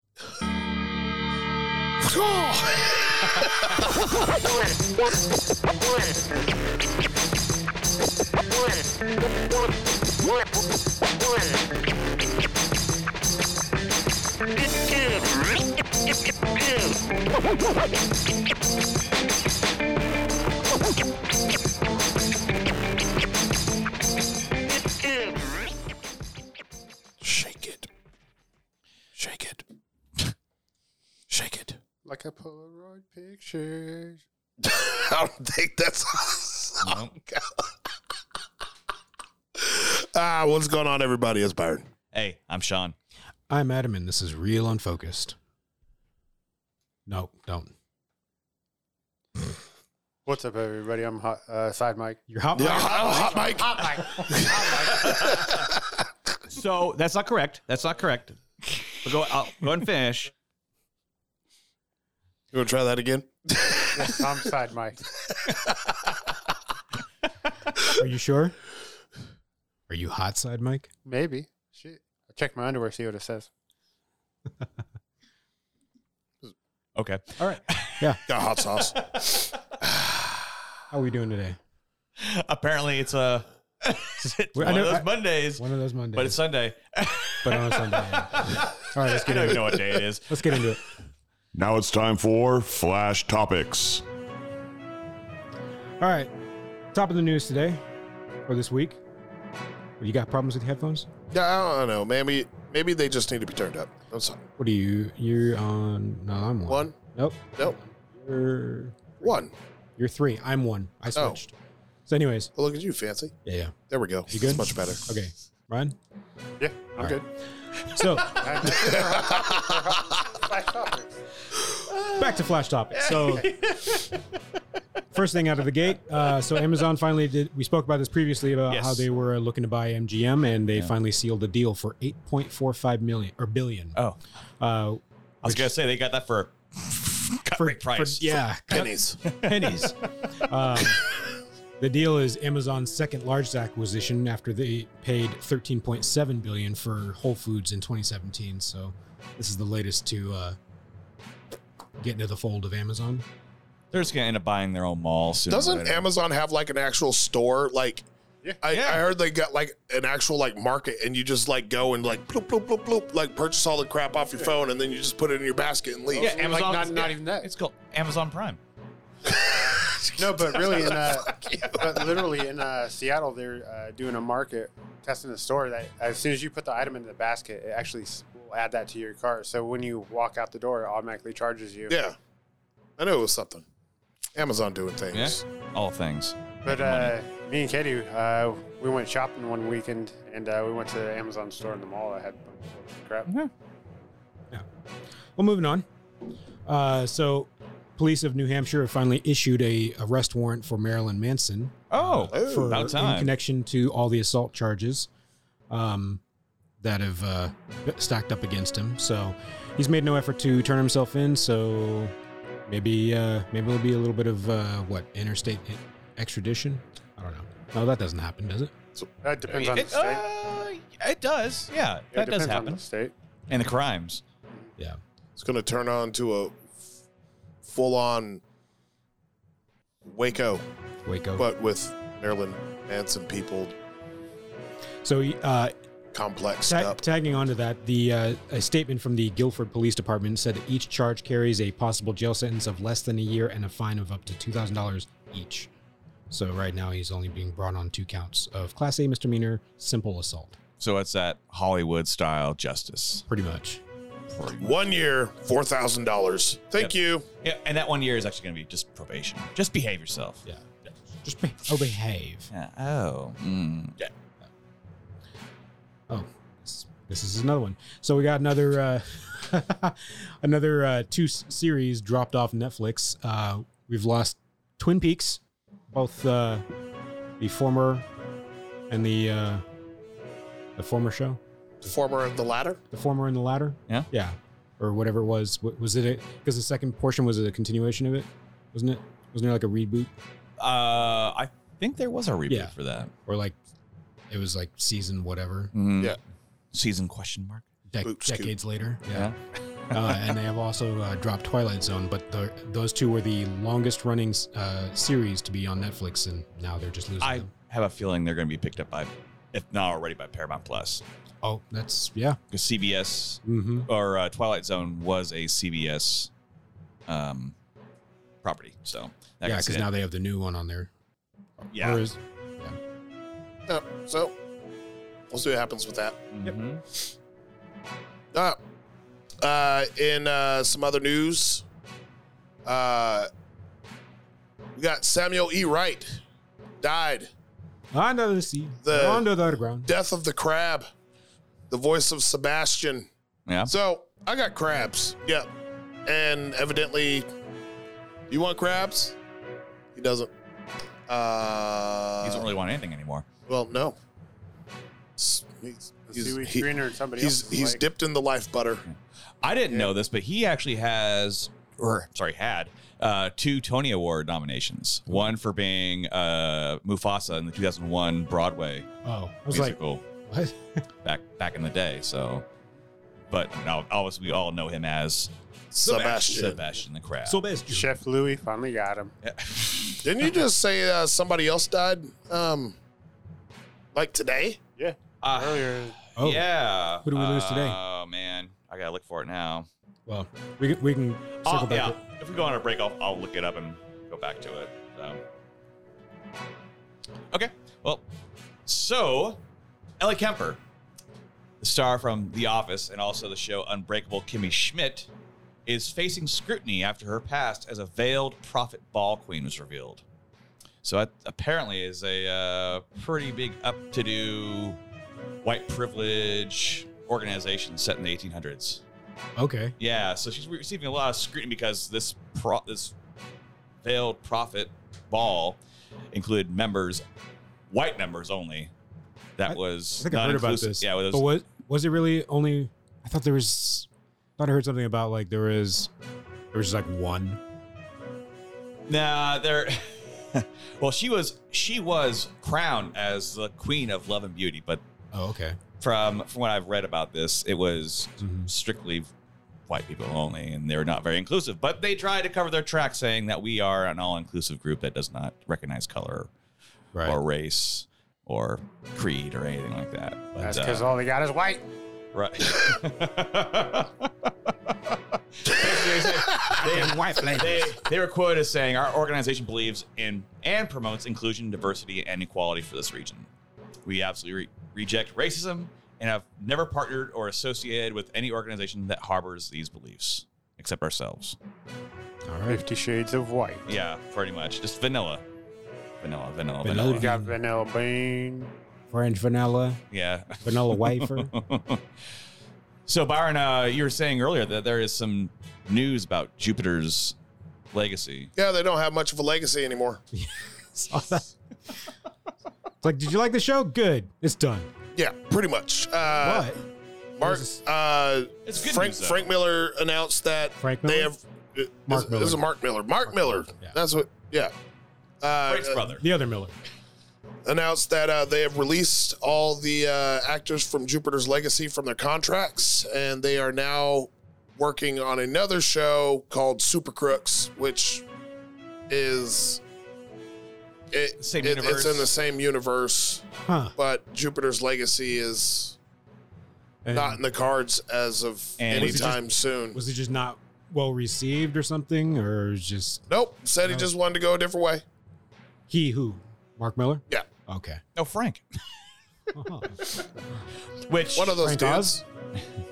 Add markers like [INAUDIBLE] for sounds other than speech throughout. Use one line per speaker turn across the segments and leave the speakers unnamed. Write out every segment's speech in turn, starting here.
[LAUGHS] Shake it. Shake it. [LAUGHS] Shake it.
Like a Polaroid picture.
[LAUGHS] I don't think that's how the song goes. [LAUGHS] ah, what's going on, everybody? It's Byron.
Hey, I'm Sean.
I'm Adam, and this is Real Unfocused. No, don't. What's up, everybody? I'm hot, uh, Side Mike. You're hot.
Yeah, hot, hot, Mike.
So that's not correct. That's not correct. But go, I'll go and finish.
You want to try that again?
Yes, I'm Side Mike.
Are
[LAUGHS]
you sure? Are you hot side, Mike?
[LAUGHS] Maybe. Shit. I check my underwear, see what it says.
Okay.
All right.
Got hot sauce.
How are we doing today?
Apparently, it's a it's one
Well, I
of
know-
those
I-
Mondays,
One of those Mondays.
but it's Sunday.
but on a Sunday.
[LAUGHS]
yeah. All right, let's
I
get
don't
into
even
it.
know what day it
[LAUGHS]
is.
Let's get into it.
[LAUGHS] Now it's time for Flash Topics.
All right. Top of the news today or this week. What, You got problems with headphones?
Yeah, I don't know. Maybe maybe they just need to be turned up. I'm sorry.
What are you? You're on. No, I'm one.
One?
Nope.
Nope.
You're,
One.
you're three. I'm one. I
Oh.
switched. So, anyways.
Well, look at you, fancy.
Yeah, yeah.
There we go.
You good?
It's much better.
Okay. Ryan?
Yeah,
I'm good.
So,
Flash topics.
back to flash topics. So,
[LAUGHS]
first thing out of the gate. Uh, so, Amazon finally did. We spoke about this previously about
Yes.
how they were looking to buy MGM, and they finally sealed a deal for eight point four five million or billion.
Oh,
Uh,
I was gonna say they got that for cut
for,
rate price.
for- yeah,
Pennies.
pennies. um, the deal is Amazon's second largest acquisition after they paid 13.7 billion for Whole Foods in 2017. So this is the latest to uh, get into the fold of Amazon.
They're just gonna end up buying their own mall soon.
Doesn't Amazon have like an actual store? Like,
Yeah.
I,
Yeah.
I heard they got like an actual like market, and you just like go and like bloop bloop bloop bloop, like purchase all the crap off your phone, and then you just put it in your basket and leave.
Yeah, Amazon.
not- not even that.
It's called Amazon Prime.
No, but really, in uh, but literally in uh, Seattle, they're uh, doing a market testing the store that as soon as you put the item into the basket, it actually s- will add that to your cart. So when you walk out the door, it automatically charges you.
Yeah, I know it was something. Amazon doing things.
All things.
But uh, me and Katie, uh, we went shopping one weekend, and uh, we went to the Amazon store in the mall that had a bunch of crap.
Well, moving on. Uh, so, police of New Hampshire have finally issued a arrest warrant for Marilyn Manson
Oh,
Oh.
for
About
in
time.
connection to all the assault charges um, that have uh, stacked up against him. So, he's made no effort to turn himself in. So, maybe uh, maybe it'll be a little bit of uh, what interstate i- extradition. I don't know. No, that doesn't happen, does it?
That depends on the
it,
state.
uh, it does. Yeah,
Yeah,
that
it
does
depends On
happen.
the state.
And the crimes.
Yeah.
It's going to turn on to a full on Waco,
Waco.
but with Marilyn Manson people
so, uh,
complexed
Ta-
up.
tagging onto that, the uh, a statement from the Guilford Police Department said that each charge carries a possible jail sentence of less than a year and a fine of up to two thousand dollars each. So right now he's only being brought on two counts of Class A misdemeanor simple assault,
So it's that Hollywood style justice.
pretty much.
One year, four thousand dollars. Thank
Yep.
you.
Yeah, and that one year is actually going to be just probation. Just behave yourself.
Yeah. Just be- oh behave.
Yeah. Oh. Mm. Yeah.
Oh, this, this is another one. So we got another uh, [LAUGHS] another uh, two s- series dropped off Netflix. Uh, we've lost Twin Peaks, both uh, the former and the uh, the former show,
Former of the latter.
the former and the latter.
Yeah.
yeah, or whatever it was. Wa- Was it because the second portion was it a continuation of it? Wasn't it? Wasn't there like a reboot
Uh, I think there was a reboot
Yeah.
for that.
or like it was like season whatever
Mm.
Yeah.
Season question mark.
dec
Boot scoop.
decades later? Yeah. [LAUGHS] uh, and they have also uh, dropped Twilight Zone. But the, those two were the longest running uh, series to be on Netflix, and now they're just losing
I
them.
have a feeling they're going to be picked up by, if not already, by Paramount Plus.
Oh, that's yeah.
Because CBS
Mm-hmm.
or uh, Twilight Zone was a CBS um, property. So that
Yeah,
could
because
fit.
now they have the new one on there.
yeah.
Or is-
No, so we'll see what happens with that.
Mhm.
Uh, uh, in uh, some other news, uh, we got Samuel E. Wright died.
under the sea,
The-
under the ground.
Death of the Crab, the voice of Sebastian.
Yeah.
So I got crabs. Yeah. And evidently, you want crabs? He doesn't. Uh,
he doesn't really want anything anymore.
well, no. It's- He's, he's-
He's,
he-
greener than somebody
he's,
else's
he's
leg.
dipped in the life butter.
I didn't know this, but he actually has, or sorry, had uh, two Tony Award nominations. One for being uh, Mufasa in the 2001 Broadway
Oh, I was like,
musical
what?
back back in the day. So, but I mean, ob- obviously we all know him as
Sebastian.
Sebastian the Crab. [LAUGHS]
So best.
Chef Louis finally got him.
Didn't you just say uh, somebody else died? Um, like today?
Uh,
Earlier,
Oh,
yeah.
Who did we lose today?
Oh man, I gotta look for it now.
Well, we can, we can circle
Oh,
back.
yeah.
to-
If we go on a break, I'll, I'll look it up and go back to it. So. Okay. Well, so Ellie Kemper, the star from The Office and also the show Unbreakable Kimmy Schmidt, is facing scrutiny after her past as a veiled prophet ball queen was revealed. So that apparently is a uh, pretty big up to do white privilege organization set in the 1800s.
Okay.
Yeah, so she's receiving a lot of scrutiny because this pro- this veiled prophet ball included members, white members only. That
I-
was
I think I
not
heard about
inclusive.
this.
Yeah, it
But
was,
was was it really only? I thought there was. I thought I heard something about like there was, there was just like one.
nah, there. [LAUGHS] well, she was she was crowned as the queen of love and beauty, but
Oh, okay.
from from what I've read about this, it was
Mhm.
strictly white people only, and they were not very inclusive. But they tried to cover their tracks, saying that we are an all inclusive group that does not recognize color
Right.
or race or creed or anything like that. But,
that's
uh,
because all they got is white.
right. [LAUGHS] they,
white
they, they were quoted as saying, "Our organization believes in and promotes inclusion, diversity, and equality for this region. We absolutely re- reject racism and have never partnered or associated with any organization that harbors these beliefs, except ourselves."
All right.
Fifty Shades of White.
Yeah, pretty much, just vanilla, vanilla, vanilla,
Vanilla.
vanilla.
You got Vanilla Bean.
French vanilla,
Yeah.
vanilla [LAUGHS] wafer.
[LAUGHS] so Byron, uh, you were saying earlier that there is some news about Jupiter's legacy.
Yeah, they don't have much of a legacy anymore.
Saw that. It's like, did you like the show? Good. It's done.
Yeah, pretty much. Uh,
What?
Mark,
There's
uh,
It's good
Frank,
news, though.
Frank Miller announced that
Frank Miller?
they have. uh,
Mark
this, this is
Miller.
Mark Miller. Mark, Miller.
yeah.
That's what. Yeah. Uh,
Frank's brother.
The other Miller.
announced that uh, they have released all the uh, actors from Jupiter's Legacy from their contracts, and they are now working on another show called Super Crooks, which is it,
Same
it-
universe.
it's in the same universe,
Huh.
but Jupiter's Legacy is
And
not in the cards as of
And-
any time soon.
was it just not well received or something, or is just
nope, said he just wanted to go a different way.
he who? Mark Miller.
Yeah.
Okay.
No, Oh, Frank.
Uh-huh.
Which
One of those
Frank
dudes.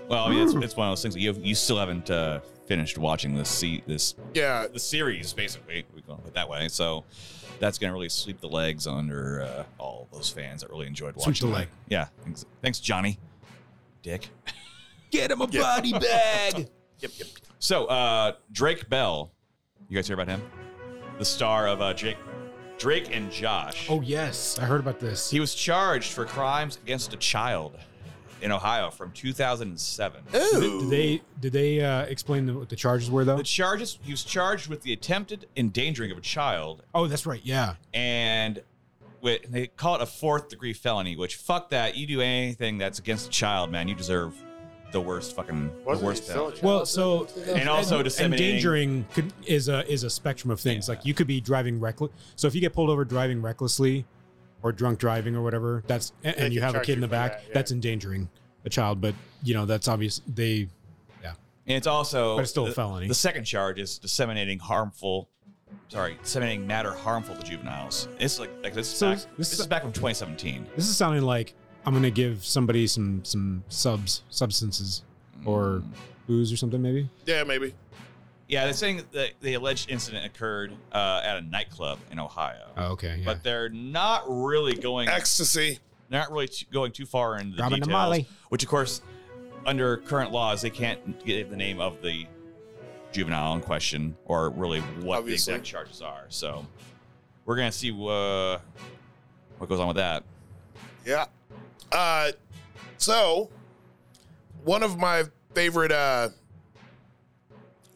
well, I mean, it's, it's one of those things that you you still haven't uh, finished watching this se- this
Yeah,
the series basically. We can put it that way. So that's going to really sweep the legs under uh, all those fans that really enjoyed
Sweep
watching.
the
it.
leg.
Yeah. Thanks- Thanks, Johnny. Dick. [LAUGHS] Get him a body bag. [LAUGHS] yep, yep. So, uh, Drake Bell. You guys hear about him? The star of uh, Drake, Drake and Josh.
Oh yes, I heard about this.
He was charged for crimes against a child in Ohio from 2007.
Did they did they uh, explain what the charges were though?
The charges he was charged with the attempted endangering of a child
Oh, that's right. Yeah.
and with, they call it a fourth degree felony, which fuck that. You do anything that's against a child, man, you deserve the worst fucking the
Wasn't
worst
he still
penalty.
a
Well, so
And also disseminating.
endangering could, is a is a spectrum of things. Like you could be driving reckless. So if you get pulled over driving recklessly, or drunk driving or whatever, that's and,
They
and you
can
have a
charge
kid in
you
the
for
back,
that, yeah.
that's endangering a child. But you know that's obvious. They
And it's also
But it's still a
the-
felony.
The second charge is disseminating harmful, sorry, disseminating matter harmful to juveniles. It's like, like this is
So
back.
this
This,
is-
is back from 2017.
this is sounding like I'm gonna give somebody some some subs substances or booze or something maybe.
Yeah, maybe.
Mm. Yeah, they're saying that the alleged incident occurred uh, at a nightclub in Ohio,
Oh, okay, yeah.
but they're not really going
Ecstasy.
not really t- going too far into the
Grabbing the
details.
molly.
Which, of course, under current laws, they can't give the name of the juvenile in question or really what
Obviously.
the exact charges are. So we're gonna see uh, what goes on with that.
Yeah. Uh, so, one of my favorite uh,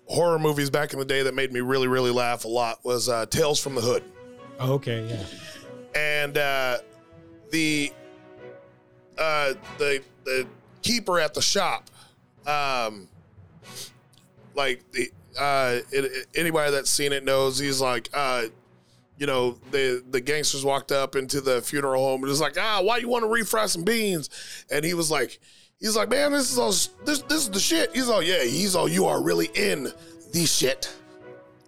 horror movies back in the day that made me really, really laugh a lot was uh, Tales from the Hood.
oh, okay, yeah.
and uh, the uh, the the keeper at the shop, um, like the uh, it, it- anybody that's seen it knows he's like, uh, you know, the the gangsters walked up into the funeral home and was like, ah, why you want to refry some beans? And he was like, he's like, man, this is all this this is the shit. He's all yeah, he's all you are really in the shit.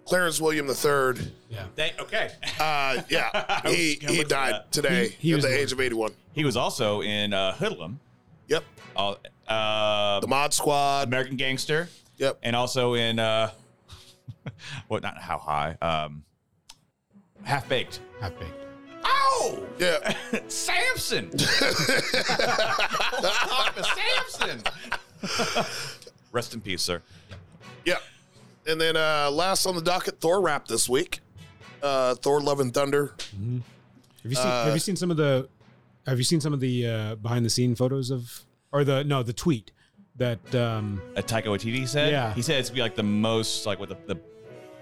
Clarence William III.
They, okay.
Uh, yeah,
I was
he
gonna
he
look for
died
that.
today
He- he
at
was
the
the
age of eighty-one.
[LAUGHS] He was also in uh, Hoodlum,
Yep,
all, uh,
the Mod Squad.
American Gangster,
Yep,
and also in uh, [LAUGHS] what? Not how high? Um, Half Baked.
Half baked.
Oh,
yeah,
Samson. Talk to Samson. Rest in peace, sir.
yeah. And then uh, last on the docket, Thor rap this week. Uh, Thor: Love and Thunder.
Have you seen Have
Uh,
you seen some of the Have you seen some of the uh, behind the scene photos of or the no the tweet that um,
Uh, Taika Waititi said.
Yeah.
He said it's be like the most, like with the the,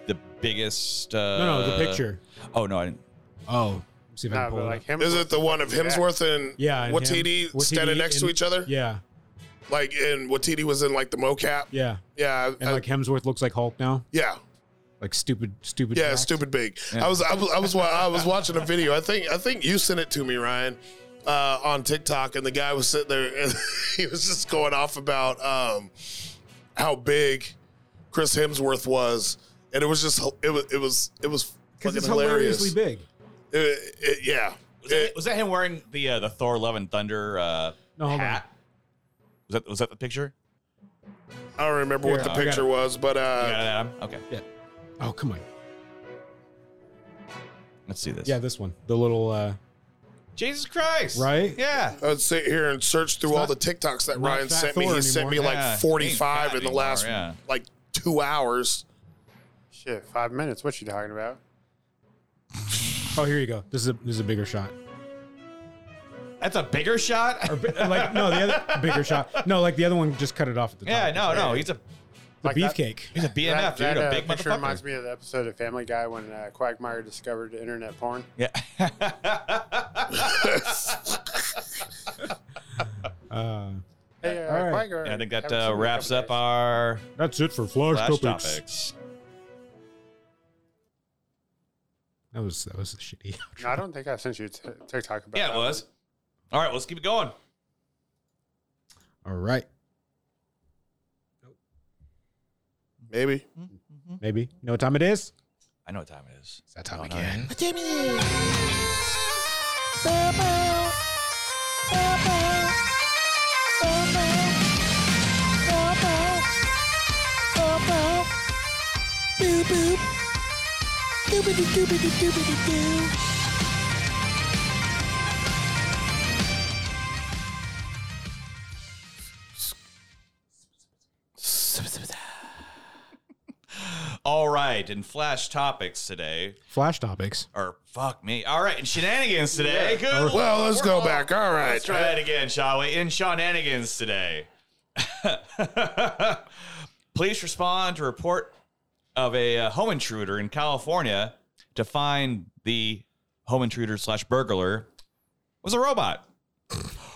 the biggest. Uh,
no no the picture
Oh no, I didn't.
oh see if I
No,
can pull
but
it
like
up.
him.
Is it the one of Hemsworth and
yeah and
Watiti
him- Watiti
standing next to
and-
each other?
yeah
Like, and Watiti was in like the mocap. Yeah,
yeah
yeah,
and
I-
like Hemsworth looks like Hulk now
yeah.
like stupid stupid
Yeah,
Jack.
stupid big. I was I was I was wa- I was watching a video. I think I think you sent it to me, Ryan, uh, on TikTok, and the guy was sitting there and [LAUGHS] he was just going off about um, how big Chris Hemsworth was, and it was just it was it was it was
because
fucking
it's
hilarious.
hilariously big
It- it- yeah,
Was that,
It-
was that him wearing the uh, the Thor Love and Thunder uh,
No, hold on.
hat? Was that was that the picture?
I don't remember what
Here,
the
I got
picture
it.
was, but
You got
uh,
it, Adam? Okay,
oh come on
let's see this.
yeah this one the little uh,
Jesus Christ.
Right?
Yeah.
I would sit here and search through all the TikToks that
not
Ryan
Fat
sent me. He
Thor
sent me
anymore.
like
Yeah, he ain't
forty five
fat
in the
anymore,
last
yeah.
like two hours.
Shit, five minutes. What you talking about?
oh here you go this is a this is a bigger shot
That's a bigger shot.
or bi- like no the other bigger shot no like the other one just cut it off at the
[LAUGHS]
top
yeah. No. No. He's a
the
Like that-
beefcake
he's a
that,
BMF dude.
that,
a
uh,
big
picture
motherfucker.
reminds me of the episode of Family Guy when uh, Quagmire discovered internet porn.
Yeah. [LAUGHS]
uh,
Hey, uh,
All right.
Quagmire,
And I think that
haven't seen
uh,
you in a
wraps
couple
up
days.
our
that's it for flash,
flash
topics.
topics.
that was that was a shitty [LAUGHS]
No, I don't think I sent you a t- TikTok about.
Yeah,
that
it was. All right, let's keep it going.
all right
Maybe
Maybe. Know what time it is?
I know what time it is.
It's that time again.
[LAUGHS] All right, and flash topics today,
[LAUGHS] Flash topics.
or fuck me. All right, and shenanigans today. Good lord.
Well, let's
We're
go
all-
back. All right.
Let's try that again, shall we? In shenanigans today. [LAUGHS] Police respond to report of a uh, home intruder in California to
[LAUGHS]
find the home intruder slash burglar was a robot.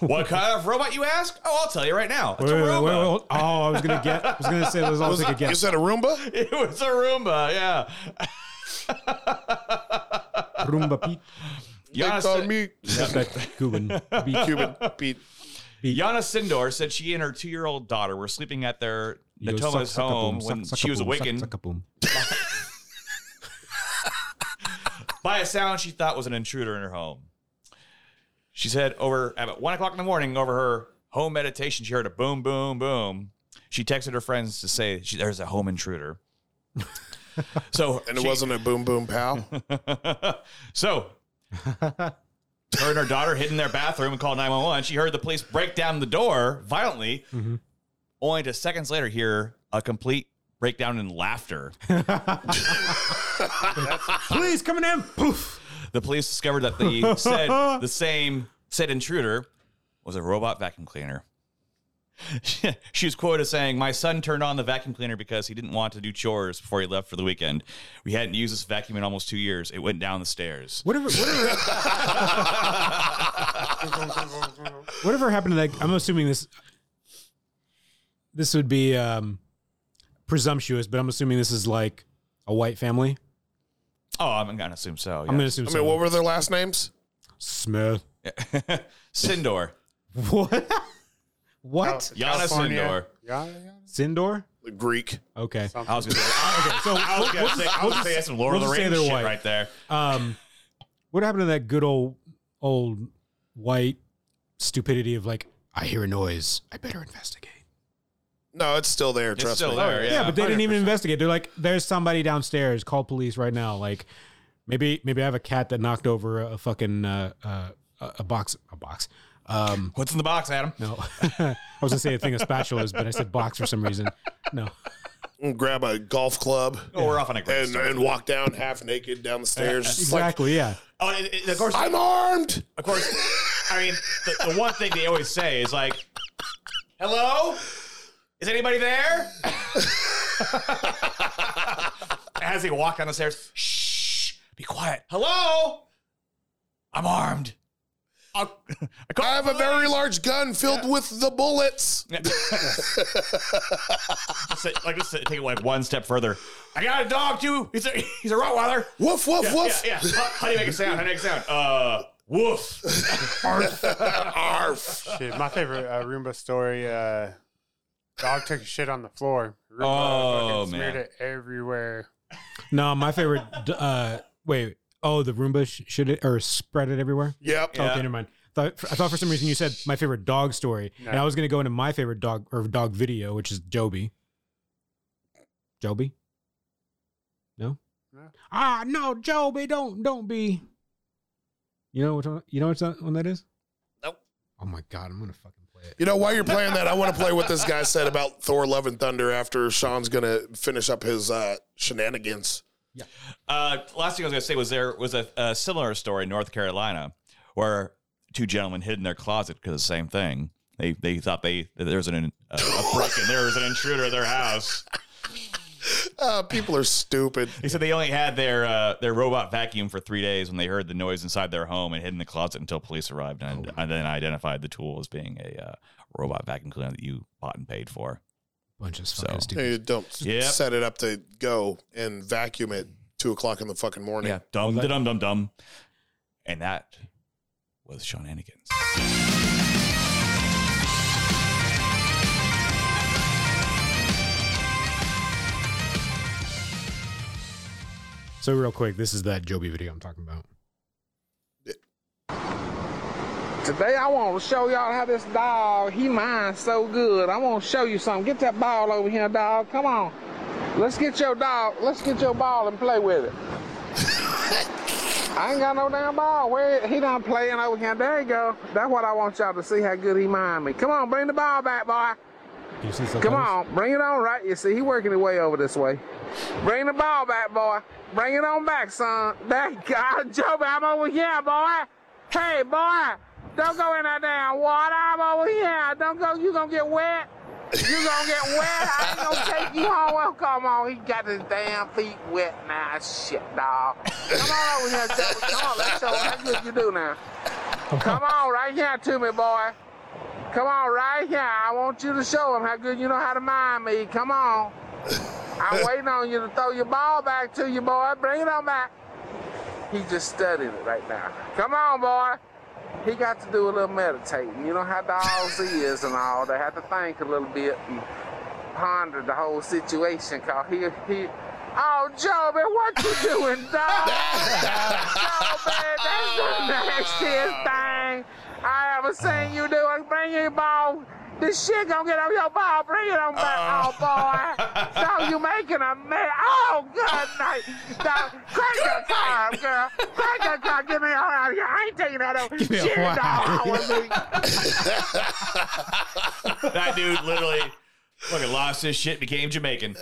What kind of robot, you ask? Oh, I'll tell you right now. It's
Wait,
a
wait, wait,
Roomba.
wait, hold- oh, I was gonna get. I was gonna say let's all
Was
take a
that,
guess.
is that a Roomba?
[LAUGHS] It was a Roomba, yeah.
Roomba
[LAUGHS]
Pete.
They
Giannis,
call
[LAUGHS]
me
That's that Cuban beat.
Cuban Pete.
Yana Sindor said she and her two-year-old daughter were sleeping at their
You go
Natoma's
suck, suck a
home
boom,
when
suck, suck
she
a
was
boom, suck,
awakened
suck a boom.
by a sound she thought was an intruder in her home. She said over at about one o'clock in the morning over her home meditation, she heard a boom, boom, boom. She texted her friends to say she, there's a home
[LAUGHS]
intruder. so
And it
she-
wasn't a boom boom pal.
[LAUGHS]
[LAUGHS]
[LAUGHS]
so her and her daughter hid in their bathroom and called 911. She heard the police break down the door violently,
Mm-hmm.
only to seconds later hear a complete breakdown in laughter.
Please come in. and Poof.
The police discovered that the
[LAUGHS]
said the same said intruder was a robot vacuum cleaner. [LAUGHS] she was quoted as saying, "My son turned on the vacuum cleaner because he didn't want to do chores before he left for the weekend. We hadn't used this vacuum in almost two years. It went down the stairs."
Whatever.
[LAUGHS]
Whatever. whatever happened to that? I'm assuming this. This would be um, presumptuous, but I'm assuming this is like a white family.
Oh, I'm gonna assume so.
I'm
yeah.
gonna assume.
I mean, what were their last names?
Smith.
[LAUGHS] Sindor.
What? what?
Giannis
California.
Sindor.
Yeah, yeah.
Sindor.
Greek.
Okay.
I was gonna say,
[LAUGHS] Okay. So
I was gonna say, I was gonna say that's some Lord of
we'll
the
just say
Rings
they're
shit
white.
right there.
Um, what happened to that good old old white stupidity of like I hear a noise, I better investigate.
No, it's still there.
It's
trust
still
me.
there. Yeah,
Oh, Yeah, but they didn't even investigate. They're like, there's somebody downstairs. Call police right now. Like, maybe maybe I have a cat that knocked over a, a fucking uh, uh, a a box a box. Um,
What's in the box, Adam?
no, [LAUGHS] I was gonna say a thing of spatulas, but I said box for some reason. No,
And Mm, Grab a golf club
Oh, we're off on a great
and, uh,
start.
and walk down half naked down the stairs. It's like,
exactly. yeah,
Oh, and- and of course,
I'm armed.
of course. I mean, the, the one thing they always say is like, "Hello, is anybody there?" [LAUGHS] As they walk down the stairs, shh, be quiet. Hello, I'm armed. I'll- I [LAUGHS] call-
I have a very large gun filled with the bullets.
[LAUGHS] Just say- like just take it like one step further. I got a dog too. He's a he's a Rottweiler.
Woof woof woof.
Yeah, yeah. How, how do you make a sound? How do you make a sound? Uh, woof.
[LAUGHS] Arf.
Shit, my favorite uh, Roomba story. Uh, dog took a shit on the floor. Roomba
Oh,
fucking smeared
man.
it everywhere.
no. My favorite. d- Uh, wait. Oh, the Roomba sh- should it or spread it everywhere?
Yep.
Yeah.
Okay, never mind. Thought, I thought for some reason you said my favorite dog story, and I was gonna go into my favorite dog or dog video, which is Joby. Joby. No.
No.
Ah, no, Joby, don't don't be. You know which one? You know which one that is?
Nope.
Oh my god, I'm gonna fucking play it.
You know, while you're playing that, I want to play what this guy said about Thor: Love and Thunder after Sean's gonna finish up his uh, shenanigans.
Uh, last thing I was gonna say was there was a, a similar story in North Carolina where two gentlemen hid in their closet because the same thing. They they thought they that there was an uh, a break in there was an intruder at their house.
Uh, people are stupid.
They said they only had their uh, their robot vacuum for three days when they heard the noise inside their home and hid in the closet until police arrived and, and then identified the tool as being a uh, robot vacuum cleaner that you bought and paid for.
Bunch of
So-
fucking stupid.
Hey, don't
Yep.
set it up to go and vacuum at two o'clock in the fucking morning.
Yeah, dum dum dum dum, and that was Sean Anakins.
So real quick, this is that Joby video I'm talking about.
Today I want to show y'all how this dog, he mines so good. I want to show you something. Get that ball over here, dog. Come on. Let's get your dog, let's get your ball and play with it. I ain't got no damn ball. Where he done playing over here. There you go. That's what I want y'all to see how good he mind me. Come on, bring the ball back, boy.
Can you see something?
Come on, bring it on right. You see, he working his way over this way. Bring the ball back, boy. Bring it on back, son. That guy, Joe, [LAUGHS] I'm over here, boy. Hey, boy, don't go in that damn water. I'm over here. Don't go. You gonna get wet. You gonna get wet. I ain't gonna take you home. Well, come on. He got his damn feet wet now. Shit, dog. Come on
Oh,
over here, Joe. Come on, let's show him how good you do now. Come on, right here to me, boy. Come on, right here. I want you to show them how good you know how to mind me. Come on. I'm waiting on you to throw your ball back to you, boy. Bring it on back. He just studying it right now. Come on, boy. He got to do a little meditating. You know how dogs is and all. They have to think a little bit and ponder the whole situation. Cause he he. Oh, Jobin, what you doing, [LAUGHS] dog? Jobin, that's the nastiest thing I ever seen you do. Bring your ball. This shit gonna get on your ball. Bring it on
Uh.
back. Oh, boy. Dog, you making a mess. Oh, good night. Dog, crank your car up, girl. Crank your car. Get me all out of here. I ain't
[LAUGHS]
taking that old
me a
shit, dog. I was me.
That dude literally fucking lost his shit, became Jamaican.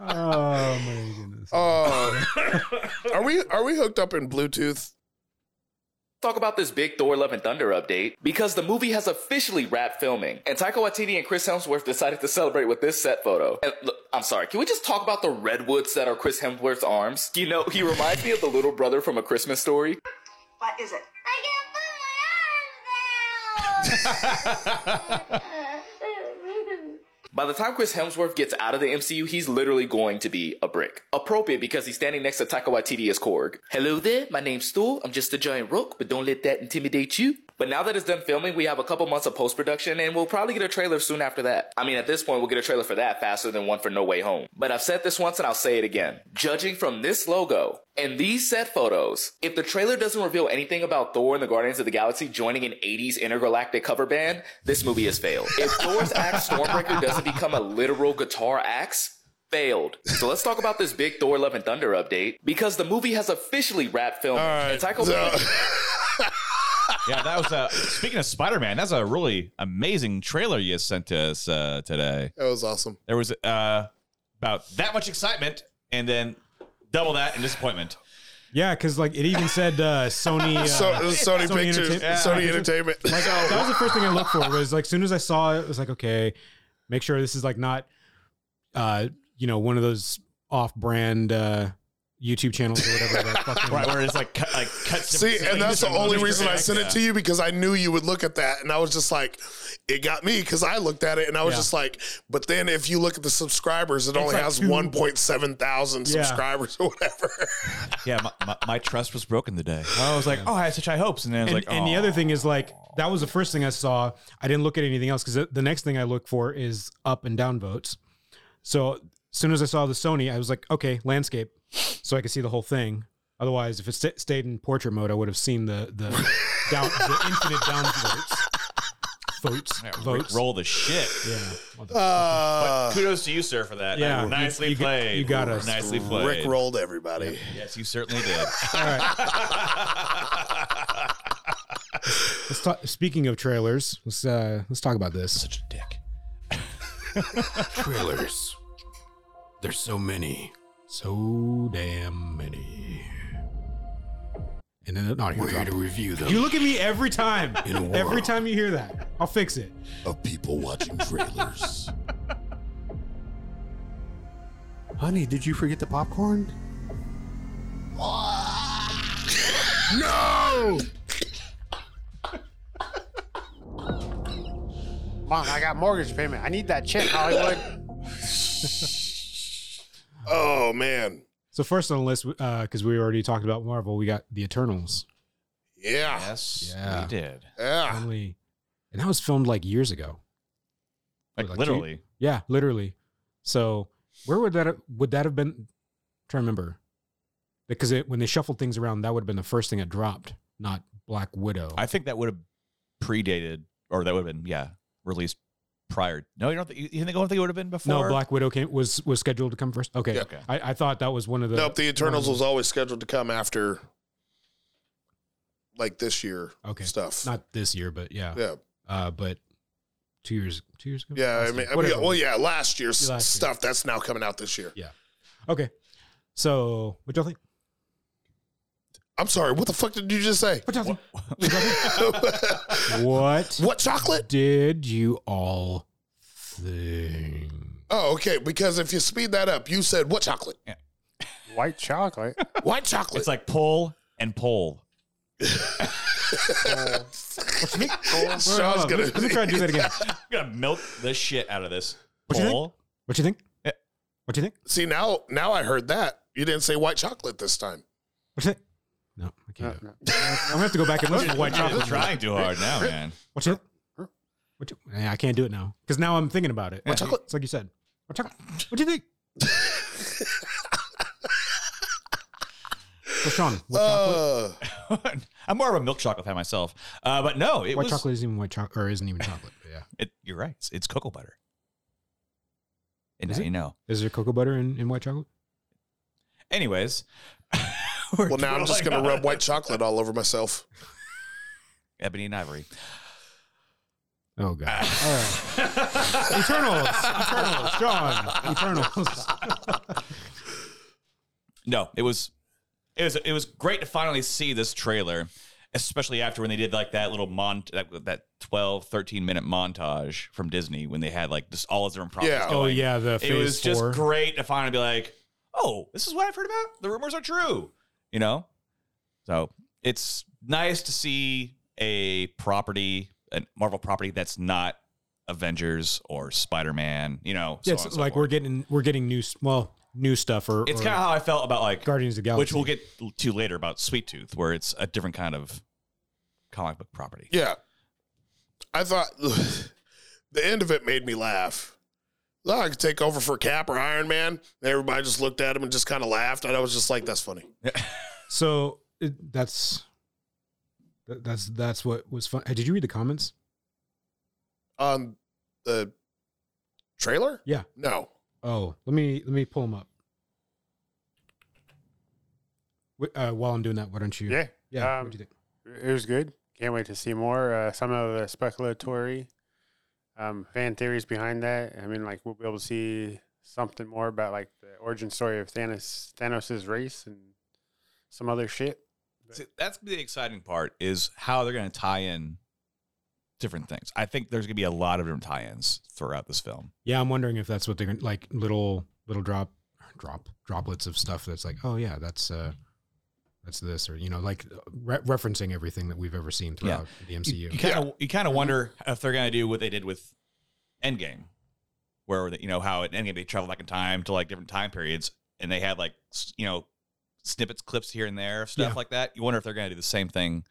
Oh my goodness.
Uh, are we are we hooked up in Bluetooth?
Talk about this big Thor Love and Thunder update because the movie has officially wrapped filming, and Taika Waititi and Chris Hemsworth decided to celebrate with this set photo. And look, I'm sorry, can we just talk about the redwoods that are Chris Hemsworth's arms? You know, he reminds me of the little brother from A Christmas Story.
What is it? I can't put my arms down.
By the time Chris Hemsworth gets out of the MCU, he's literally going to be a brick. Appropriate because he's standing next to Taika Waititi as Korg. Hello there, my name's Thor. I'm just a giant rook, but don't let that intimidate you. But now that it's done filming, we have a couple months of post production, and we'll probably get a trailer soon after that. I mean, at this point, we'll get a trailer for that faster than one for No Way Home. But I've said this once and I'll say it again. Judging from this logo, and these set photos, if the trailer doesn't reveal anything about Thor and the Guardians of the Galaxy joining an 80s intergalactic cover band, this movie has failed. If Thor's axe Stormbreaker doesn't become a literal guitar axe, failed. So let's talk about this big Thor Love and Thunder update because the movie has officially wrapped filming. And Taika
So,
Yeah, that was uh speaking of Spider Man, that's a really amazing trailer you sent to us uh, today.
that was awesome.
There was uh about that much excitement and then double that in disappointment.
Yeah, because like it even said uh, Sony. Uh,
So it was Sony,
Sony
Pictures,
Entertain-
Sony Entertainment.
[LAUGHS] Like uh, that was the first thing I looked for was like soon as I saw it, it was like okay, make sure this is like not, uh, you know, one of those off-brand uh, YouTube channels or whatever. That fucking,
Right, where it's like cut, like cut.
[LAUGHS] See, and that's the only reason I sent it to
you.
you because I knew you would look at that, and I was just like, it got me because I looked at it and I was
Yeah.
just like, but then if you look at the subscribers, it only
like
has
two-
one point seven thousand
Yeah.
subscribers or whatever.
Yeah, my, my, my trust was broken today. I was like, oh, I had such high hopes, and then I was
and,
like,
and the
"Aw."
other thing is like that was the first thing I saw. I didn't look at anything else because the next thing I look for is up and down votes. So as soon as I saw the Sony, I was like, okay, landscape, so I could see the whole thing. Otherwise, if it st- stayed in portrait mode, I would have seen the
[LAUGHS]
the down the infinite down votes. Votes,
Yeah, re-
votes.
roll the shit.
Yeah. What the-
Uh,
Kudos to you, sir, for that.
Yeah.
nicely
You- you got-
played.
you got us.
Nicely played.
[LAUGHS] Rick rolled everybody.
Yes, [LAUGHS] you certainly did.
All right. let's talk, speaking of trailers, let's uh, let's talk about this.
Such a dick.
trailers. There's so many. So damn many. And then an audio drop.
review them.
You look at me every time.
In a world.
Every time you hear that. I'll fix it.
of people watching trailers.
Honey, did you forget the popcorn?
No, [LAUGHS]
Mom, I got mortgage payment. I need that check,
[LAUGHS]
Hollywood.
oh man,
So first on the list, because we already talked about Marvel, we got the Eternals.
yeah,
Yes,
Yeah.
we did.
yeah.
Finally, and that was filmed like years ago.
Like,
Like,
literally.
Yeah, literally. So where would that have- would that have been? I'm trying to remember, because it, when they shuffled things around, that would have been the first thing that dropped, not Black Widow.
I think that would have predated, or that would have been, yeah, released prior. No, you don't. Think, you think? I don't think it would have been before.
No, Black Widow came was was scheduled to come first. Okay,
Yeah.
Okay.
I, I thought that was one of the.
Nope, the Eternals
one
was always scheduled to come after, like this year.
of- okay.
stuff.
Not this year, but yeah,
yeah,
Uh, but two years, two years ago.
yeah. I
Last
mean,
year.
I mean,
Whatever.
well, yeah. Last year's
Last year.
stuff that's now coming out this year.
Okay, so what y'all think?
I'm sorry. What the fuck did you just
[LAUGHS]
say?
What y'all think? what
what chocolate?
did you all think?
Oh, okay. Because if you speed that up, you said what chocolate?
White chocolate. [LAUGHS]
White chocolate.
It's like pull and pull.
Uh,
What you think? Cole? Wait,
[LAUGHS] Sean's
hold on. [LAUGHS]
gonna-
Let me try and do that
[LAUGHS]
again.
I'm gonna milk the shit out of this.
What you think?
bowl.
What you think? Eh,
Yeah.
What you think?
See now, now I heard that you didn't say white chocolate this time.
What you think? No, I can't do it. I'm gonna have to go back and look for
[LAUGHS]
white
You're
chocolate.
trying too hard now, man.
What you? What you? Yeah, I can't do it now because now I'm thinking about it.
White chocolate?
It's like you said. White chocolate. What do
[LAUGHS]
you think? so Sean, what chocolate?
Uh,
[LAUGHS] I'm more of a milk chocolate fan myself, uh, but no, it
White
was.
chocolate isn't even white chocolate, or isn't even chocolate. but yeah.
It, you're right. It's, it's cocoa butter. And
Is
now
it?
you know.
Is there cocoa butter in, in white chocolate?
Anyways. [LAUGHS]
well, now I'm just gonna rub white chocolate all over myself.
Ebony and Ivory.
Oh god. All right.
Ah.
Eternals. Eternals. Sean.
[LAUGHS]
Eternals.
No, it was, it was, it was great to finally see this trailer, especially after when they did like that little mont that, that 12, 13 minute montage from Disney when they had like just all of their properties.
Yeah.
Oh,
going.
the
it was just great to finally be like, oh, this is what I've heard about. The rumors are true, you know. So it's nice to see a property, a Marvel property that's not Avengers or Spider Man, you know. so
Yeah, it's
on and so
like
forth.
we're getting we're getting new s- well new stuff or
It's
or
kind of how I felt about like
Guardians of the Galaxy,
which we'll get to later about Sweet Tooth, where it's a different kind of comic book property.
Yeah. I thought [SIGHS] the end of it made me laugh. Oh, I could take over for Cap or Iron Man. And everybody just looked at him and just kind of laughed. And I was just like, that's funny.
So it, that's that- that's that's what was fun. Hey, did you read the comments?
On the trailer?
Yeah.
No.
Oh, let me let me pull them up. Wh- Uh, while I'm doing that, why don't you?
Yeah.
yeah.
um,
what do you think?
It was good. Can't wait to see more. Uh, some of the speculatory um, fan theories behind that. I mean, like we'll be able to see something more about like the origin story of Thanos, Thanos' race, and some other shit.
See, that's the exciting part is how they're going to tie in different things. I think there's going to be a lot of different tie-ins throughout this film.
Yeah, I'm wondering if that's what they're gonna like little little drop drop droplets of stuff that's like, oh yeah, that's uh that's this or you know like re- referencing everything that we've ever seen throughout the MCU.
You kind of you kind of wonder if they're going to do what they did with Endgame, where they, you know how in Endgame they travel back in time to like different time periods, and they had like s- you know snippets, clips here and there, stuff
Yeah.
like that. You wonder if they're going to do the same thing,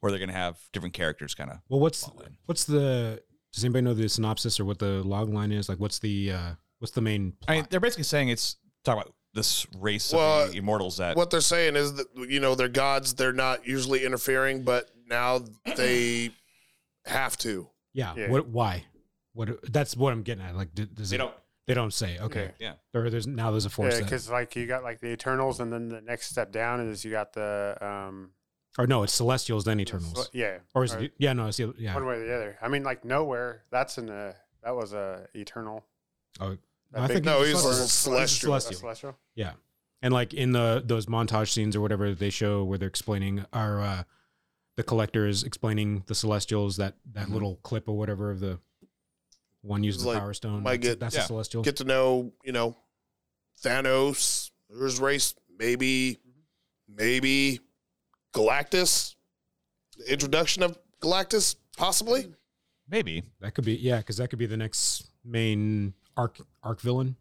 where they're going to have different characters kind of.
Well, what's
plot line.
what's the does anybody know the synopsis or what the log line is? Like, what's the uh what's the main? Plot?
I mean, they're basically saying it's talking about this race
Well,
of the immortals that
What they're saying is that, you know, they're gods. They're not usually interfering, but now they have to.
yeah.
yeah.
What? Why? What? That's what I'm getting at. Like, d- does
they
it-
don't.
They don't say. Okay.
Yeah.
Or there's now there's a force.
Yeah,
that-
because Uh, like you got like the Eternals, and then the next step down is you got the um,
or no, it's Celestials then
the
Eternals.
Sl- yeah,
or is it? Yeah. No. It's the, yeah.
one way or the other. I mean, like nowhere. That's in a that was a Eternal.
Oh,
That
I
big-
think
No, he's
it's Celestial.
a celestial.
a
Celestial.
Celestial.
Yeah. And like in the those montage scenes or whatever they show where they're explaining our uh the collector is explaining the celestials that that little clip or whatever of the one uses
Mm-hmm. It's
the
like,
power stone.
my
That's,
good-
that's
yeah.
a celestial.
Get to know, you know, Thanos, his race, maybe, maybe Galactus, the introduction of Galactus, possibly.
Maybe
That could be yeah, because that could be the next main arc arc villain.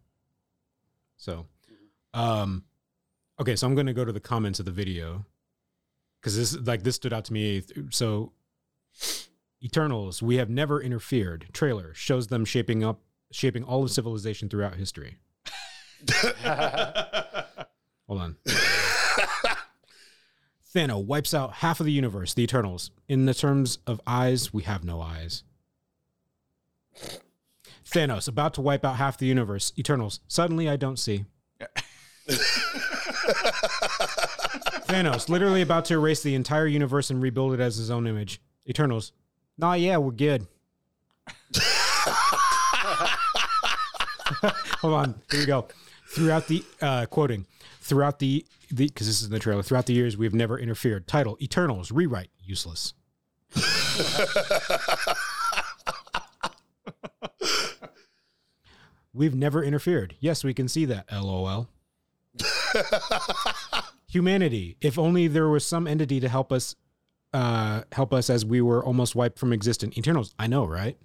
So, um, okay, so I'm going to go to the comments of the video because this like this stood out to me. So, Eternals, we have never interfered. Trailer shows them shaping up, shaping all of civilization throughout history. [LAUGHS] Hold on. Thanos wipes out half of the universe, the Eternals. In the terms of eyes, we have no eyes. Thanos about to wipe out half the universe, Eternals. Suddenly, I don't see. Thanos literally about to erase the entire universe and rebuild it as his own image. Eternals. Nah, yeah, we're good. [LAUGHS] Hold on. Here we go. Throughout the uh, quoting, throughout the the because this is in the trailer. Throughout the years, we have never interfered. Title: Eternals rewrite useless. We've never interfered. Yes, we can see that. LOL. Humanity. If only there was some entity to help us uh, help us as we were almost wiped from existence. Eternals, I know, right?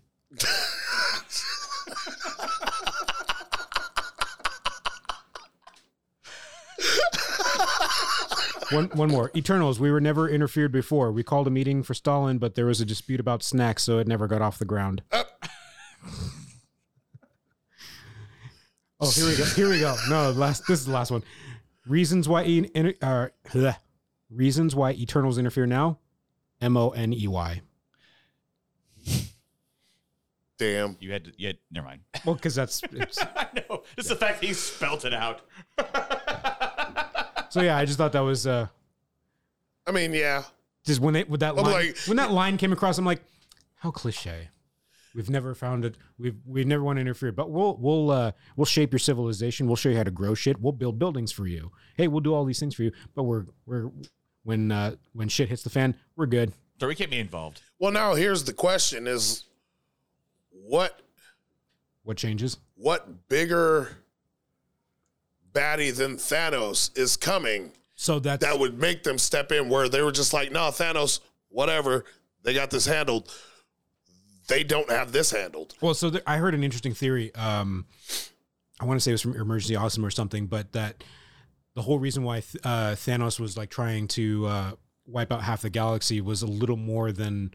one, one more. Eternals, we were never interfered before. We called a meeting for Stalin, but there was a dispute about snacks, so it never got off the ground. oh, here we go. Here we go. No, last. This is the last one. Reasons why e- inter- uh, bleh. reasons why Eternals interfere now. M O N E Y.
Damn.
You had to, you had, never mind.
Well, because that's it's,
[LAUGHS] I know. It's the fact that he spelt it out.
so. Yeah, I just thought that was uh,
I mean, yeah.
just when they with that
I'm
line
like-
when that line came across, I'm like, how cliche. We've never found it. We've we've never want to interfere, but we'll we'll uh, we'll shape your civilization. We'll show you how to grow shit. We'll build buildings for you. Hey, we'll do all these things for you. But we're we're when uh, when shit hits the fan, we're good.
So we can't be involved.
Well, now here's the question: Is what
What changes?
what bigger baddie than Thanos is coming
So that's
that would make them step in where they were just like, no, Thanos, whatever, they got this handled. They don't have this handled.
Well, so there, I heard an interesting theory. Um, I want to say it was from Emergency Awesome or something, but that the whole reason why th- uh, Thanos was like trying to uh, wipe out half the galaxy was a little more than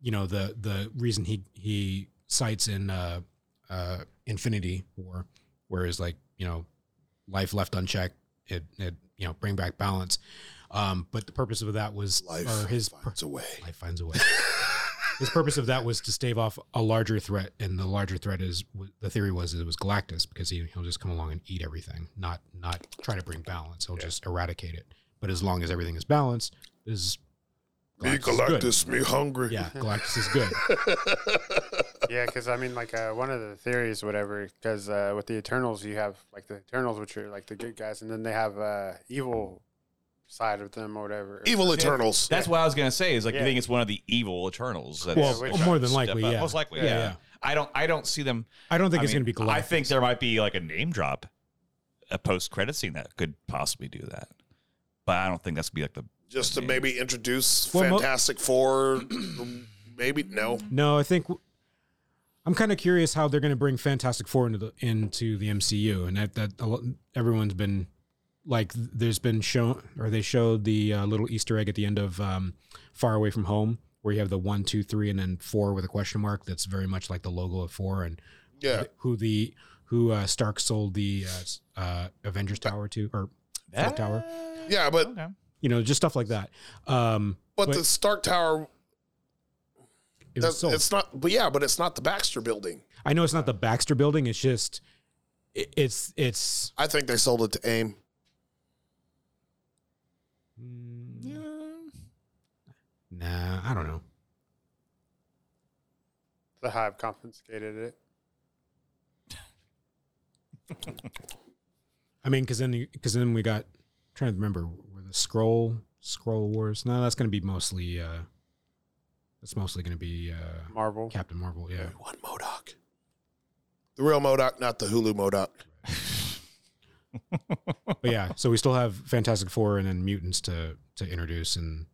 you know the the reason he he cites in uh, uh, Infinity War, whereas like you know life left unchecked, it, it you know bring back balance. Um, but the purpose of that was
Life
or his pur-
It's away.
life finds a way. [LAUGHS] His purpose of that was to stave off a larger threat, and the larger threat is the theory was it was Galactus because he he'll just come along and eat everything, not not try to bring balance. He'll just eradicate it. But as long as everything is balanced, is
Me
is
Galactus, me hungry.
good. yeah, Galactus
[LAUGHS]
is good.
Yeah, because I mean, like uh, one of the theories, whatever. Because uh, with the Eternals, you have like the Eternals, which are like the good guys, and then they have uh, evil side of them or whatever.
Evil Eternals.
That's what I was gonna say. Is like you
Yeah.
think it's one of the evil Eternals. That's
well,
which
well, more than
step
likely,
up.
yeah.
Most likely, yeah.
Yeah, yeah.
I don't. I don't see them.
I don't think
I
it's
mean,
going to be Galactus.
I think there might be like a name drop, a post credit scene that could possibly do that, but I don't think that's gonna be like the.
Just to maybe introduce
Well, mo-
Fantastic
[CLEARS THROAT]
Four. maybe no.
No, I think I'm kind of curious how they're going to bring Fantastic Four into the into the MCU, and that, that a lot- everyone's been like, there's been shown or they showed the uh, little Easter egg at the end of um, Far Away from Home, where you have the one, two, three, and then four with a question mark. That's very much like the logo of four, and
Yeah.
who the who uh, Stark sold the uh, s- uh, Avengers Tower to, or Stark Tower,
Yeah, but
Okay.
you know, just stuff like that. Um,
but
But-
the Stark Tower
it was
that's,
sold.
it's not but yeah, but it's not the Baxter building.
I know it's not the Baxter Building. It's just it, it's it's
I think they sold it to AIM.
Nah, I don't know.
The Hive confiscated it.
I mean, because then because then we got trying to remember were the scroll scroll wars. No, that's going to be mostly. uh That's mostly going to be uh
Marvel.
Captain Marvel. Yeah,
One Modoc. The real Modoc, not the Hulu Modoc.
but yeah. So we still have Fantastic Four and then mutants to to introduce, and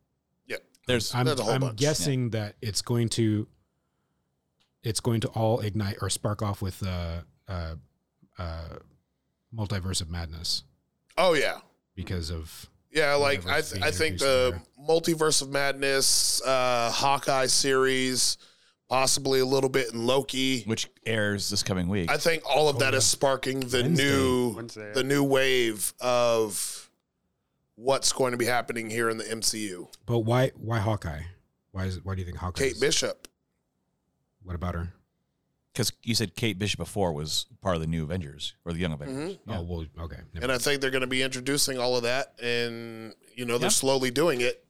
Yeah.
There's
I'm
There's a whole
I'm
bunch.
guessing that it's going to it's going to all ignite or spark off with uh uh uh multiverse of madness
Oh yeah.
because of
Yeah, like I,
Whatever's
th-
being
I think
introduced
the multiverse of madness, uh, Hawkeye series, possibly a little bit in Loki.
which airs this coming week.
I think all of that is sparking the
Wednesday.
new
Wednesday.
the new wave of what's going to be happening here in the MCU.
But why why Hawkeye? Why is why do you think Hawkeye?
Kate
is-
Bishop.
What about her?
Because you said Kate Bishop before was part of the new Avengers or the Young Avengers. Yeah.
Oh well, okay. never-
Mm-hmm. And I think they're going to be introducing all of that, and you know they're
Yeah.
slowly doing it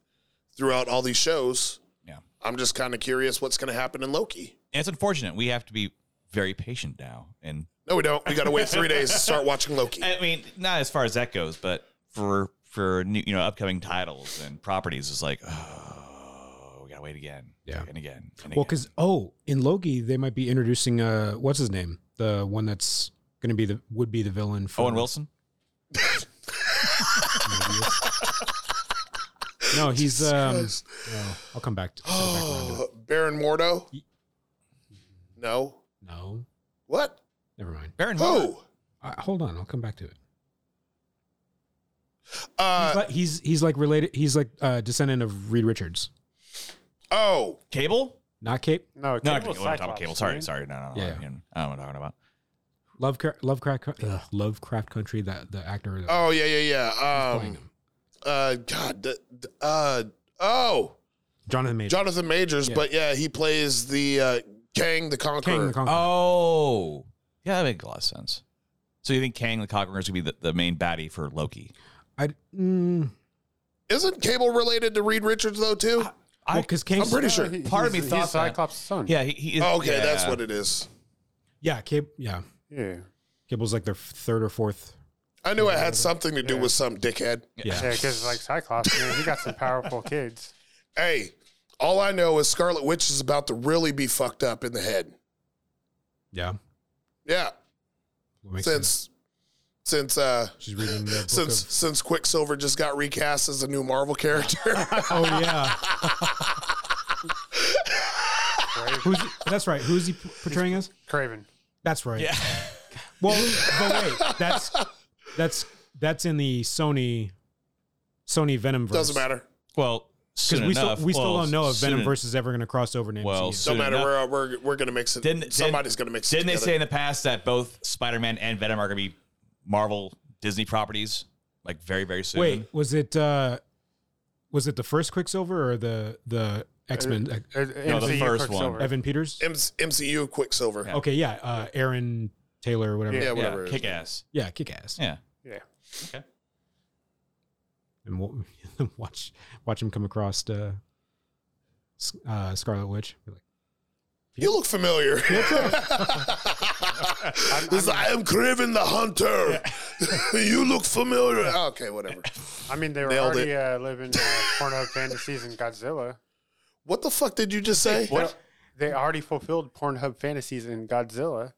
throughout all these shows.
Yeah.
I'm just kind of curious what's going to happen in Loki.
Mm-hmm.
And it's unfortunate we have to be very patient now. And
No, we don't. We got to wait three days to start
[LAUGHS]
watching Loki.
I mean, not as far as that goes, but for for new, you know upcoming titles and properties, it's like oh, we gotta wait again,
Yeah.
and again, and again.
Well, because oh, in Loki they might be introducing uh, what's his name? The one that's going to be the would be the villain for
Owen Wilson.
No, he's. Um, oh, I'll come back to. to the background to
[GASPS] Uh,
it.
[GASPS] Baron Mordo? No.
No,
What?
never mind.
Baron Mordo.
Who?
Uh, hold on, I'll come back to it.
Uh,
But he's he's like related. He's like uh, descendant of Reed Richards,
oh,
Cable?
not Cape
No,
No,
Cable's
Cable. I'm talking
Cyclops,
Cable. Sorry,
right?
sorry. No, no, no.
Yeah.
I don't know what I'm talking about.
Lovecraft Lovecraft uh, Lovecraft Country. That the actor. that
oh, yeah, yeah, yeah.
was playing
Um,
him.
uh, God, d- d- uh, oh,
Jonathan Majors.
Jonathan Majors, but yeah, he plays the uh, Kang the Conqueror.
King the
Uh,
Conqueror.
Oh, yeah, that makes a lot of sense. So you think Kang the Conqueror is going to be the, the main baddie for Loki?
I, mm,
Isn't Cable related to Reed Richards though too?
well, because King.
I'm pretty sure.
He-
Part of
he's-
me thought
he's
that.
Cyclops' son.
Yeah, he, he is.
Oh, okay, that's
yeah.
what it is.
yeah, Cape. Yeah,
yeah.
Cable's like their f- third or fourth.
I knew it had something to do with some dickhead.
Yeah.
Yeah, because like Cyclops, man, he got some powerful kids.
Hey, all I know is Scarlet Witch is about to really be fucked up in the head.
Yeah.
Yeah,
What makes sense.
since since uh
She's reading
[LAUGHS]
the book
since
of-
since Quicksilver just got recast as a new Marvel character.
oh yeah. Who's that's right. Who's he p- portraying us?
Craven.
That's right. Yeah. Well, but wait, that's that's that's in the Sony Sony Venom verse.
Doesn't matter.
Well,
because
soon
we
enough,
still we still
well,
don't know if Venom
soon-
verse is ever going to cross over into
Well,
MCU.
so-
Doesn't matter.
enough-
We're, we're we're gonna mix it.
Didn't- didn't-
Somebody's gonna mix it.
Didn't they
together.
say in the past that both Spider-Man and Venom are going to be Marvel Disney properties, like very very soon?
wait, was it uh was it the first Quicksilver or the the X Men
Uh,
No, the
MCU
first one.
Quicksilver.
Evan Peters?
MC MCU Quicksilver? Yeah,
Okay, yeah, uh, Aaron Taylor, or whatever.
Yeah.
Yeah,
whatever.
yeah, kick ass.
kick ass.
Yeah,
Yeah.
and wa- [LAUGHS] watch watch him come across uh, S- uh, Scarlet Witch. Be like,
You look familiar. [LAUGHS] This- I am Craven the Hunter. [LAUGHS] you look familiar. Okay, whatever.
I mean, they were
Nailed
already uh, living uh, porno fantasies in Godzilla.
What the fuck did you just say?
What? They already fulfilled Pornhub fantasies in Godzilla.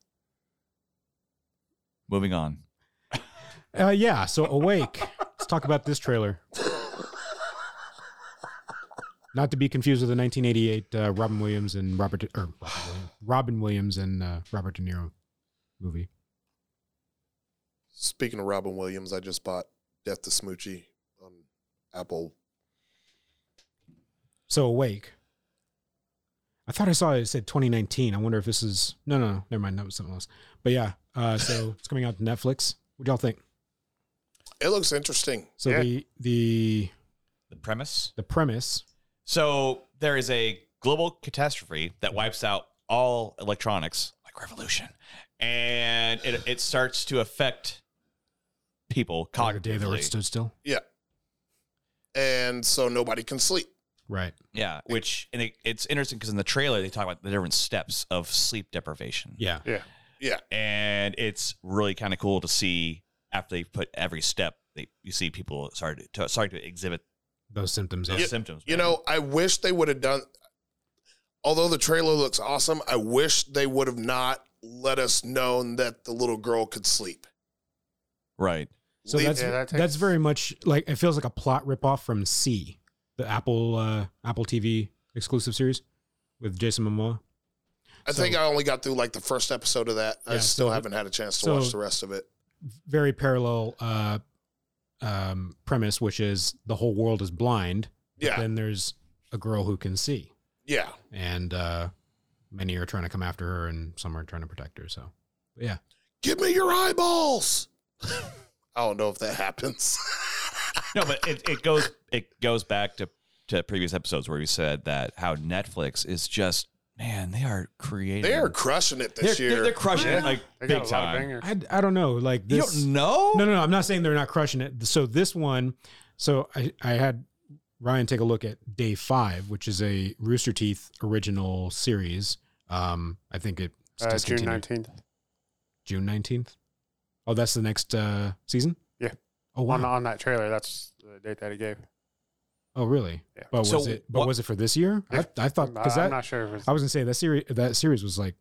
moving on.
Uh, yeah, so awake. Let's talk about this trailer. Not to be confused with the 1988 uh, Robin Williams and Robert, De- or Robin, Williams, Robin Williams and uh, Robert De Niro movie.
Speaking of Robin Williams, I just bought Death to Smoochie on Apple.
So awake. I thought I saw it. It said 2019. I wonder if this is no, no, no. Never mind. That was something else. But yeah, uh, so it's coming out to Netflix. What do y'all think?
It looks interesting.
So
Yeah.
the the
The premise.
the premise
So there is a global catastrophe that wipes out all electronics, like revolution, and it, it starts to affect people
Like a day that
cognitively.
Earth stood still.
Yeah. And so nobody can sleep.
Right.
yeah, which and it, it's interesting because in the trailer they talk about the different steps of sleep deprivation.
Yeah.
Yeah.
Yeah.
and it's really kind of cool to see after they put every step. They, you see people starting to starting to exhibit
Those symptoms.
those
Yeah.
symptoms.
You
man.
know, I wish they would have done. Although the trailer looks awesome, I wish they would have not let us known that the little girl could sleep.
right?
So
Leave-
that's
Yeah, that takes-
that's very much like it feels like a plot ripoff from C, the Apple uh, Apple TV exclusive series with Jason Momoa.
I
So-
think I only got through like the first episode of that. I
Yeah,
still
so-
haven't had a chance to
so-
watch the rest of it.
Very parallel uh, um, premise, which is the whole world is blind. but
Yeah.
Then there's a girl who can see,
Yeah.
and uh, many are trying to come after her, and some are trying to protect her. So, but yeah.
Give me your eyeballs. [LAUGHS] I don't know if that
[LAUGHS]
happens.
[LAUGHS] No, but it, it goes it goes back to to previous episodes where we said that how Netflix is just man they are creating
they are crushing it
they're,
this
they're,
year.
they're crushing it like
They
big
got a lot of
time.
bangers.
I, I don't know. Like
You
this,
don't know?
No, no, no. I'm not saying they're not crushing it. So this one, so I, I had Ryan take a look at day five, which is a Rooster Teeth original series. Um, I think it's
Uh, June
discontinued.
19th.
June 19th. Oh, that's the next uh, season?
Yeah.
Oh, wow.
On, on that trailer, that's the date that he gave.
oh, really?
Yeah.
But was
So
it, but
what-
was it for this year?
Yeah.
I, I thought, because
I- I'm
that,
not sure if it's.
I was gonna say that series, that series was like,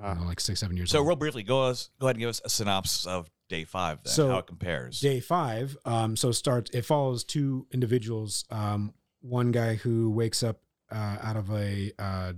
I
Uh,
don't know, like six, seven years
So
old.
real briefly, go us go ahead and give us a synopsis of day five, then
So,
how it compares.
Day five, um, so starts. It follows two individuals. Um, one guy who wakes up uh, out of a uh,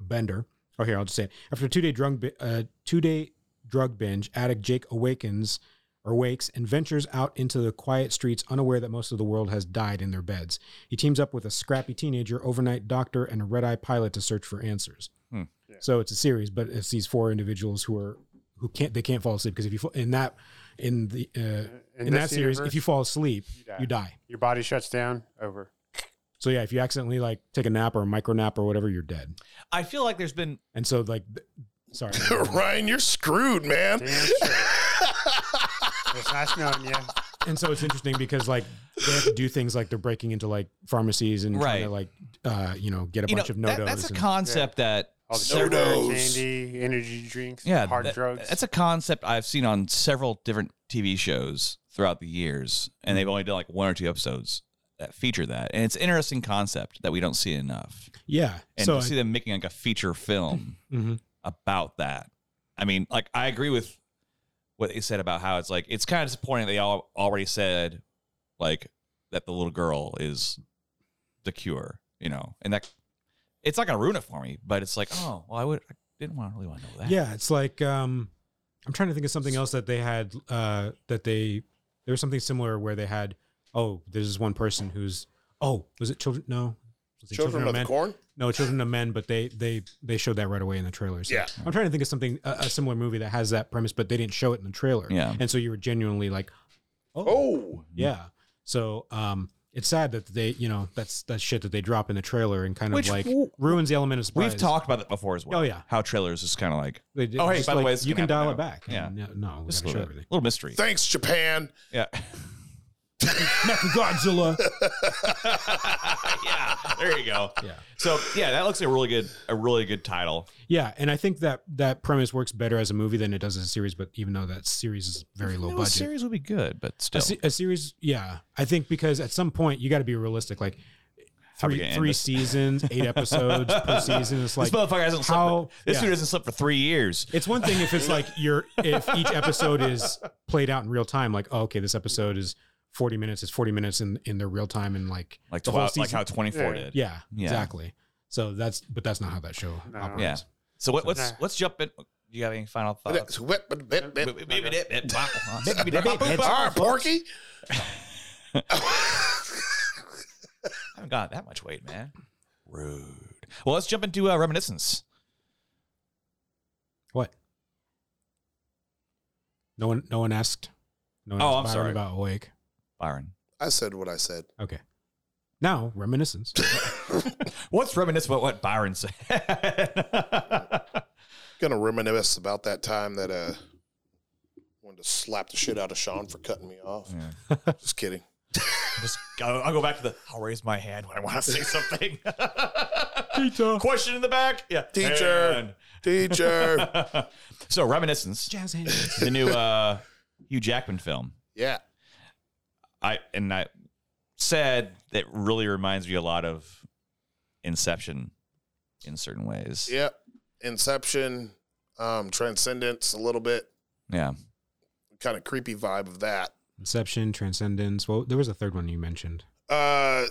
bender. Oh, here I'll just say it. After a two-day drug bi- uh, two-day drug binge, addict Jake awakens or wakes and ventures out into the quiet streets, unaware that most of the world has died in their beds. He teams up with a scrappy teenager, overnight doctor, and a red-eye pilot to search for answers.
Hmm.
So it's a series, but it's these four individuals who are who can't they can't fall asleep because if you fall, in that in the uh, in, that
this
series, if
universe,
you fall asleep,
you die.
you die.
your body shuts down,
[LAUGHS]
over.
So yeah, if you accidentally like take a nap or a micro nap or whatever, you're dead.
I feel like there's been
And so like, th- sorry,
[LAUGHS] Ryan, you're screwed, man.
Damn straight. it's nice knowing you.
and so it's interesting because like they have to do things like they're breaking into like pharmacies and trying to like uh, you know get a
you know,
bunch of no
that-
dos.
that's a
and-
concept that
All the
No
several-
dos.
candy, energy drinks,
yeah,
hard
that-
drugs.
That's a concept I've seen on several different TV shows throughout the years, and
Mm-hmm.
they've only done like one or two episodes that feature that, and it's an interesting concept that we don't see enough.
yeah.
And
so
to see them making like a feature film
Mhm.
about that, I mean, like I agree with what they said about how it's like it's kind of disappointing they all already said like that the little girl is the cure, you know, and that it's not gonna ruin it for me, but it's like oh well I would I didn't want really want to know that
yeah, it's like um, I'm trying to think of something else that they had uh, that they there was something similar where they had oh there's this one person who's oh was it children no was it
Children
Are
of the
Men?
Corn.
No, Children of Men, but they they they showed that right away in the trailer. So
Yeah.
I'm trying to think of something a, a similar movie that has that premise, but they didn't show it in the trailer.
Yeah.
and so you were genuinely like, oh,
Oh,
Mm-hmm.
yeah. So um, it's sad that they you know that's that's shit that they drop in the trailer and kind
Which
of like
w-
ruins the element of surprise.
We've talked about that before as well.
Oh, yeah.
how trailers is kind of like
They did-
Oh, hey,
just
by the
like,
way, this is
you
gonna
can dial
happen
it back.
now.
And, no, we
just a
gotta show
little,
everything.
little mystery.
thanks, Japan.
[LAUGHS]
yeah, [LAUGHS]
[LAUGHS] Godzilla.
yeah. There you go.
Yeah.
So yeah, that looks like a really good, a really good title.
Yeah, and I think that that premise works better as a movie than it does as a series. But even though that series is very low
No,
budget,
series would be good, but
a,
still,
se- a series yeah i think because at some point you got to be realistic like
How we
three,
gonna end
three
this?
seasons
[LAUGHS]
eight episodes per season it's
this
like
motherfucker hasn't slept.
how-
for- this
yeah.
dude hasn't slept for three years.
it's one thing if it's like you're if each episode is played out in real time like oh, okay this episode is 40 minutes it's 40 minutes in in their real time and like
Like
the
the
whole
like
season.
how twenty four
Yeah.
did.
yeah,
Yeah.
exactly so that's but that's not how that show
No.
operates
Yeah. So what, let's
Nah.
let's jump in. You have any final
Uh,
thoughts?
All
I
[LAUGHS]
right, Porky.
haven't got that much weight, man. Rude. Well, let's jump into uh, reminiscence.
what no one no one asked no one
Oh,
asked
I'm
Byron
sorry.
about awake
Byron,
I said what I said.
okay now
[LAUGHS]
reminiscence
what's reminiscent about what Byron said? [LAUGHS]
Gonna reminisce about that time that uh wanted to slap the shit out of Sean for cutting me off. Just kidding.
Just I'll, I'll go back to the. I'll raise my hand when I want to say something. [LAUGHS] Question in the back. Yeah.
Teacher.
[LAUGHS]
Teacher.
Hand. [LAUGHS] so reminiscence,
jazz hands
the new uh, Hugh Jackman film.
yeah.
I and I said that really reminds me a lot of Inception in certain ways.
Yep. Inception, um, Transcendence, a little bit,
yeah.
kind of creepy vibe of that.
Inception, Transcendence. Well, there was a third one you mentioned.
Uh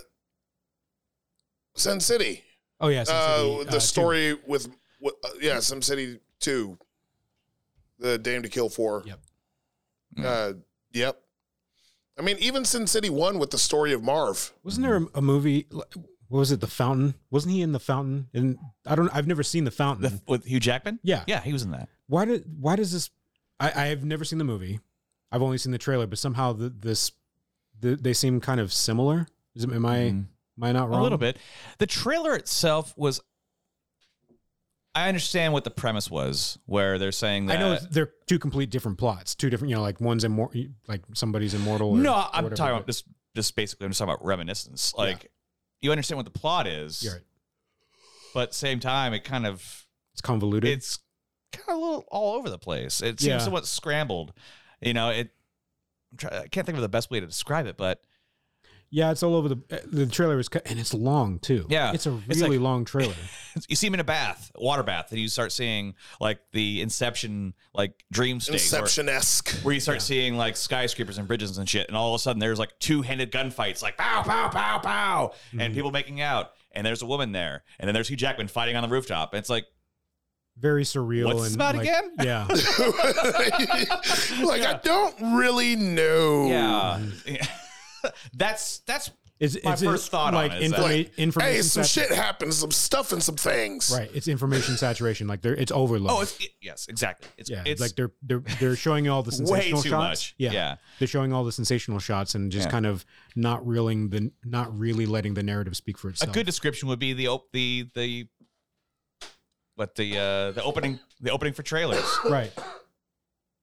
Sin City.
Oh yeah, Sin City,
Uh,
two.
the story with, with uh, yeah, Sim City Two, the Dame to Kill Four.
Yep.
Uh, yep. I mean, even Sin City One with the story of Marv.
Wasn't there a, a movie? What was it? The Fountain. Wasn't he in The Fountain? And I don't. I've never seen The Fountain.
The, with Hugh Jackman?
Yeah.
Yeah, he was in that.
Why did? Why does this? I, I have never seen the movie. I've only seen the trailer, but somehow the, this the, they seem kind of similar. Is it, am I
Mhm.
am I not wrong?
A little bit. The trailer itself was. I understand what the premise was, where they're saying that.
I know it's- they're two complete different plots. Two different, you know, like one's immor- like somebody's immortal. Or,
no,
or
I'm
whatever,
talking about
but-
this. Just basically, I'm just talking about reminiscence.
Yeah.
Like, you understand what the plot is,
You're right.
but same time, it kind of
It's convoluted.
it's kind of a little all over the place. It seems
Yeah.
somewhat scrambled. You know, it. I'm try, I can't think of the best way to describe it, but
Yeah, it's all over the uh, the trailer is cut and it's long too.
Yeah.
it's a
It's
really
like-
long trailer.
you see him in a bath, water bath, and you start seeing like the Inception like dream state. where-
Inception [LAUGHS] esque.
Where you start seeing like skyscrapers and bridges and shit, and all of a sudden there's like two handed gunfights, like pow, pow, pow, pow,
Mm-hmm.
and people making out, and there's a woman there, and then there's Hugh Jackman fighting on the rooftop. It's like,
Very surreal.
What's this
and
about
like-
again?
Yeah,
like I don't really know.
yeah, [LAUGHS] that's that's
it's,
My
it's,
first
it's
thought on
like
it is that-
informa-
Like,
information.
Hey, some
sat-
shit happened. Some stuff and some things.
Right, it's information saturation. Like they're it's overload.
oh, it's, it- yes, exactly. It's
yeah,
it's
like they're they're they're showing all the
[LAUGHS] way
sensational
too
shots.
much. yeah,
they're showing all the sensational shots and just
Yeah.
kind of not reeling the not really letting the narrative speak for
a
itself.
good description would be the op- the the what the uh the opening the opening for trailers
right.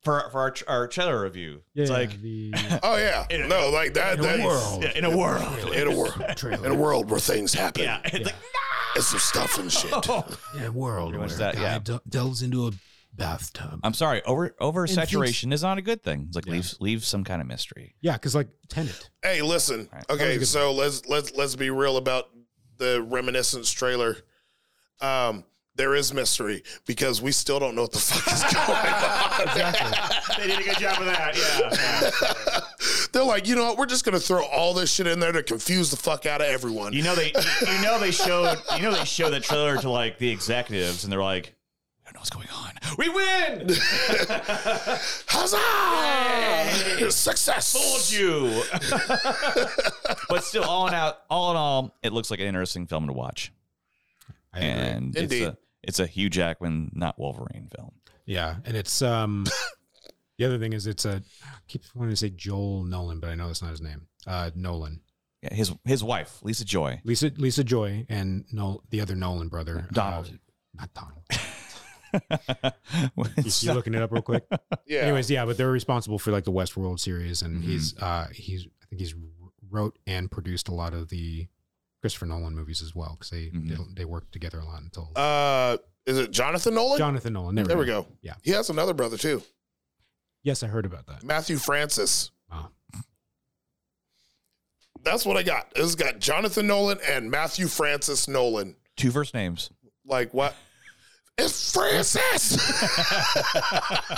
for for our, tr- our trailer review.
Yeah, Oh,
it's like
the
Oh yeah. no, like that.
in a
that
world.
yeah, in a world.
In a world.
[LAUGHS]
trailer.
In a world where things happen.
Yeah, Oh. it's like
And some stuff and shit.
no.
yeah, world
Pretty much that, yeah.
del- delves into a bathtub.
I'm sorry, over over saturation is not a good thing. It's like leave leave some kind of mystery.
yeah, because like Tenet.
Hey, listen.
All right.
Okay, so let's let's let's be real about the reminiscence trailer. Um, there is mystery because we still don't know what the fuck is going on.
They did a good job of that. Yeah.
[LAUGHS]
They're like, you know what? We're just gonna throw all this shit in there to confuse the fuck out of everyone.
You know they you know they showed you know they showed the trailer to like the executives and they're like, I don't know what's going on. We win!
Huzzah! Success.
Fooled you. but still, all in out, all in all, it looks like an interesting film to watch,
I agree.
and it's
Indeed.
a it's a Hugh Jackman, not Wolverine film.
yeah, and it's um. [LAUGHS] the other thing is it's a. I keep wanting to say Joel Nolan, but I know that's not his name. Uh, Nolan,
Yeah, his his wife, Lisa Joy. [LAUGHS]
[LAUGHS] Lisa Lisa Joy, and Nol the other Nolan brother,
Donald.
uh, not
[LAUGHS]
Donald. You,
It's-
you looking it up real quick?
[LAUGHS] Yeah.
Anyways, yeah, but they're responsible for like the Westworld series, and
Mm-hmm.
he's uh he's I think he's wr- wrote and produced a lot of the Christopher Nolan movies as well because they
Mhm.
they, they worked together a lot until
Mm-hmm. Uh, is it Jonathan Nolan?
Jonathan Nolan.
there we go.
Yeah.
He has another brother too,
Yes, I heard about that.
Matthew Francis.
Wow.
That's what I got. It's got Jonathan Nolan and Matthew Francis Nolan.
Two first names.
Like what? [LAUGHS] It's Francis. [LAUGHS]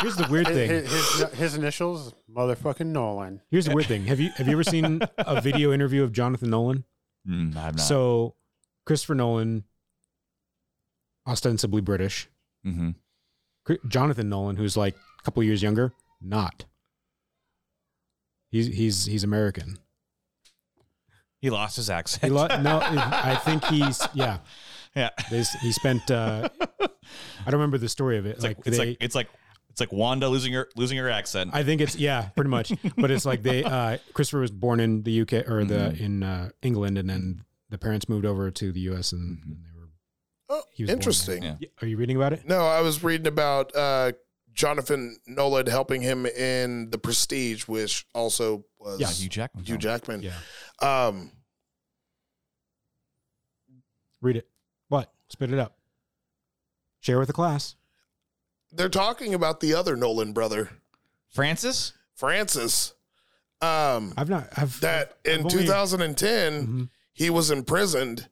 Here's the weird
His,
thing.
his, his, his initials, motherfucking Nolan.
Here's the weird thing. Have you have you ever seen
[LAUGHS]
a video interview of Jonathan Nolan?
Mm, I'm not.
So Christopher Nolan, ostensibly British.
Mhm.
Cri- Jonathan Nolan, who's like a couple years younger, not. He's he's he's American.
he lost his accent.
He lo- no, I think he's yeah.
[LAUGHS] yeah,
They, s- he spent. Uh, I don't remember the story of it.
it's like,
like,
it's
they,
like it's like it's like Wanda losing her losing her accent.
I think it's yeah, pretty much. But it's like they. Uh, Christopher was born in the UK or the
Mm-hmm.
in uh, England, and then the parents moved over to the US, and, and they were.
oh,
He was born
interesting.
there.
Yeah, Are you reading about it?
No, I was reading about uh, Jonathan Nolan helping him in The Prestige, which also was
Yeah,
Hugh Jackman.
Hugh
film.
Jackman.
Yeah,
Um,
read it. What? Spit it up. Share with the class.
they're talking about the other Nolan brother,
Francis.
Francis. Um,
I've not. I've
that
I've-
in
I've only-
2010
Mhm.
he was imprisoned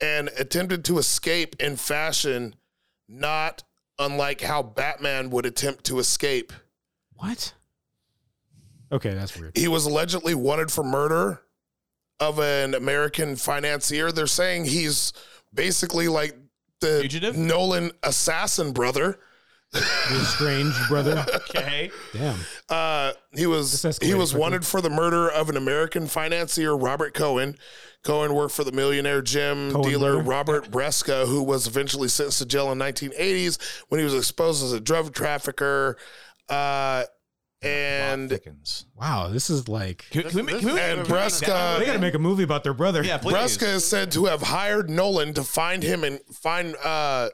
and attempted to escape in fashion not unlike how Batman would attempt to escape.
What? Okay, that's weird.
He was allegedly wanted for murder of an American financier. They're saying he's basically like the
Fugitive?
Nolan assassin brother.
You're strange, brother.
[LAUGHS] Okay.
Damn.
Uh, he was
This escalated
he was
quickly.
wanted for the murder of an American financier, Robert Cohen. Cohen worked for the millionaire gem
Cohen
dealer
brother?
Robert Bresca, who was eventually sentenced to jail in 1980s when he was exposed as a drug trafficker. Uh, and
Dickens.
Wow, this is like.
Can, can we, make- can we,
and
They
Bresca
gotta make a movie about their brother.
yeah, please.
Bresca is said to have hired Nolan to find him and find uh,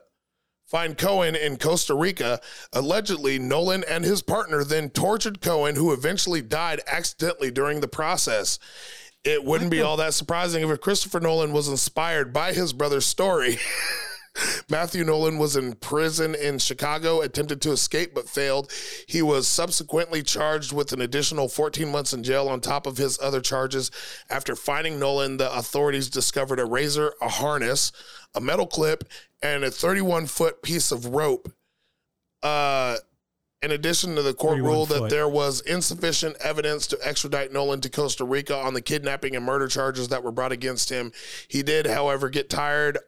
find Cohen in Costa Rica. Allegedly, Nolan and his partner then tortured Cohen, who eventually died accidentally during the process. It wouldn't be all that surprising if Christopher Nolan was inspired by his brother's story Matthew Nolan was in prison in Chicago, attempted to escape but failed. He was subsequently charged with an additional 14 months in jail on top of his other charges. After finding Nolan, the authorities discovered a razor, a harness, a metal clip, and a 31 foot piece of rope. Uh, in addition to the court
31
rule that
foot.
there was insufficient evidence to extradite Nolan to Costa Rica on the kidnapping and murder charges that were brought against him, he did, however, get tired.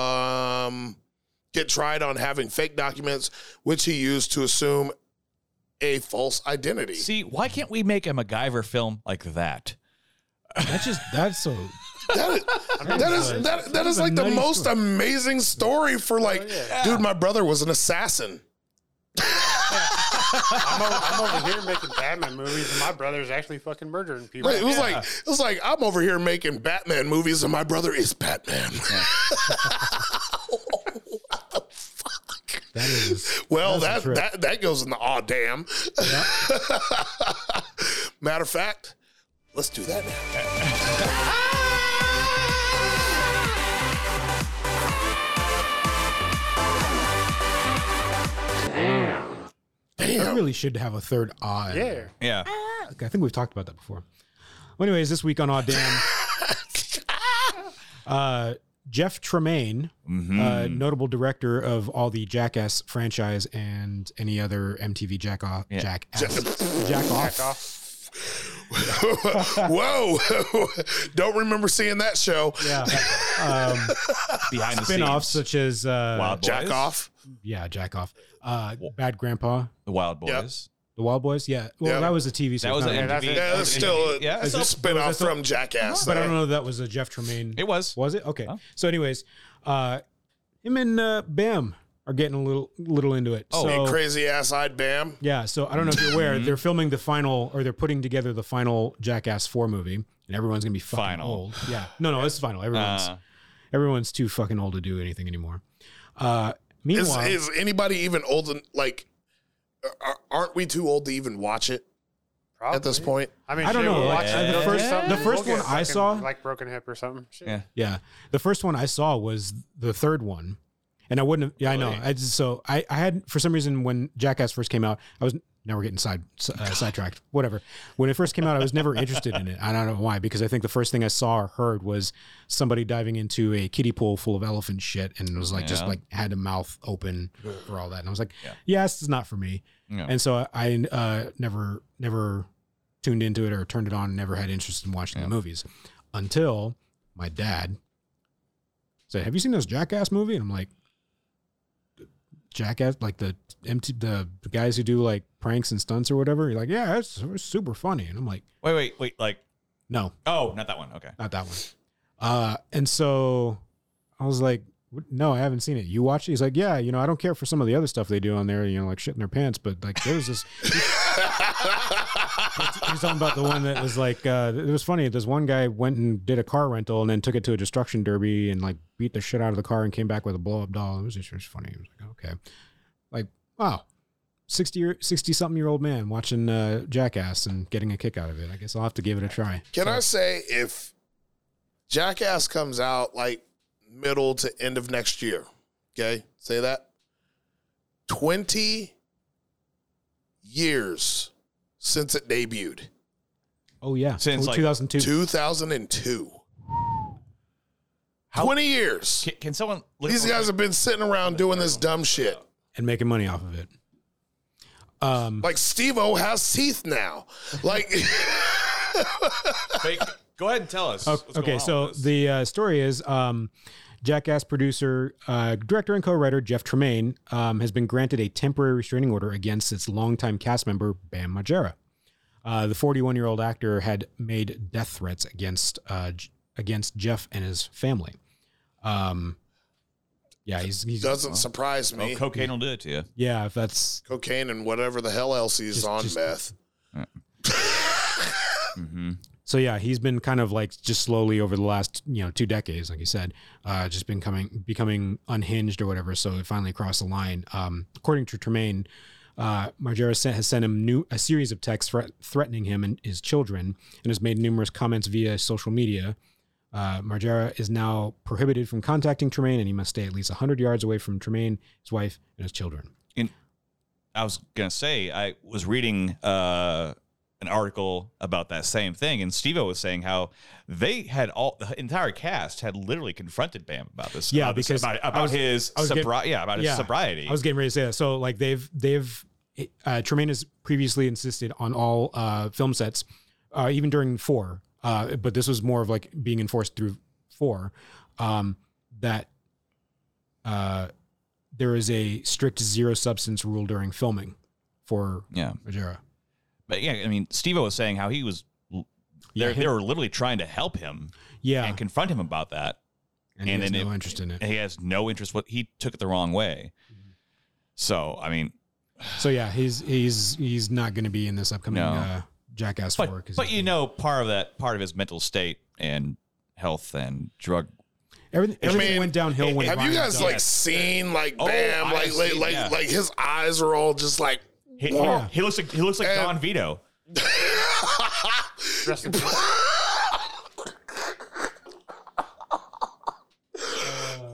Um, get tried on having fake documents, which he used to assume a false identity.
See, why can't we make a MacGyver film like that?
That's just that's so.
That is, that is that, that is
a
like the
nutty
most
story.
amazing story for like, dude. My brother was an assassin.
I'm, o- I'm over here making Batman movies, and my brother's actually fucking murdering people.
It was like it was like I'm over here making Batman movies, and my brother is Batman. [LAUGHS]
That is.
Well,
That's a
that,
trip.
that that goes in the aw damn. [LAUGHS] Matter of fact, let's do
[LAUGHS]
that now.
I really should have a third eye.
yeah.
Yeah.
Uh,
Okay, I think we've talked about that before. Well, anyways, this week on Odd
[LAUGHS]
Damn, uh, Jeff Tremaine,
Mm-hmm.
uh,
Hmm.
notable director of all the Jackass franchise and any other MTV Jackoff,
Yeah.
Jackass, Jackoff. [LAUGHS]
[LAUGHS] Whoa! [LAUGHS] Don't remember seeing that show.
Yeah. [LAUGHS] Um,
Behind the scenes.
spin-offs such as uh,
Wild Boys.
Jack off.
yeah, Jackoff, uh, Bad Grandpa,
The Wild Boys.
Yep.
The Wild Boys. Yeah. Well,
Yeah.
that was a TV
That
show.
was an
not
MTV.
that's-
a-
Yeah,
that
that's
was
still
MTV. Yeah,
it's
so-
a spin off
that's a-
from Jackass.
but I
though.
don't know if that was a Jeff Tremaine.
it was.
Was it? Okay.
Huh?
So, anyways, uh, him and uh, Bam are getting a little little into it.
Oh. Mm-hmm.
so,
And crazy ass eyed Bam.
yeah. So I don't know if you're aware, they're filming the final, or they're putting together the final Jackass Four movie, and everyone's gonna be fucking
Final.
old. Yeah. No, no, this is final. Everyone's
Uh,
everyone's too fucking old to do anything anymore. Uh,
Is,
meanwhile,
is anybody even old? en- Like, are- aren't we too old to even watch it
Probably.
at this point? [LAUGHS]
I mean,
I don't
shit,
know,
we'll
like,
watch
uh,
it.
the
We'll
first-
get something-
the
first
we'll get
one I
fucking,
saw-
like broken hip or something. Shit.
yeah.
Yeah. The first one I saw was the third one. And I wouldn't have, yeah, I know.
Really?
I just, so I, I had, for some reason, when Jackass first came out, I was, now we're getting side uh,
[LAUGHS]
sidetracked, whatever. When it first came out, I was never interested in it. I don't know why, because I think the first thing I saw or heard was somebody diving into a kiddie pool full of elephant shit and was like, just
Yeah.
like had a mouth open for all that. And I was like,
Yeah.
yeah, this is not for me.
Yeah.
And so I uh, never, never tuned into it or turned it on. and Never had interest in watching
Yeah.
the movies until my dad said, "Have you seen this Jackass movie?" And I'm like, "Jackass, like the empty the guys who do like pranks and stunts or whatever." You're like, "Yeah, that's, that's super funny." And I'm like,
Wait, wait, wait. Like,
"No,
oh, not that one. Okay.
not that one." Uh, and so I was like, "What? "No, I haven't seen it." You watch it? He's like, "Yeah, you know, I don't care for some of the other stuff they do on there, you know, like shit in their pants, but like there was this." He was talking about the one that was like uh, it was funny. This one guy went and did a car rental and then took it to a destruction derby and like beat the shit out of the car and came back with a blow up doll. It was just it was funny. It was like okay, like wow, sixty year sixty something year old man watching uh, Jackass and getting a kick out of it. I guess I'll have to give it a try.
Can I say if Jackass comes out like middle to end of next year? Okay, say that. 20 years since it debuted,
Oh yeah,
Since, like,
two thousand two.
2002. 20 years.
Can, can someone look
These guys have been sitting around doing this dumb shit.
and making money off of it. Um,
Like Steve O has teeth now. Like [LAUGHS]
Wait, go ahead and tell us.
o- Oh, okay, so the uh, story is um, Jackass producer, uh, director, and co-writer Jeff Tremaine um, has been granted a temporary restraining order against its longtime cast member Bam Margera. Uh, the 41-year-old actor had made death threats against uh, J- against Jeff and his family. Um, yeah, he's, he's
doesn't surprise
oh,
me.
cocaine will do it to you.
yeah. If that's
Cocaine and whatever the hell else he's
Just-
on,
just-
meth.
So yeah, he's been kind of like just slowly over the last you know two decades, like you said, uh, just been coming becoming unhinged or whatever. So it finally crossed the line. Um, according to Tremaine, uh, Margera sent, has sent him new a series of texts thre- threatening him and his children, and has made numerous comments via social media. Uh, Margera is now prohibited from contacting Tremaine, and he must stay at least 100 yards away from Tremaine, his wife, and his children.
I was gonna say I was reading uh, an article about that same thing, and Steve was saying how they had all the entire cast had literally confronted Bam about this.
Yeah,
about this-
because
about,
I
about
was-
his
I was getting-
sobriety. Yeah, about his sobriety.
I was getting ready to say that. So like they've they've uh, Tremaine has previously insisted on all uh, film sets, uh, even during four. Uh, but this was more of like being enforced through four um, that uh, there is a strict zero substance rule during filming for
yeah,
Majera.
but yeah, I mean, Steve was saying how he was.
Yeah,
They
him-
they were literally trying to help him
Yeah,
and confront him about that,
and, he
and
has
then
no
it-
interest in it.
and he has no interest. What he took it the wrong way. So I mean,
So yeah, he's he's he's not going to be in this upcoming
No.
uh, Jackass
but
four. 'cause
but
he's-
you know, part of that part of his mental state and health and drug
everything, everything
mean,
went downhill when
Have you
Ryan
guys
died.
like seen like
Oh,
Bam?
I
like
have
like
seen,
like,
yeah.
like his eyes are all just like. [LAUGHS]
He, he-
Yeah.
he looks like he looks like
And-
Don Vito.
Rest in peace.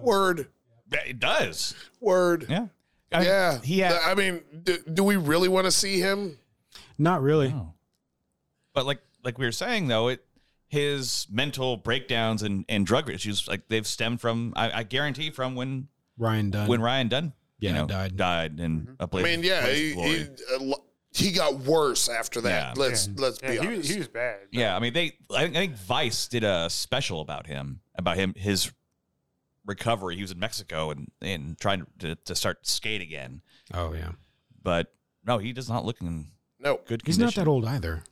Word,
Yeah, It does.
word.
Yeah. I mean,
yeah.
He had,
I mean, do, do we really want to see him?
not really.
but like like we were saying though, it his mental breakdowns and, and drug issues like they've stemmed from I, I guarantee from when
Ryan Dunn.
when Ryan Dunn
Yeah,
you know
died.
died and a
Mm-hmm. I
blaze,
mean, yeah,
blaze of
he,
glory.
he, a lo- he got worse after that.
Yeah.
Let's let's be
yeah, he, was,
honest.
he was bad.
yeah. I mean they I think, I think Vice did a special about him about him his recovery. He was in Mexico and and trying to to start skate again,
oh yeah.
but no, he does not look in
no,
good.
He's
condition.
not that old either.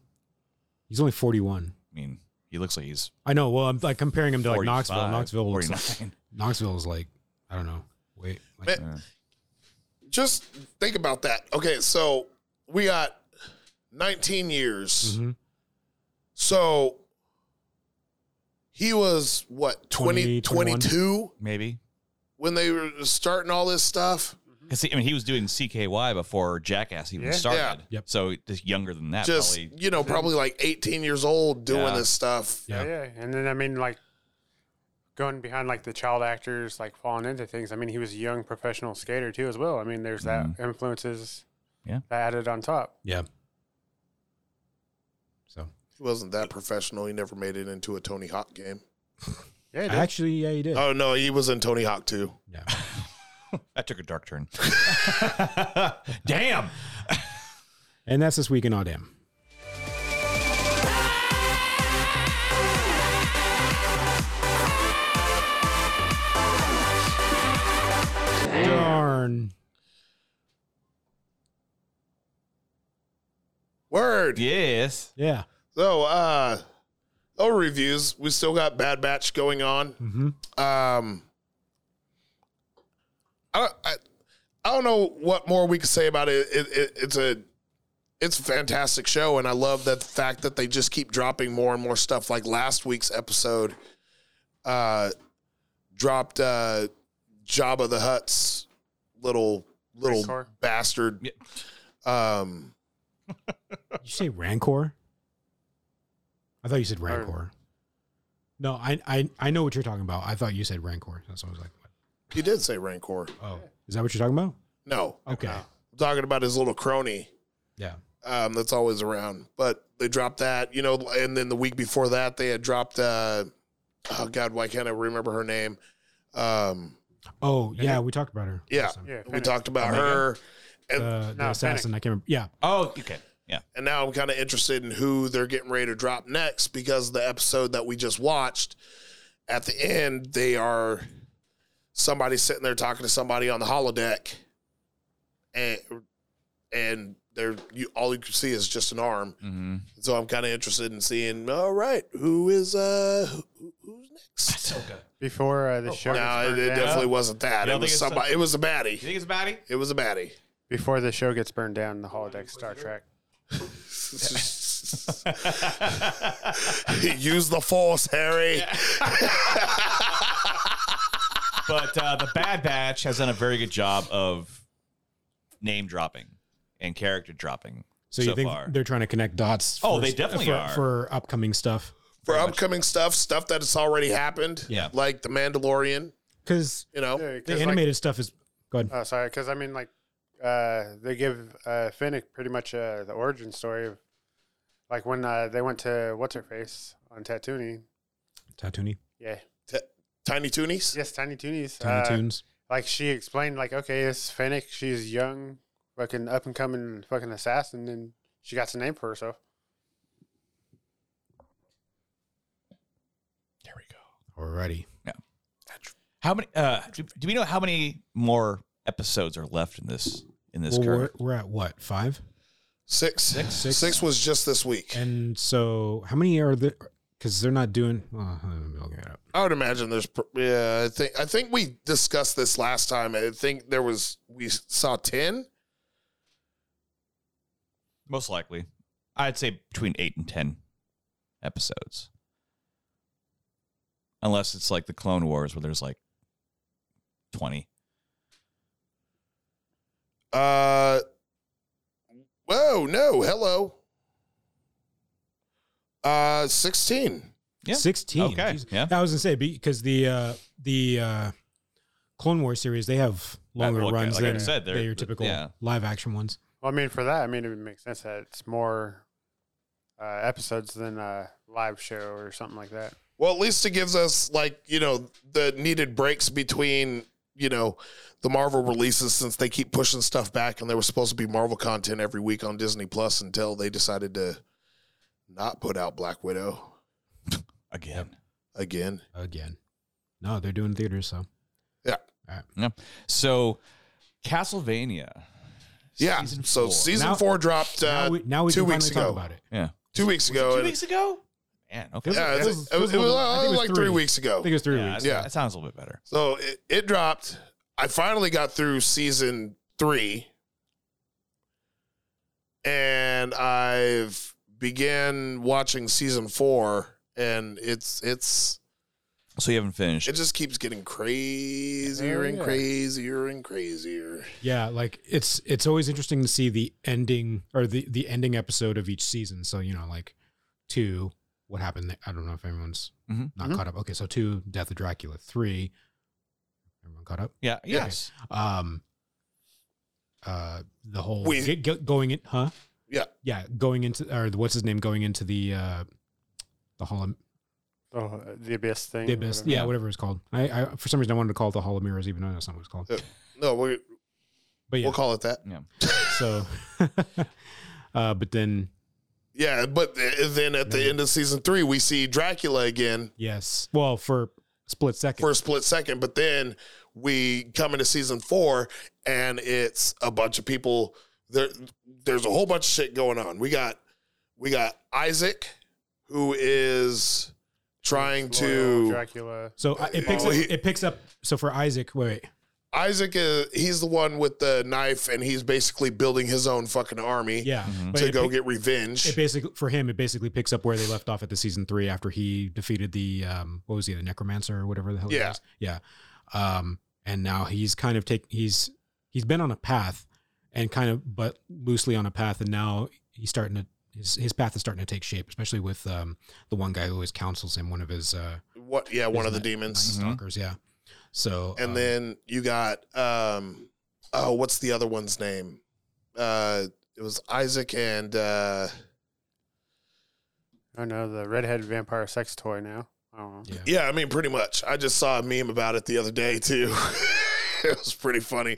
He's only 41.
I mean, he looks like he's
I know. Well, I'm like comparing him to like
45,
Knoxville. Knoxville looks
[LAUGHS]
like,
49.
[LAUGHS] Knoxville is like I don't know. Wait, like,
But- just think about that. Okay, so we got 19 years.
Mm-hmm.
Mhm.
So he was what
20,
20,
21?
22
maybe
when they were starting all this stuff.
because I mean he was doing CKY before Jackass even
Yeah.
started.
Yeah.
Yep.
So just younger than that,
just
probably.
you know, probably like 18 years old doing
Yeah.
this stuff.
Yeah, yeah. And then I mean, like going behind like the child actors, like falling into things. I mean, he was a young professional skater too, as well. I mean, there's that influences.
Yeah.
that added on top.
yeah. So
He wasn't that professional. He never made it into a Tony Hawk game.
Yeah, dude.
actually, yeah, he did.
Oh no, he was in Tony Hawk too.
yeah.
That took a dark turn. Damn.
And that's this week in Audam. Darn.
Word.
Yes.
Yeah.
So, uh, oh, reviews. We still got Bad Batch going on.
Mhm.
Um, I, I, I don't know what more we could say about it. It, it. It's a, it's a fantastic show, and I love that the fact that they just keep dropping more and more stuff. Like last week's episode, uh, dropped uh, Jabba the Hutt's little little
Rancor.
bastard.
Yeah.
Um,
Did you say Rancor? I thought you said Rancor. No, I, I I know what you're talking about. I thought you said Rancor. That's what I was like. what?
he did say Rancor.
Oh, is that what you're talking about?
No,
Okay.
I'm talking about his little crony.
Yeah.
um, that's always around. But they dropped that, you know, and then the week before that they had dropped. Uh, oh God, why can't I remember her name? Um,
Oh, yeah. We talked about her.
Yeah.
last time. Uh,
yeah.
we
Fennec.
talked about
Omega?
her,
The, the
No,
assassin. I can't remember. Yeah.
Oh, okay. Yeah.
and now I'm kind of interested in who they're getting ready to drop next because the episode that we just watched at the end they are somebody sitting there talking to somebody on the holodeck, and and they're you all you can see is just an arm.
Mm-hmm.
So I'm kind of interested in seeing. All right, who is uh who, who's next?
Before uh, the show,
No,
gets
it,
burned
it
down,
definitely wasn't that.
You
It
don't
was
think it's
somebody. it was a baddie.
You think it's Batty?
It was a baddie. [LAUGHS]
before the show gets burned down, the holodeck Star Trek.
Use the force, Harry.
But uh, the Bad Batch has done a very good job of name dropping and character dropping
So,
so,
you think
far.
they're trying to connect dots?
Oh, they definitely
for,
are.
for upcoming stuff.
for upcoming stuff, stuff that has already happened.
Yeah.
Like The Mandalorian,
because
you know.
Yeah, 'cause,
the
like-
animated stuff is good.
Oh, sorry, because I mean, like, uh, they give uh, Finnick pretty much uh, the origin story of, like, when uh, they went to what's her face on Tatooine.
Tatoonie,
Yeah.
Tiny Toonies.
Yes, Tiny Toonies.
Tiny
Uh,
Toons.
Like she explained, like, okay, it's Finnick. She's young, fucking up and coming, fucking assassin, and she got the name for herself.
Alrighty.
How many? Uh, do, do we know how many more episodes are left in this in this
Well, we're,
current?
we're at what five?
Six. Six.
Six.
was just this week.
And so how many are the? Because they're not doing. Oh, I'm looking it up.
I would imagine there's. pr- Yeah, I think I think we discussed this last time. I think there was we saw ten.
Most likely, I'd say between eight and ten episodes, unless it's like the Clone Wars where there's like twenty.
Uh, whoa, no, hello. Uh, sixteen.
Yeah.
Sixteen.
Okay.
Jeez.
Yeah.
I was gonna say because the uh, the uh, Clone War series they have
Uh,
longer
Well, okay,
runs
like I
than
said, they're-
than your typical
yeah.
live action ones.
Well, I mean, for that, I mean, it would make sense that it's more uh, episodes than a live show or something like that.
Well, at least it gives us like you know the needed breaks between you know the Marvel releases since they keep pushing stuff back and there was supposed to be Marvel content every week on Disney Plus until they decided to not put out Black Widow
Again,
again.
Again. No, they're doing theaters. So
Yeah,
so Castlevania.
yeah.
Season
so
four.
season
Now-
four dropped uh,
now we, now we
two
can
weeks
finally
ago.
talk about it.
Yeah,
two weeks ago.
two
and-
weeks ago. Man, okay.
yeah, I
This
think-
is-
it was,
this
it was,
was- I think
uh,
it was
like three
three.
weeks ago.
I think it was three
yeah,
weeks.
Yeah.
that sounds a little bit better.
So it, it dropped. I finally got through season three. And I've began watching season four and it's it's
So you haven't finished.
it just keeps getting crazier and crazier and crazier.
Yeah, like it's it's always interesting to see the ending or the the ending episode of each season. So you know, like two, what happened? There? I don't know if everyone's
Mhm.
Mm-hmm.
not caught up. Okay, so two, Death of Dracula. Three, everyone caught up.
yeah. Yes.
Um, uh, the whole
We-
g- g- going in, huh?
Yeah.
Yeah, going into or the, what's his name going into the uh the hall
Oh, the abyss thing.
the abyss.
whatever.
Yeah, whatever it's called. I, I for some reason I wanted to call it the hall of mirrors, even though that's not what it's called.
Yeah. No, we
But yeah,
we'll call it that.
so. [LAUGHS] uh, but then
Yeah, but th- then at the end of season three, we see Dracula again
Yes. Well, for a split second.
for a split second, but then we come into season four and it's a bunch of people. There, there's a whole bunch of shit going on. We got we got Isaac, who is trying
Loyal,
to
Dracula.
so I- it picks
Oh,
up,
he-
it picks up. So for Isaac, wait, wait.
Isaac is he's the one with the knife, and he's basically building his own fucking army
yeah.
Mhm.
But
to
it
Mm-hmm. go
pick-
get revenge.
it basically for him, it basically picks up where they left off at the season three after he defeated the um, what was he, the necromancer or whatever the hell.
Yeah.
It was. Yeah. Um, and now he's kind of take he's he's been on a path and kind of but loosely on a path, and now he's starting to. His, his path is starting to take shape, especially with um, the one guy who always counsels him, one of his uh,
what? Yeah, one of the
Isn't it-
demons.
Mhm.
stalkers. Yeah. So
And
um,
then you got um, oh, what's the other one's name? Uh, it was Isaac and uh,
Oh no, the redhead vampire sex toy now. I don't know.
yeah.
Yeah, I mean, pretty much. I just saw a meme about it the other day too. [LAUGHS] it was pretty funny,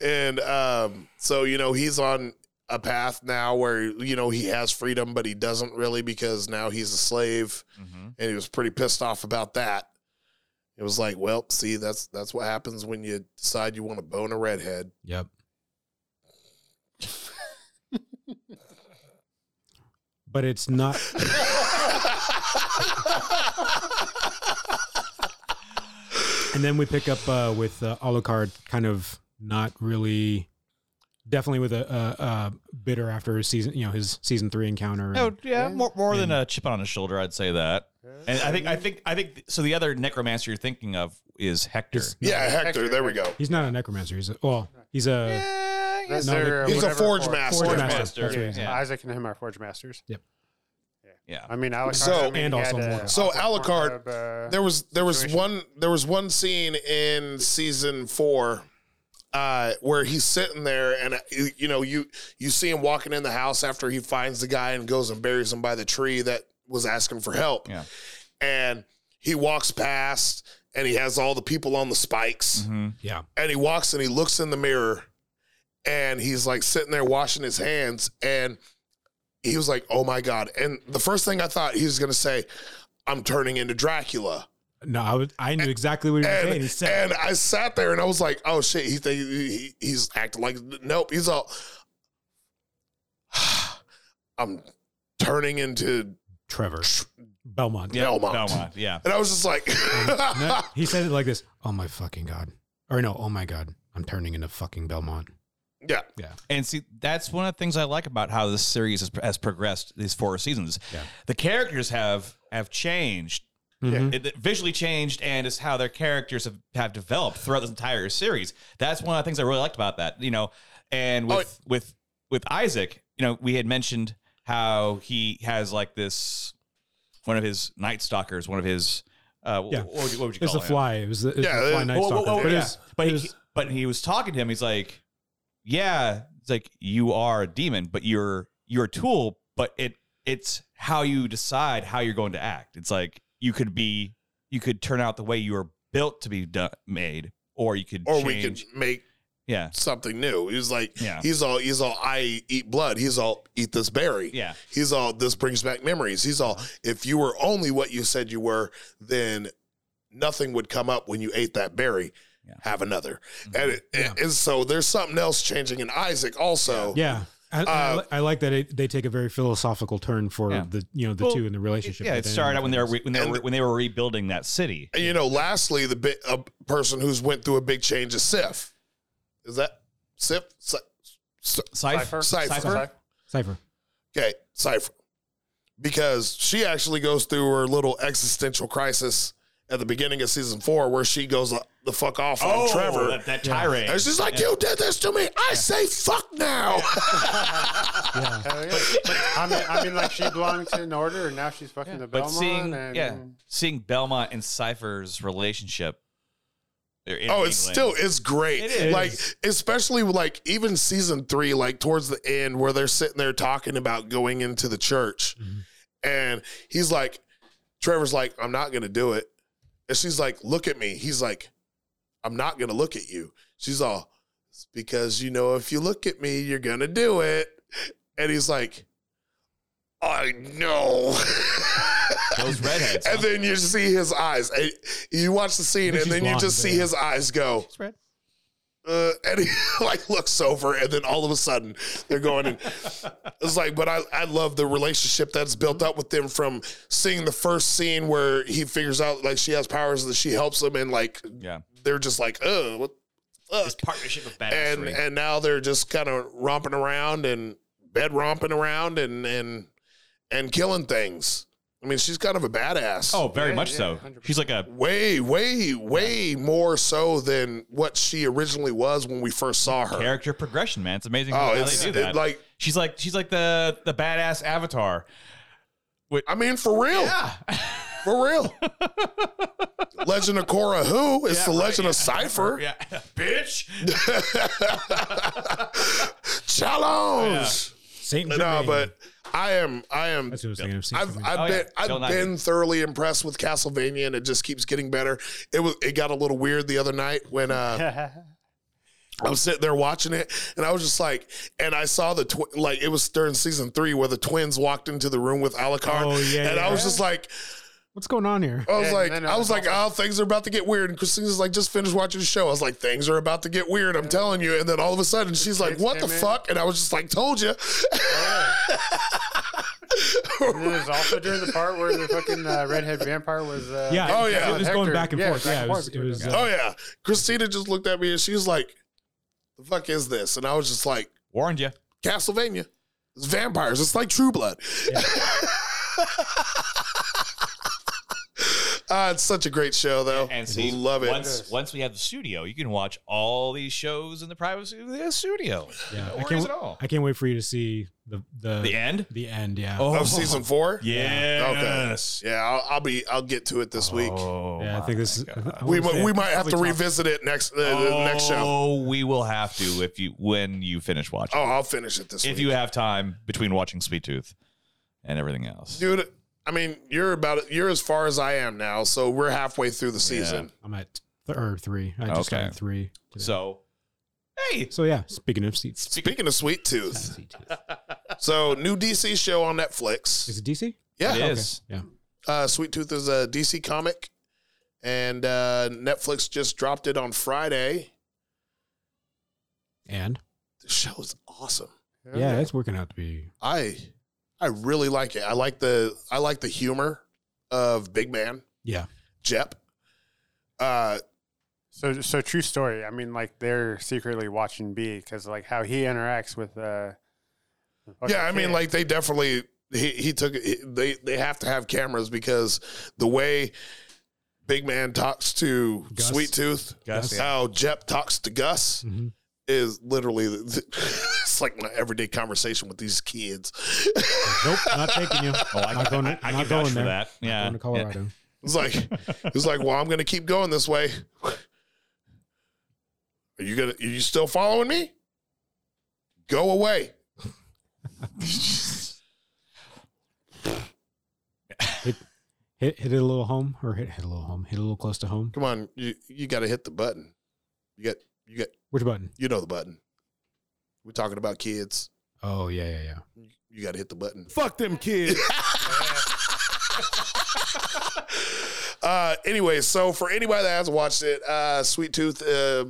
and um, so you know he's on a path now where you know he has freedom, but he doesn't really because now he's a slave,
Mhm.
and he was pretty pissed off about that. It was like, well, see, that's that's what happens when you decide you want to bone a redhead. [LAUGHS]
Yep. but it's not. And then we pick up uh, with uh, Alucard, kind of not really, definitely with a, a, a bitter after his season, you know, his season three encounter. and-
No, Oh, yeah, more, more than a chip on his shoulder, I'd say that. And I think, I think, I think. So the other necromancer you're thinking of is Hector.
Is-
Yeah, Hector, there we go.
he's not a necromancer. He's a, well, he's a
Eh,
That's
No,
their, uh,
He's a
whatever
forge master.
Forge
Forge
master.
Master.
That's what he is.
Yeah.
Isaac and him are forge masters.
Yeah.
I mean, Alucard.
So-
I mean,
And
he
also
had a
Morlock.
So,
awful
Alucard,
form of, uh,
There was there was
situation.
one there was one scene in season four uh, where he's sitting there and uh, you, you know you you see him walking in the house after he finds the guy and goes and buries him by the tree that was asking for help.
Yeah.
And he walks past and he has all the people on the spikes
Mm-hmm.
Yeah.
and he walks and he looks in the mirror and he's like sitting there washing his hands and he was like, "Oh my god." And the first thing I thought he was going to say, "I'm turning into Dracula."
No, I, was, I knew exactly what you were saying.
and,
He said,
and I sat there and I was like, oh shit, he, think he he's acting like nope. He's all [SIGHS] I'm turning into
Trevor Belmont.
Belmont.
Belmont. Yeah.
And I was just like [LAUGHS]
No, he said it like this. Oh my fucking god. Or no, oh my god. I'm turning into fucking Belmont.
Yeah.
And see, that's one of the things I like about how this series has, has progressed these four seasons.
Yeah.
The characters have have changed,
Mhm.
it, it visually changed, and is how their characters have, have developed throughout this entire series. That's one of the things I really liked about that. You know, and with
Oh,
with with Isaac, you know, we had mentioned how he has like this one of his night stalkers, one of his uh,
Yeah.
what, would you, what would you
It's
call
the
him?
fly. It was the, it was
Yeah,
the fly
it-
night
Whoa, whoa,
stalker.
whoa,
but,
yeah.
it was,
but
it
he,
was-
but he was talking to him. He's like, "Yeah, it's like you are a demon, but you're you're a tool. But it it's how you decide how you're going to act. It's like you could be you could turn out the way you are built to be done, made, or you could
Or we could
change.
make
yeah,
something new. He was like
Yeah.
he's all he's all I eat blood. He's all eat this berry.
yeah,
He's all, this brings back memories. He's all, if you were only what you said you were, then nothing would come up when you ate that berry.
Yeah. Mm-hmm.
Have another. And, it, and- and so there's something else changing in Isaac also.
yeah. I, I,
Uh,
li- I like that it, they take a very philosophical turn for
Yeah.
the you know the
Well,
two in the relationship.
yeah.
that
It
they're in
started out
and
when they were
things.
when they were when they were rebuilding that city.
And, you know, lastly, the bit, a person who's went through a big change is Sif. Is that Sif? Sy- Sy-
Cipher,
Cypher.
Cipher.
Cipher.
Okay, Cypher. Because she actually goes through her little existential crisis at the beginning of season four where she goes uh, the fuck off on
Oh,
Trevor.
that, that tirade.
And she's like, "You did this to me." I say, "Fuck now." [LAUGHS]
Hell yeah. [LAUGHS] I mean, I mean, like she belonged to an order, and now she's fucking the
but
Belmont.
seeing
and
[LAUGHS]
yeah, seeing Belmont and Cipher's relationship. they're in
oh, it's
England.
still it's great.
It is.
Like, especially like even season three, like towards the end, where they're sitting there talking about going into the church,
Mm-hmm.
and he's like, "Trevor's like, I'm not gonna do it," and she's like, "Look at me." He's like, "I'm not gonna look at you." She's all, "It's because you know if you look at me, you're gonna do it," and he's like, "I know." [LAUGHS]
those redheads.
and then you see his eyes. And you watch the scene,
think
and
she's
then you
blonde,
just
but
see
yeah.
his eyes go. Uh, and [LAUGHS] he like looks over, and then all of a sudden they're going. And [LAUGHS] it's like, but I, I love the relationship that's built up with them from seeing the first scene where he figures out like she has powers that she helps him, and like
yeah,
they're just like, oh, what the fuck?
this partnership of
and
badassery.
and now they're just kind of romping around and bed romping around and and and killing things. I mean, she's kind of a badass.
oh, very
Yeah,
much
yeah,
so.
100%.
She's like a
way, way, way more so than what she originally was when we first saw her.
character progression, man. It's amazing
oh,
how
it's
they do
it-
that.
like
she's like she's like the the badass avatar.
I mean, for real,
Yeah,
for real.
[LAUGHS]
Legend of Korra, who? It's the Legend of Cipher.
yeah, [LAUGHS] bitch.
Challenge.
Saint
No,
Germain.
but I am, I am
that's what I was thinking of. Saint
I've,
Germain.
I've
Oh, yeah.
been I've
Bill Nye.
been thoroughly impressed with Castlevania, and it just keeps getting better. It was it got a little weird the other night when uh, I was sitting there watching it, and I was just like, and I saw the tw- like it was during season three where the twins walked into the room with Alucard,
Oh, yeah,
and
yeah,
I was
yeah.
just like,
What's going
[LAUGHS]
on here?
I was
Yeah,
like,
no, no,
I was
it's
like, oh, things are about to get weird. And Christina's like, just finish watching the show. I was like, things are about to get weird. I'm telling you. And then all of a sudden, she's like,
kids
what the
came in.
fuck? And I was just like, told you.
And then there's also during the part where the fucking uh, redhead vampire was. Uh,
Yeah.
Oh,
it-
yeah.
It was going
Hector.
back and
Yeah,
forth.
back
Yeah.
and
It was.
forth.
It was uh,
[LAUGHS] Oh yeah. Christina just looked at me and she was like, The fuck is this? And I was just like,
Warned you.
Castlevania. It's vampires. It's like true blood. [LAUGHS] Ah, it's such a great show, though.
And see,
love it.
Once, once we have the studio, you can watch all these shows in the privacy of the studio.
Yeah,
no
I
worries
can't.
at all.
I can't wait for you to see the the
The end. Oh
the end, yeah.
of season four.
Yes.
Yeah, I'll, I'll be. I'll get to it this week.
Oh,
yeah, I think this is. I
We,
wanna
mi-
say
we
I
might have
probably
to
talked-
revisit it next uh, the next show.
Oh, we will have to if you when you finish watching.
Oh, I'll finish it this
if
week.
you have time between watching Sweet Tooth and everything else.
dude. I mean, you're about you're as far as I am now, so we're halfway through the season.
I'm at th- or three. I just
Okay.
got three. today.
So, hey,
So yeah, speaking of seats,
Speaking of Sweet Tooth, so new DC show on Netflix.
is it DC?
Yeah,
it is.
Yeah.
Uh, Sweet Tooth is a DC comic, and uh, Netflix just dropped it on Friday.
And
The show is awesome.
uh, yeah, it's working out to be.
I I really like it. I like the I like the humor of Big Man
Yeah.
Jep. Uh,
So, so true story. I mean, like they're secretly watching B because like how he interacts with. Uh, the
yeah, I mean,
kid.
like they definitely he, he took he- they they have to have cameras because the way Big Man talks to
Gus.
Sweet Tooth,
Gus,
how Jep talks to Gus
Mhm.
is literally the- the- [LAUGHS] it's like my everyday conversation with these kids. [LAUGHS]
Nope, not taking you. not going.
Oh, I
not
can
going
vouch for
there.
that. Yeah.
Going to Colorado.
It's like it's like, well, I'm gonna keep going this way. Are you gonna? Are you still following me? Go away.
Hit hit it a little home, or hit hit a little home. Hit a little close to home.
Come on, you you got to hit the button. You got you got
Which button?
you know the button. We're talking about kids.
Oh yeah, yeah, yeah.
You got to hit the button.
Fuck them kids.
[LAUGHS] Uh, anyway, so for anybody that hasn't watched it, uh, Sweet Tooth, uh,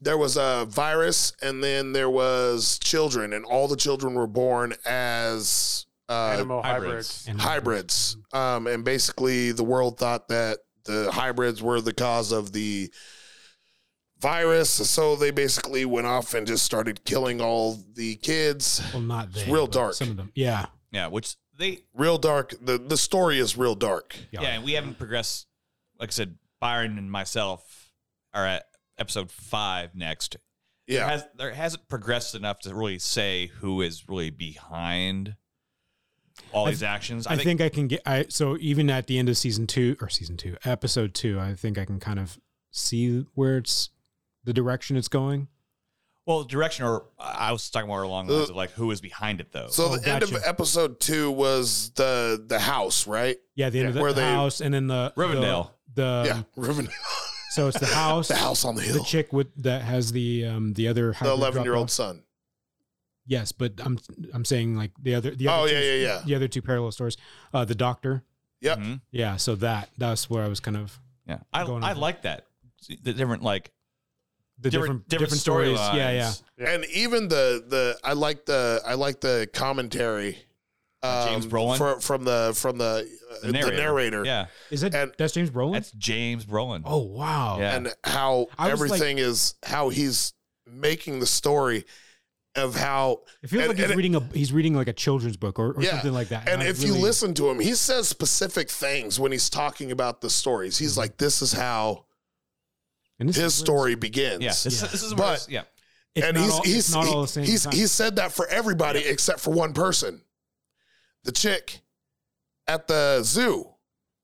there was a virus, and then there was children, and all the children were born as uh,
animal
hybrids.
hybrids.
And
hybrids. Um, and basically, the world thought that the hybrids were the cause of the virus, so they basically went off and just started killing all the kids.
Well, not they.
real
but
dark.
Some of them. Yeah.
Yeah, which they
Real dark. The the story is real dark.
yeah, and we haven't progressed. Like I said, Byron and myself are at episode five next.
Yeah.
Has, there hasn't progressed enough to really say who is really behind all
I
these
th-
actions.
I think I can get. I so even at the end of season two or season two, episode two, I think I can kind of see where it's the direction it's going.
well, direction or I was talking more along the lines of like who is behind it though.
So
Oh,
the end of
gotcha.
episode two was the the house, right?
Yeah, the end of the
Where they-
house, and then the
Rivendell.
The, the
yeah, [LAUGHS] Rivendell,
so
[LAUGHS]
it's the house,
the house on the
Uh, the
hill,
chick with that has the um the other
the
hybrid
eleven year old
drop-off.
son.
Yes, but I'm I'm saying like the other the
Oh
other
yeah,
two-
yeah, yeah.
the other two parallel stories. Uh, the doctor.
Yep.
Mhm.
Yeah, so that that's where I was kind of
Yeah, I,
Going
I
over.
like that. The different like
the different
different different,
stories.
storylines.
Yeah, yeah.
And even the the I like the I like the commentary. Um,
Uh, James Brolin?
for, from the from the, uh,
The narrator. Yeah,
Is that
And-
that's James Brolin?
that's James Brolin.
oh wow.
Yeah.
and how
I was like-
everything is how he's making the story of how
It feels
And-
like he's
and it-
reading a he's reading like a children's book or, or
Yeah.
something like that.
And
I
if you
really-
listen to him, he says specific things when he's talking about the stories. He's like, "This is how
and this
his
is-
story begins."
yeah, this,
Yeah.
this is
But-
where it's- yeah.
it's
and
not
he's
all,
he's
it's not all the
he-
same.
he's
time.
he said that for everybody except for one person, the chick at the zoo.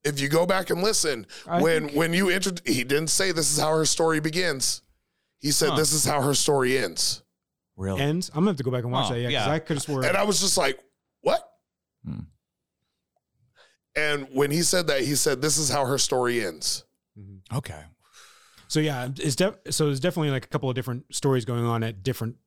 If you go back and listen,
I
when
think-
when you intro, he didn't say this is how her story begins. He said
Huh.
this is how her story ends,
Really?
ends. I'm gonna have to go back and watch
Oh,
that. Yeah, because
yeah.
I could have swore.
and I was just like, "What?"
Hmm.
And when he said that, he said, "This is how her story ends."
Mhm.
okay.
So yeah, it's def- so there's definitely like a couple of different stories going on at different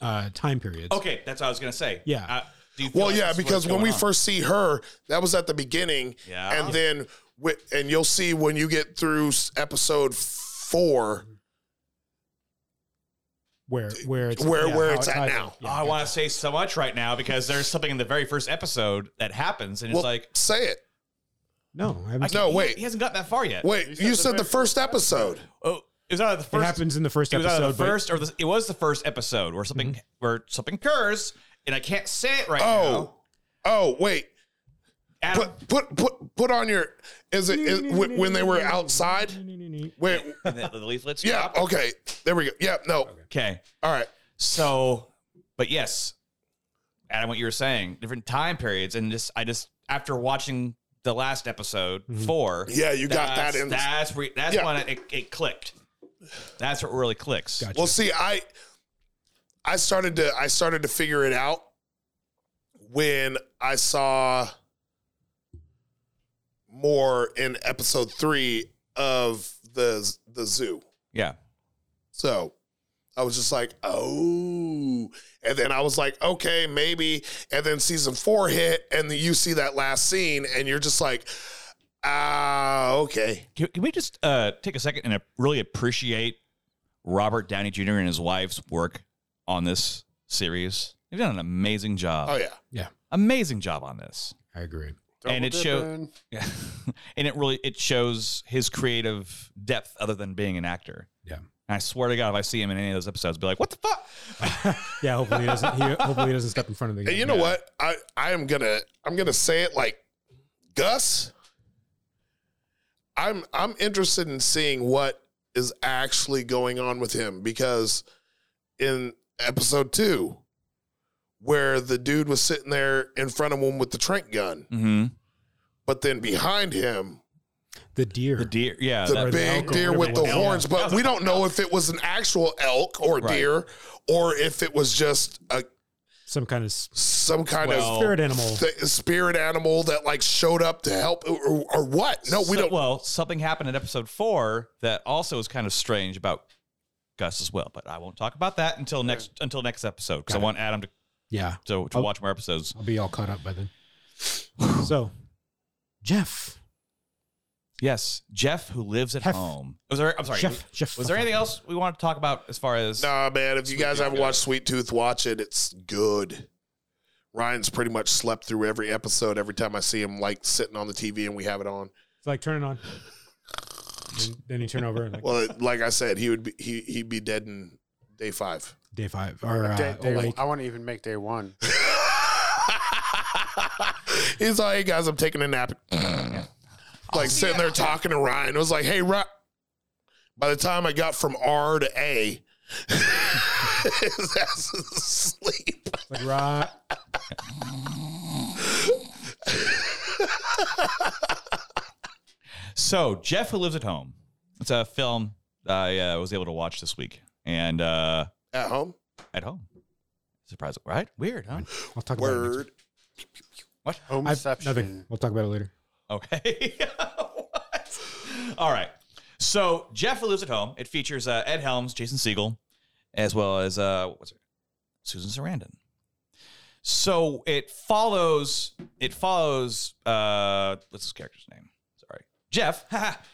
uh, time periods.
Okay, that's what I was gonna say.
Yeah.
Uh, do you feel
Well,
like
yeah,
that's
because
what's
when
going
we
on?
first see her, that was at the beginning,
yeah,
and then wi- and you'll see when you get through s- episode four
Where where it's
where
yeah,
where
how
it's
it
at
ties
now.
in. Yeah,
I
yeah.
want to say so much right now because there's something in the very first episode that happens, and it's
Well,
like,
say it.
No, I
I
haven't,
can't-
No,
he-
wait.
he, hasn't gotten that far yet.
Wait, you said the first episode.
oh, it was out of the
it
first.
happens in the first
it was
episode.
either the
but-
first or the, it was the first episode where something
Mm-hmm.
where something occurs, and I can't say it right
Oh, oh, wait.
Adam,
Put put put put on your. Is it is, when when they were outside? Wait.
and [LAUGHS] the, the leaflets.
Yeah. Okay. There we go. Yeah. No.
Okay.
All right.
So, but yes, Adam, what you were saying, different time periods, and just I just after watching the last episode four,
Yeah, you got that
that's,
in.
That's re- that's
Yeah.
when it, it clicked. That's what really clicks.
Gotcha.
Well, see, I I started to I started to figure it out when I saw more in episode three of the the zoo.
Yeah.
So I was just like, oh. And then I was like, okay, maybe. And then season four hit, and then you see that last scene, and you're just like, ah, okay.
Can, can we just uh, take a second and uh, really appreciate Robert Downey Jr. and his wife's work on this series? They've done an amazing job.
Oh, yeah.
Amazing job on this.
I agree.
And it showed-
dipping.
Yeah. [LAUGHS] and it really it shows his creative depth other than being an actor.
Yeah.
And I swear to God, if I see him in any of those episodes, I'll be like, what the fuck?
Yeah, hopefully he doesn't. He, hopefully he doesn't step in front of the.
And
game.
you know what? I I am gonna I'm gonna say it like Gus. I'm I'm interested in seeing what is actually going on with him because in episode two, where the dude was sitting there in front of him with the Trent gun,
mm-hmm.
but then behind him
The deer.
The deer. Yeah.
the
that-
big
Uh, elk or
deer
whatever
with
it
the
was.
horns,
That
but
was
we
an
don't know if it was an actual elk or
Right.
deer or if it was just a
Some kind of s-
some kind of
Well,
spirit animal.
th- spirit animal that like showed up to help or, or- or what? No, we
so-
don't.
Well, something happened in episode four that also is kind of strange about Gus as well, but I won't talk about that until next until next episode because I want Adam to,
yeah,
to, to
Oh.
watch more episodes.
I'll be all caught up by
[SIGHS]
then. so, Jeff,
Yes, Jeff, who lives at
Hef.
home. Was there? I'm sorry.
Jeff, Jeff.
Was there anything else we wanted to talk about as far as?
Nah, man. If you
Sweet
guys
Tooth
haven't
guy.
watched Sweet Tooth, watch it. It's good. Ryan's pretty much slept through every episode every time I see him like sitting on the TV and we have it on.
It's like turn it on. And then you turn over and like [LAUGHS]
Well, it- like I said, he would be he he'd be dead in day five.
day five or uh,
Day- day-
awake.
I want to even make day one.
He's like, hey guys, I'm taking a nap. like sitting there talking to Ryan. It was like, hey, Ryan. By the time I got from R to A, [LAUGHS] his ass is asleep.
It's like right.
So Jeff, who lives at home, it's a film I uh, was able to watch this week and uh,
At home?
at home. Surprising, right? Weird, huh? [LAUGHS]
I'll talk about it. next
Word.
[SIGHS] I've-
Homeception.
nothing. We'll talk about it later.
Okay. [LAUGHS] What? All right. So Jeff Who lives at home. It features uh, Ed Helms, Jason Siegel, as well as uh, what's her? Susan Sarandon. So it follows. It follows. Uh, what's his character's name? Sorry, Jeff.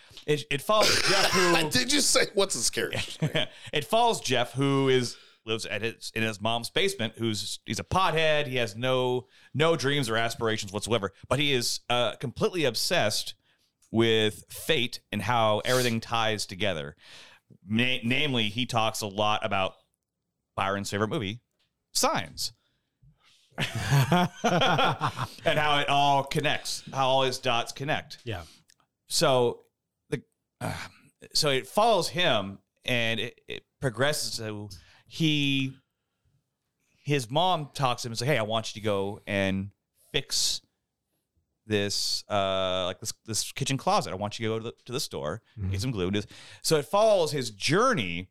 [LAUGHS] it, it follows Jeff who
Did you say what's his character?
[LAUGHS] it follows Jeff, who is lives at his in his mom's basement. Who's he's a pothead. He has no no dreams or aspirations whatsoever. But he is uh, completely obsessed with fate and how everything ties together. Na- namely, he talks a lot about Byron's favorite movie, Signs, [LAUGHS] and how it all connects, how all his dots connect
Yeah.
so the uh, so it follows him and it, it progresses to he his mom talks to him and says hey i want you to go and fix this uh like this this kitchen closet i want you to go to the, to the store get some glue and do this. so it follows his journey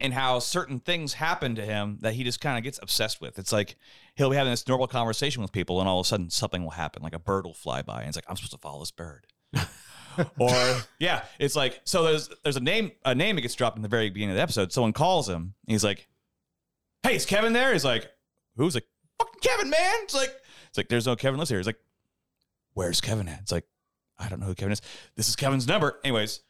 and how certain things happen to him that he just kind of gets obsessed with. It's like he'll be having this normal conversation with people, and all of a sudden something will happen, like a bird will fly by, and it's like I'm supposed to follow this bird. or yeah, it's like so. There's there's a name a name that gets dropped in the very beginning of the episode. Someone calls him. And he's like, "Hey, is Kevin there?" He's like, "Who's like fucking Kevin, man?" It's like it's like there's no Kevin lives here. He's like, "Where's Kevin at?" It's like I don't know who Kevin is. This is Kevin's number, anyways.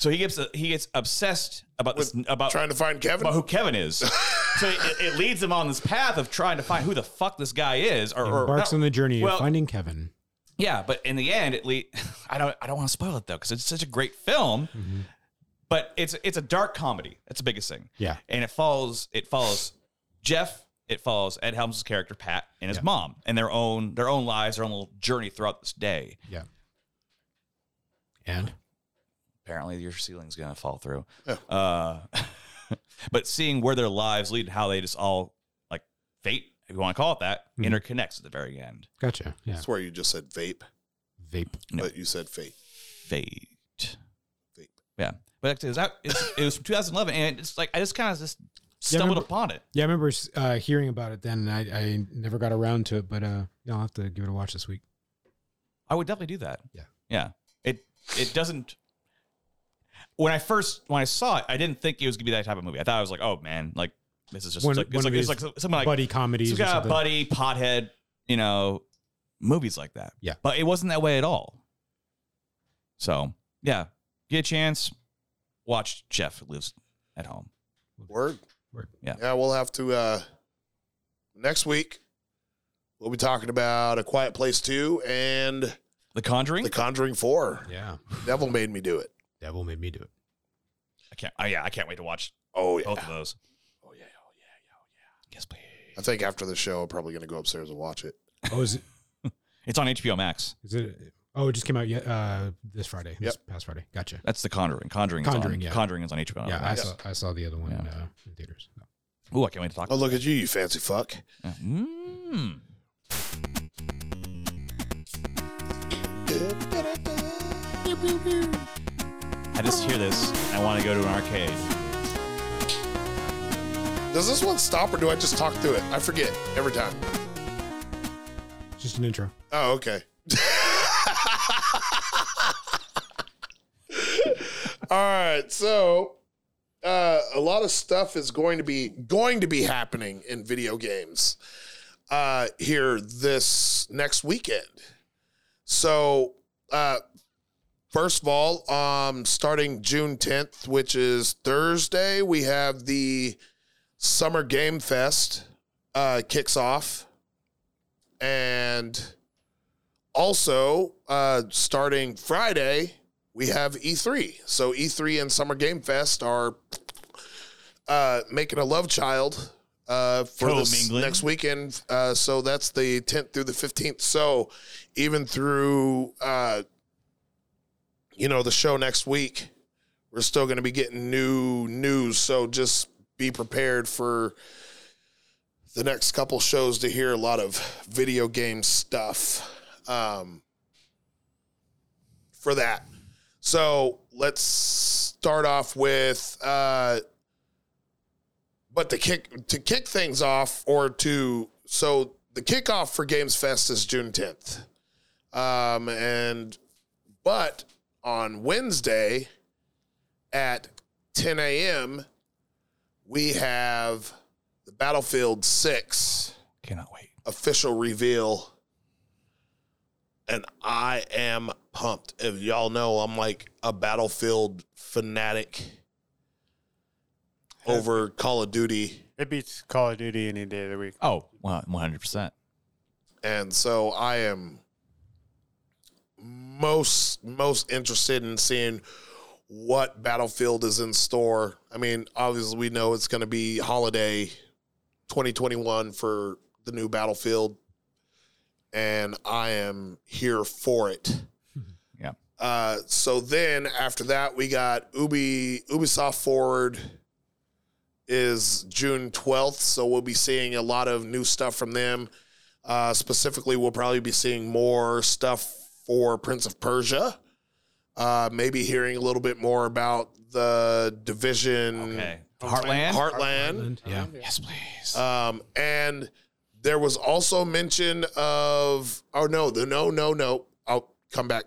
So he gets he gets obsessed about this about
Trying to find Kevin?
about who Kevin is. so it, it leads him on this path of trying to find who the fuck this guy is, or, or
Embarks
not-
on the journey
well-
of finding Kevin.
yeah, but in the end, at least [LAUGHS] I don't I don't want to spoil it though because it's such a great film. But it's it's a dark comedy. That's the biggest thing.
Yeah.
and it follows it follows Jeff it follows Ed Helms' character Pat and his mom and their own their own lives, their own little journey throughout this day.
Yeah. And
Apparently, your ceiling's gonna fall through. Uh, [LAUGHS] but seeing where their lives lead, and how they just all like fate, if you want to call it that,
Mhm.
interconnects at the very end.
gotcha. Yeah.
That's where you just said vape,
Vape.
No.
but you said fate.
Fate.
Fate.
Yeah, but actually, it was, out, it's, it was from 2011, and it's like I just kind of just stumbled
remember-
upon it.
Yeah, I remember uh, hearing about it then, and I, I never got around to it, but uh, yeah, I'll have to give it a watch this week.
I would definitely do that.
Yeah.
Yeah. It it doesn't when I first when I saw it, I didn't think it was gonna be that type of movie. I thought I was like, oh man, like this is just
One-
like,
one
it's, like,
of
it's like
these
something like
buddy comedies.
some
or
kind of
something.
buddy, pothead, you know, movies like that.
Yeah.
But it wasn't that way at all. So yeah. Get a chance, watch Jeff lives at home.
Word.
Word.
Yeah.
Yeah, we'll have to uh next week we'll be talking about A Quiet Place 2 and
The Conjuring?
The Conjuring 4.
Yeah.
Devil made me do it.
Devil made me do it.
I can't oh yeah, I can't wait to watch
Oh yeah.
both of those.
Oh yeah, oh yeah, oh
Yes, please.
yeah. I think after the show I'm probably going to go upstairs and watch it.
Oh, is it?
It's on HBO Max.
Is it oh, it just came out yet, uh, this Friday. This past Friday. Gotcha.
That's the Conjuring. Conjuring.
Conjuring,
is on,
yeah.
Conjuring is on HBO.
yeah, I
Max.
saw, I saw the other one
Yeah.
uh, in theaters.
Ooh, I can't wait to talk.
Oh, look at you, you fancy fuck.
Yeah. Mm. I just hear this. and I want to go to an arcade.
Does this one stop or do I just talk through it? I forget every time.
It's just an intro.
Oh, okay. [LAUGHS] All right, so uh, a lot of stuff is going to be going to be happening in video games uh, here this next weekend. So, uh, first of all, um, starting June tenth, which is Thursday, we have the Summer Game Fest uh, kicks off, and also uh, starting friday we have e3 so e3 and summer game fest are uh, making a love child uh, for this
Co-mingling.
next weekend uh, so that's the 10th through the 15th so even through uh, you know the show next week we're still going to be getting new news so just be prepared for the next couple shows to hear a lot of video game stuff um, for that. So let's start off with, uh, but to kick to kick things off, or to so the kickoff for Games Fest is June tenth, um, and but on Wednesday at ten a.m. we have the Battlefield Six
Cannot wait.
official reveal. And I am pumped. If y'all know, I'm like a Battlefield fanatic over Call of Duty.
It beats Call of Duty any day of the week.
Oh, wow, 100%.
And so I am most most interested in seeing what Battlefield is in store. I mean, obviously we know it's going to be holiday 2021 for the new Battlefield and I am here for it.
[LAUGHS] Yeah.
Uh, so then after that we got Ubi Ubisoft Forward is June 12th, so we'll be seeing a lot of new stuff from them. Uh, specifically, we'll probably be seeing more stuff for Prince of Persia. Uh, maybe hearing a little bit more about the division
Okay. Heartland?
Mm. Heartland.
Yeah.
yes, please.
Um, and there was also mention of oh no, the no no no. I'll come back.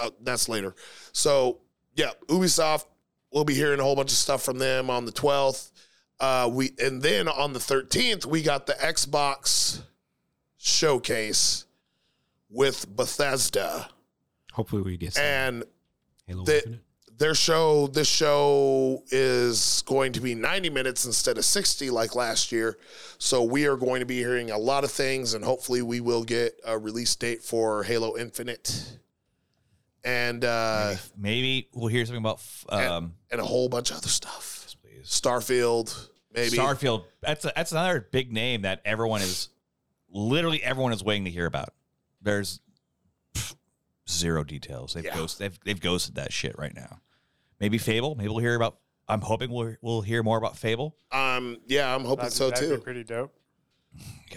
Uh, that's later. So yeah, Ubisoft. We'll be hearing a whole bunch of stuff from them on the twelfth. Uh, we and then on the thirteenth we got the Xbox showcase with Bethesda
Hopefully we get some
and
Halo
the-
Infinite.
their show this show is going to be 90 minutes instead of 60 like last year so we are going to be hearing a lot of things and hopefully we will get a release date for halo infinite and uh
Maybe we'll hear something about f- um,
and a whole bunch of other stuff
please.
starfield Maybe.
Starfield. That's a, that's another big name that everyone is literally everyone is waiting to hear about. There's pff, zero details. They've
Yeah.
ghost they've, they've ghosted that shit right now. Maybe Fable. Maybe we'll hear about. I'm hoping we'll we'll hear more about Fable.
Um, yeah, I'm hoping
That'd,
so
that'd
too.
be pretty dope.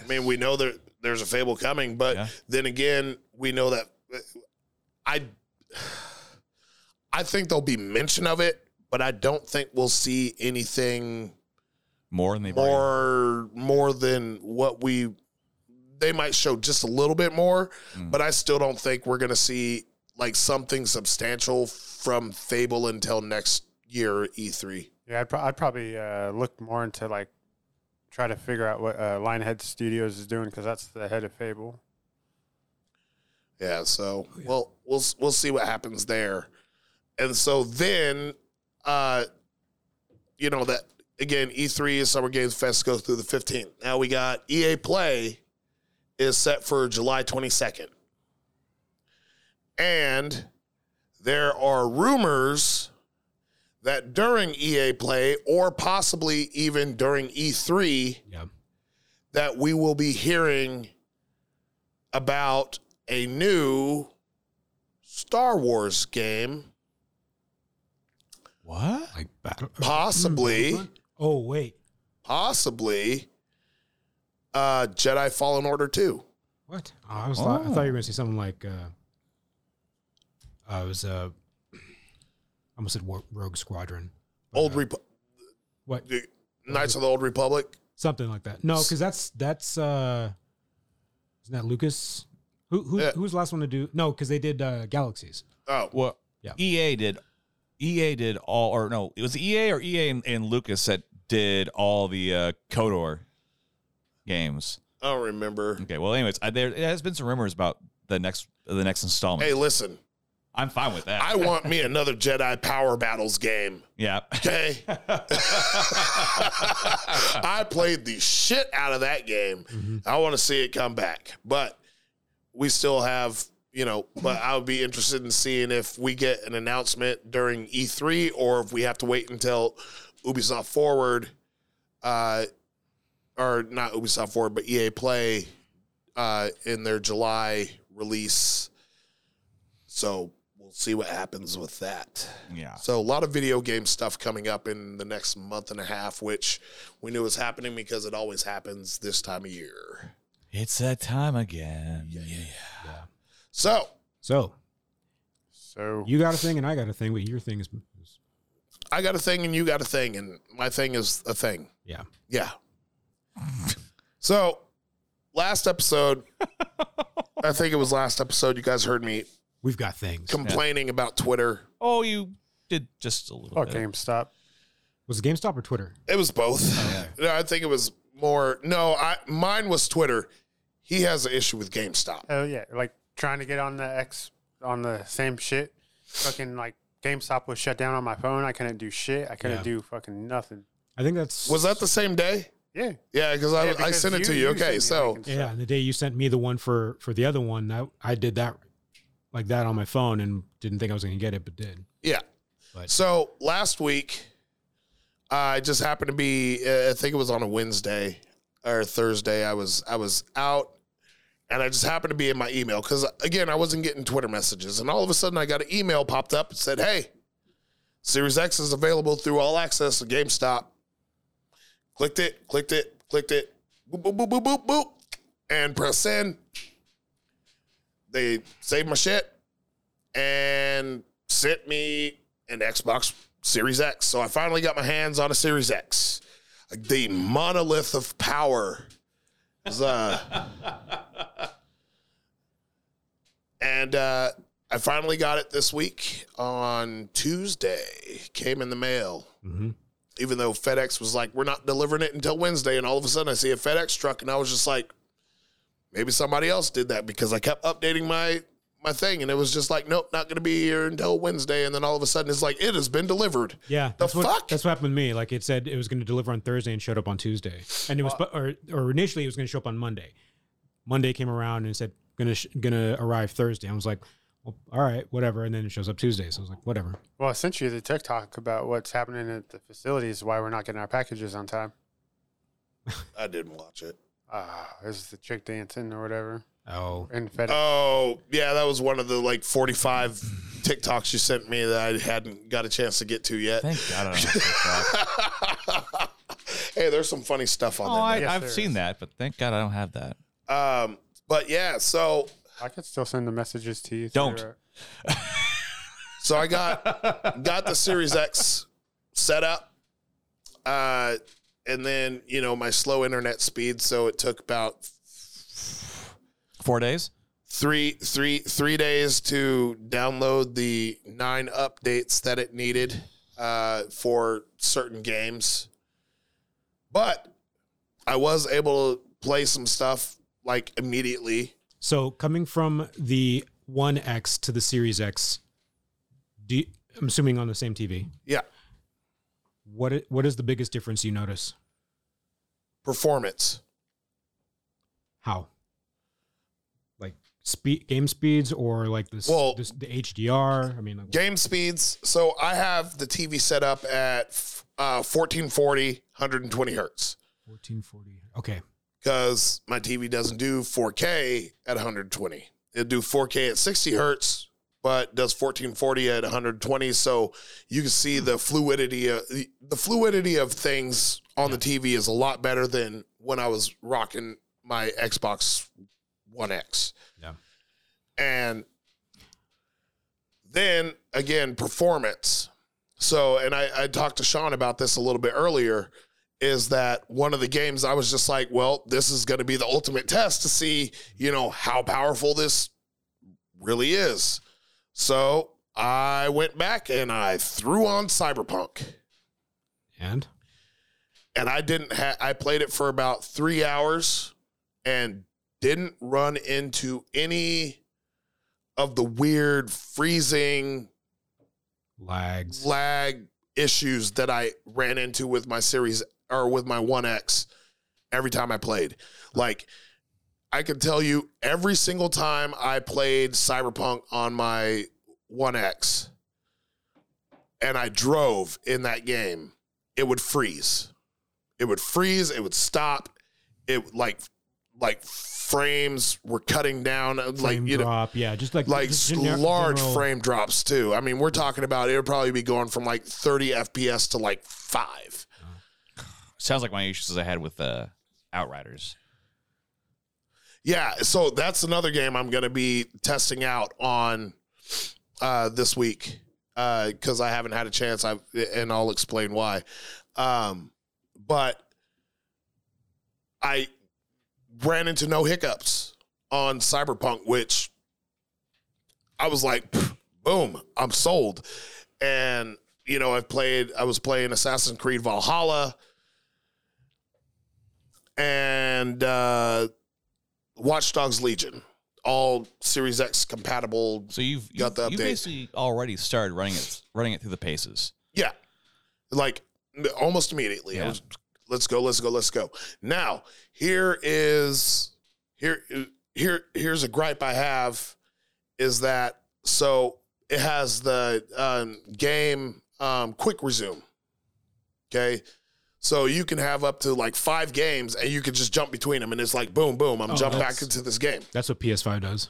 I mean, we know that there's a fable coming, but
Yeah.
then again, we know that I I think there'll be mention of it, but I don't think we'll see anything
More than they
more more than what we they might show just a little bit more, but I still don't think we're gonna see like something substantial from Fable until next year E E3.
Yeah, I'd, pro- I'd probably uh, look more into like try to figure out what uh, Linehead Studios is doing because that's the head of Fable.
Yeah, so we'll we'll we'll see what happens there. And so then uh you know that again E3 is Summer Games Fest goes through the 15th. Now we got EA Play is set for July 22nd. And there are rumors that during EA Play or possibly even during E E3
Yeah.
that we will be hearing about a new Star Wars game,
What?
Like battle.
possibly,
Oh wait,
possibly, uh, Jedi Fallen Order two.
what? Oh, I was. Thought, I thought you were gonna say something like. Uh, I was. Uh, I almost said War- Rogue Squadron. but,
Old
uh,
Repu-
what?
the Knights of the Old Republic.
Something like that. No, because that's that's. uh Isn't that Lucas? Who who
Yeah.
who was the last one to do? No, because they did uh, Galaxies.
Oh,
Well,
Yeah.
EA E did. EA did all, or no, it was EA or EA and, and Lucas that did all the uh, Kodor games.
I don't remember.
Okay, well, anyways, I, there, there has been some rumors about the next the next installment.
Hey, listen,
I'm fine with that.
I want me another Jedi Power Battles game.
yeah, [LAUGHS]
Okay. I played the shit out of that game. I want to see it come back, but we still have, you know, but I would be interested in seeing if we get an announcement during E3 or if we have to wait until Ubisoft Forward, uh, or not Ubisoft Forward, but EA Play uh, in their July release. So we'll see what happens with that.
yeah.
So a lot of video game stuff coming up in the next month and a half, which we knew was happening because it always happens this time of year.
It's that time again.
So
So
So
you got a thing and I got a thing, but your thing is, is-
I got a thing and you got a thing, and my thing is a thing.
yeah.
Yeah. [LAUGHS] so last episode, I think it was last episode, you guys heard me
We've got things.
complaining about Twitter.
Oh, you did just a little
fuck
bit.
GameStop.
Was it GameStop or Twitter?
It was both. No, I think it was more. No, I mine was Twitter. He has an issue with GameStop.
Oh yeah, like trying to get on the X on the same shit. Fucking like GameStop was shut down on my phone. I couldn't do shit. I couldn't
Yeah.
do fucking nothing.
I think that's
Was that the same day?
Yeah.
Yeah, because I,
Yeah,
I
because
sent it to you.
sent me
Okay,
a
so
link and
yeah.
stuff.
And the day you sent me the one for for the other one, I, I did that like that on my phone and didn't think I was going to get it, but did.
yeah.
But-
So last week, I just happened to be. uh, I think it was on a Wednesday or Thursday. I was I was out, and I just happened to be in my email because again I wasn't getting Twitter messages, and all of a sudden I got an email popped up and said, "Hey, Series X is available through all access to GameStop." Clicked it, clicked it, clicked it, boop boop boop boop boop boop, and press send. They saved my shit and sent me an Xbox Series X. So I finally got my hands on a Series X. The monolith of power. is, uh, [LAUGHS] and uh, I finally got it this week on Tuesday. Came in the mail.
Mm-hmm.
Even though FedEx was like, we're not delivering it until Wednesday. And all of a sudden I see a FedEx truck and I was just like, maybe somebody else did that because I kept updating my my thing and it was just like, nope, not gonna be here until Wednesday. And then all of a sudden it's like, it has been delivered.
Yeah.
The
that's what,
fuck?
That's what happened with me. Like it said it was going to deliver on Thursday and showed up on Tuesday. And it was, but or, or initially it was going to show up on Monday. Monday came around and said, going to, sh- going to arrive Thursday. I was like, well, all right, whatever. And then it shows up Tuesday. So I was like, whatever.
Well, I sent you the TikTok about what's happening at the facilities, why we're not getting our packages on time.
I didn't watch it.
Uh, is the chick dancing or whatever?
Oh,
And fed
Oh, yeah, that was one of the like 45 TikToks you sent me that I hadn't got a chance to get to yet.
Thank God. I don't have TikTok.
[LAUGHS] hey, there's some funny stuff on
oh, I,
there.
Yes,
I've
there
seen
is.
that, but thank God I don't have that.
man. Um, but yeah, so
I could still send the messages to you.
Don't.
through-
So I [LAUGHS] got got the Series X set up, uh, and then you know my slow internet speed, so it took about
Four days.
three three three days to download the nine updates that it needed uh, for certain games. But I was able to play some stuff like immediately.
so coming from the One X to the Series X, do you- I'm assuming on the same TV.
Yeah,
What i- what is the biggest difference you notice?
performance.
How? Like speed, game speeds, or like this,
Well-
this the HDR? I mean, like,
game speeds so i have the tv set up at uh, 1440 120 hertz
1440. Okay,
because my tv doesn't do 4k at 120 it'll do 4k at 60 hertz but does 1440 at 120 so you can see the fluidity of, the the fluidity of things on the tv is a lot better than when i was rocking my xbox one x
Yeah.
and then again performance so and I, I talked to sean about this a little bit earlier is that one of the games i was just like well this is going to be the ultimate test to see you know how powerful this really is so i went back and i threw on cyberpunk
and
and I didn't ha- I played it for about 3 hours and didn't run into any of the weird freezing
lags.
lag issues that I ran into with my series or with my 1X every time I played. Like I can tell you every single time I played Cyberpunk on my 1X and I drove in that game, it would freeze. It would freeze, it would stop. It like like frames were cutting down like
frame
you know
drop. yeah, just like
like
just
s-
gener-
large
general-
frame drops too. I mean, we're talking about it'll probably be going from like 30 FPS to like five.
Sounds like my issues I had with uh, Outriders.
Yeah, so that's another game I'm going to be testing out on uh, this week because I haven't had a chance. I and I'll explain why. Um, but I ran into no hiccups on Cyberpunk, which I was like, "Pff, boom, I'm sold. And you know, I've played. I was playing Assassin's Creed Valhalla, and uh, Watch Dogs Legion, all Series X compatible.
So you've
Got
you've-
the
you
update.
basically already started running it running it through the paces.
Yeah, like m- almost immediately. I
Yeah.
was, let's go, let's go, let's go. Now here is here here here's a gripe I have is that so it has the um, game um, quick resume. Okay. So you can have up to like five games, and you can just jump between them, and it's like boom, boom. I'm
Oh,
jumped back
that's-
into this game,
That's what PS5 does.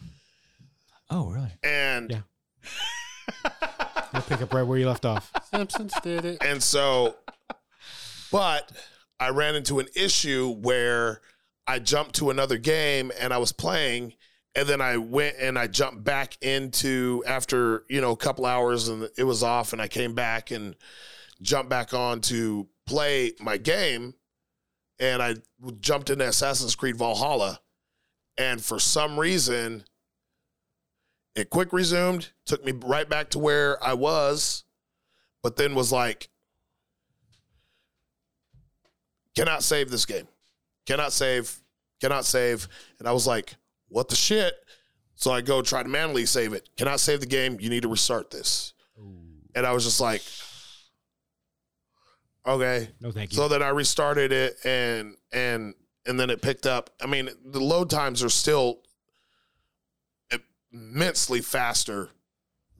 Oh, really?
and
Yeah. You'll pick up right where you left off.
Simpsons did it.
And so, but I ran into an issue where I jumped to another game and I was playing, and then I went and I jumped back into after you know a couple hours and it was off, and I came back and jumped back on to play my game, and I jumped into Assassin's Creed Valhalla, and for some reason. It quick resumed, took me right back to where I was, but then was like, cannot save this game. Cannot save, cannot save. And I was like, what the shit? So I go try to manually save it. Cannot save the game. You need to restart this. And I was just like, okay.
[LAUGHS] No, thank you.
So then I restarted it and and and then it picked up. I mean, the load times are still immensely faster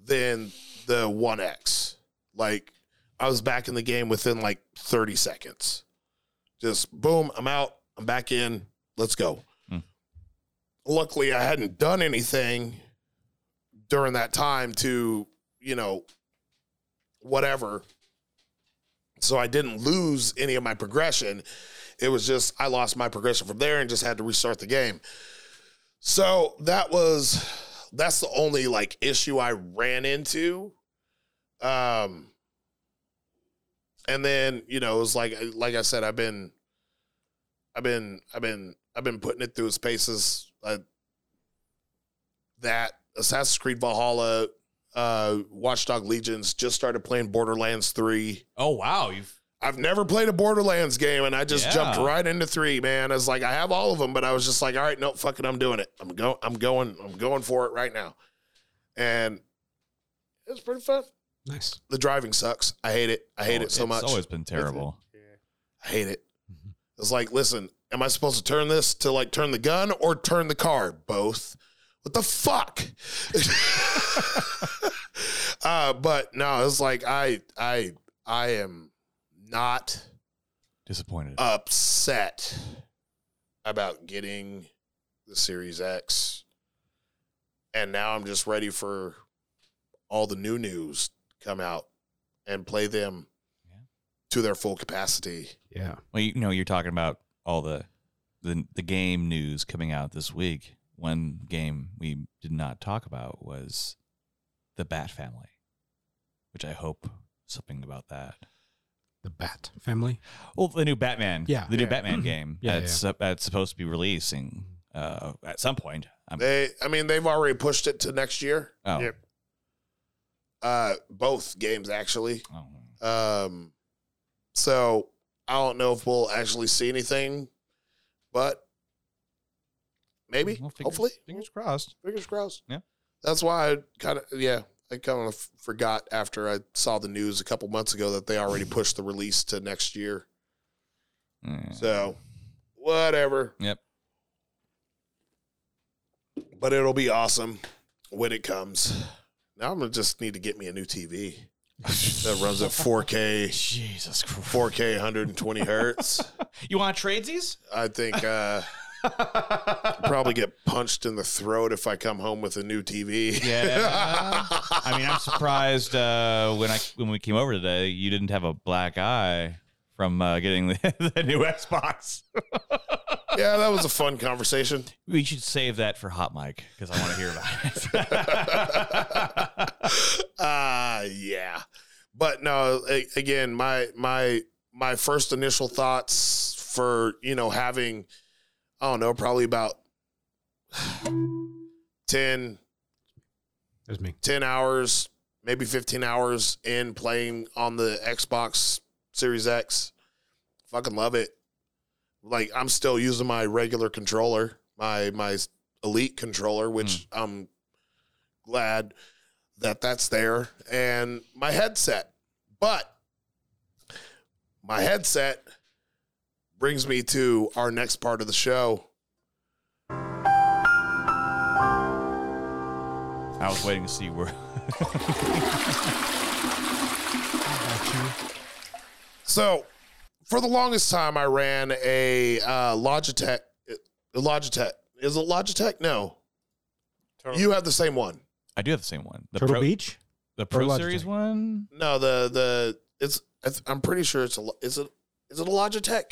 than the One X. Like I was back in the game within like 30 seconds. Just boom, I'm out. I'm back in. Let's go.
Hmm.
Luckily, I hadn't done anything during that time to, you know, whatever. So I didn't lose any of my progression. It was just I lost my progression from there and just had to restart the game. So that was that's the only like issue I ran into. Um and then, you know, it was like like I said, I've been I've been I've been I've been putting it through its paces. Uh, that Assassin's Creed Valhalla, uh Watchdog Legions just started playing Borderlands 3.
Oh wow, you've
I've never played a Borderlands game, and I just
Yeah.
jumped right into three. Man, I was like, I have all of them, but I was just like, all right, no, fuck it, I'm doing it. I'm go, I'm going, I'm going for it right now. And it was pretty fun.
Nice.
The driving sucks. I hate it. I hate it
Oh,
so
it's
much.
always Mm-hmm. been terrible.
I hate it. It's like, listen, am I supposed to turn this to like turn the gun or turn the car? Both. What the fuck? [LAUGHS] uh, but no, it's like I, I, I am not
Disappointed.
upset about getting the Series X. And now I'm just ready for all the new news come out and play them
Yeah.
to their full capacity.
Yeah.
well, you know, you're talking about all the, the the game news coming out this week. One game we did not talk about was the Bat Family, which I hope something about that.
The Bat family.
Well, the new Batman,
Yeah. Mm-hmm.
the new Batman game
Yeah,
that's that's supposed to be releasing uh, at some point. I'm,
They, I mean, they've already pushed it to next year.
oh,
Yep.
Uh, both games actually.
oh,
Um, so I don't know if we'll actually see anything, but maybe,
well, fingers-
hopefully,
fingers crossed.
fingers crossed.
Yeah.
That's why I kind of yeah, I kind of forgot after I saw the news a couple months ago that they already pushed the release to next year.
Mm.
So, whatever.
Yep.
But it'll be awesome when it comes. Now I'm gonna just need to get me a new TV
[LAUGHS]
that runs at 4K,
Jesus Christ.
4K 120 hertz.
You want tradesies?
I think uh, probably get punched in the throat if I come home with a new TV.
Yeah. I mean, I'm surprised uh, when I when we came over today, you didn't have a black eye from uh, getting the, [LAUGHS] the new Xbox.
yeah, that was a fun conversation.
We should save that for Hot Mic because I want to hear about it.
[LAUGHS] uh yeah but no a- again my my my first initial thoughts for you know having i don't know probably about [SIGHS] 10
There's me.
10 hours maybe 15 hours in playing on the xbox series x fucking love it like i'm still using my regular controller my my elite controller which i'm glad that that's there and my headset but my headset brings me to our next part of the show
[LAUGHS] I was waiting to see where.
So, for the longest time, I ran a uh, Logitech. Logitech is it Logitech? No, you have the same one.
I do have the same one. The
Turtle
Pro,
Beach.
the Pro
Logitech?
Series one.
No, the the it's. I th- I'm pretty sure it's a. Lo- Is it is it a Logitech?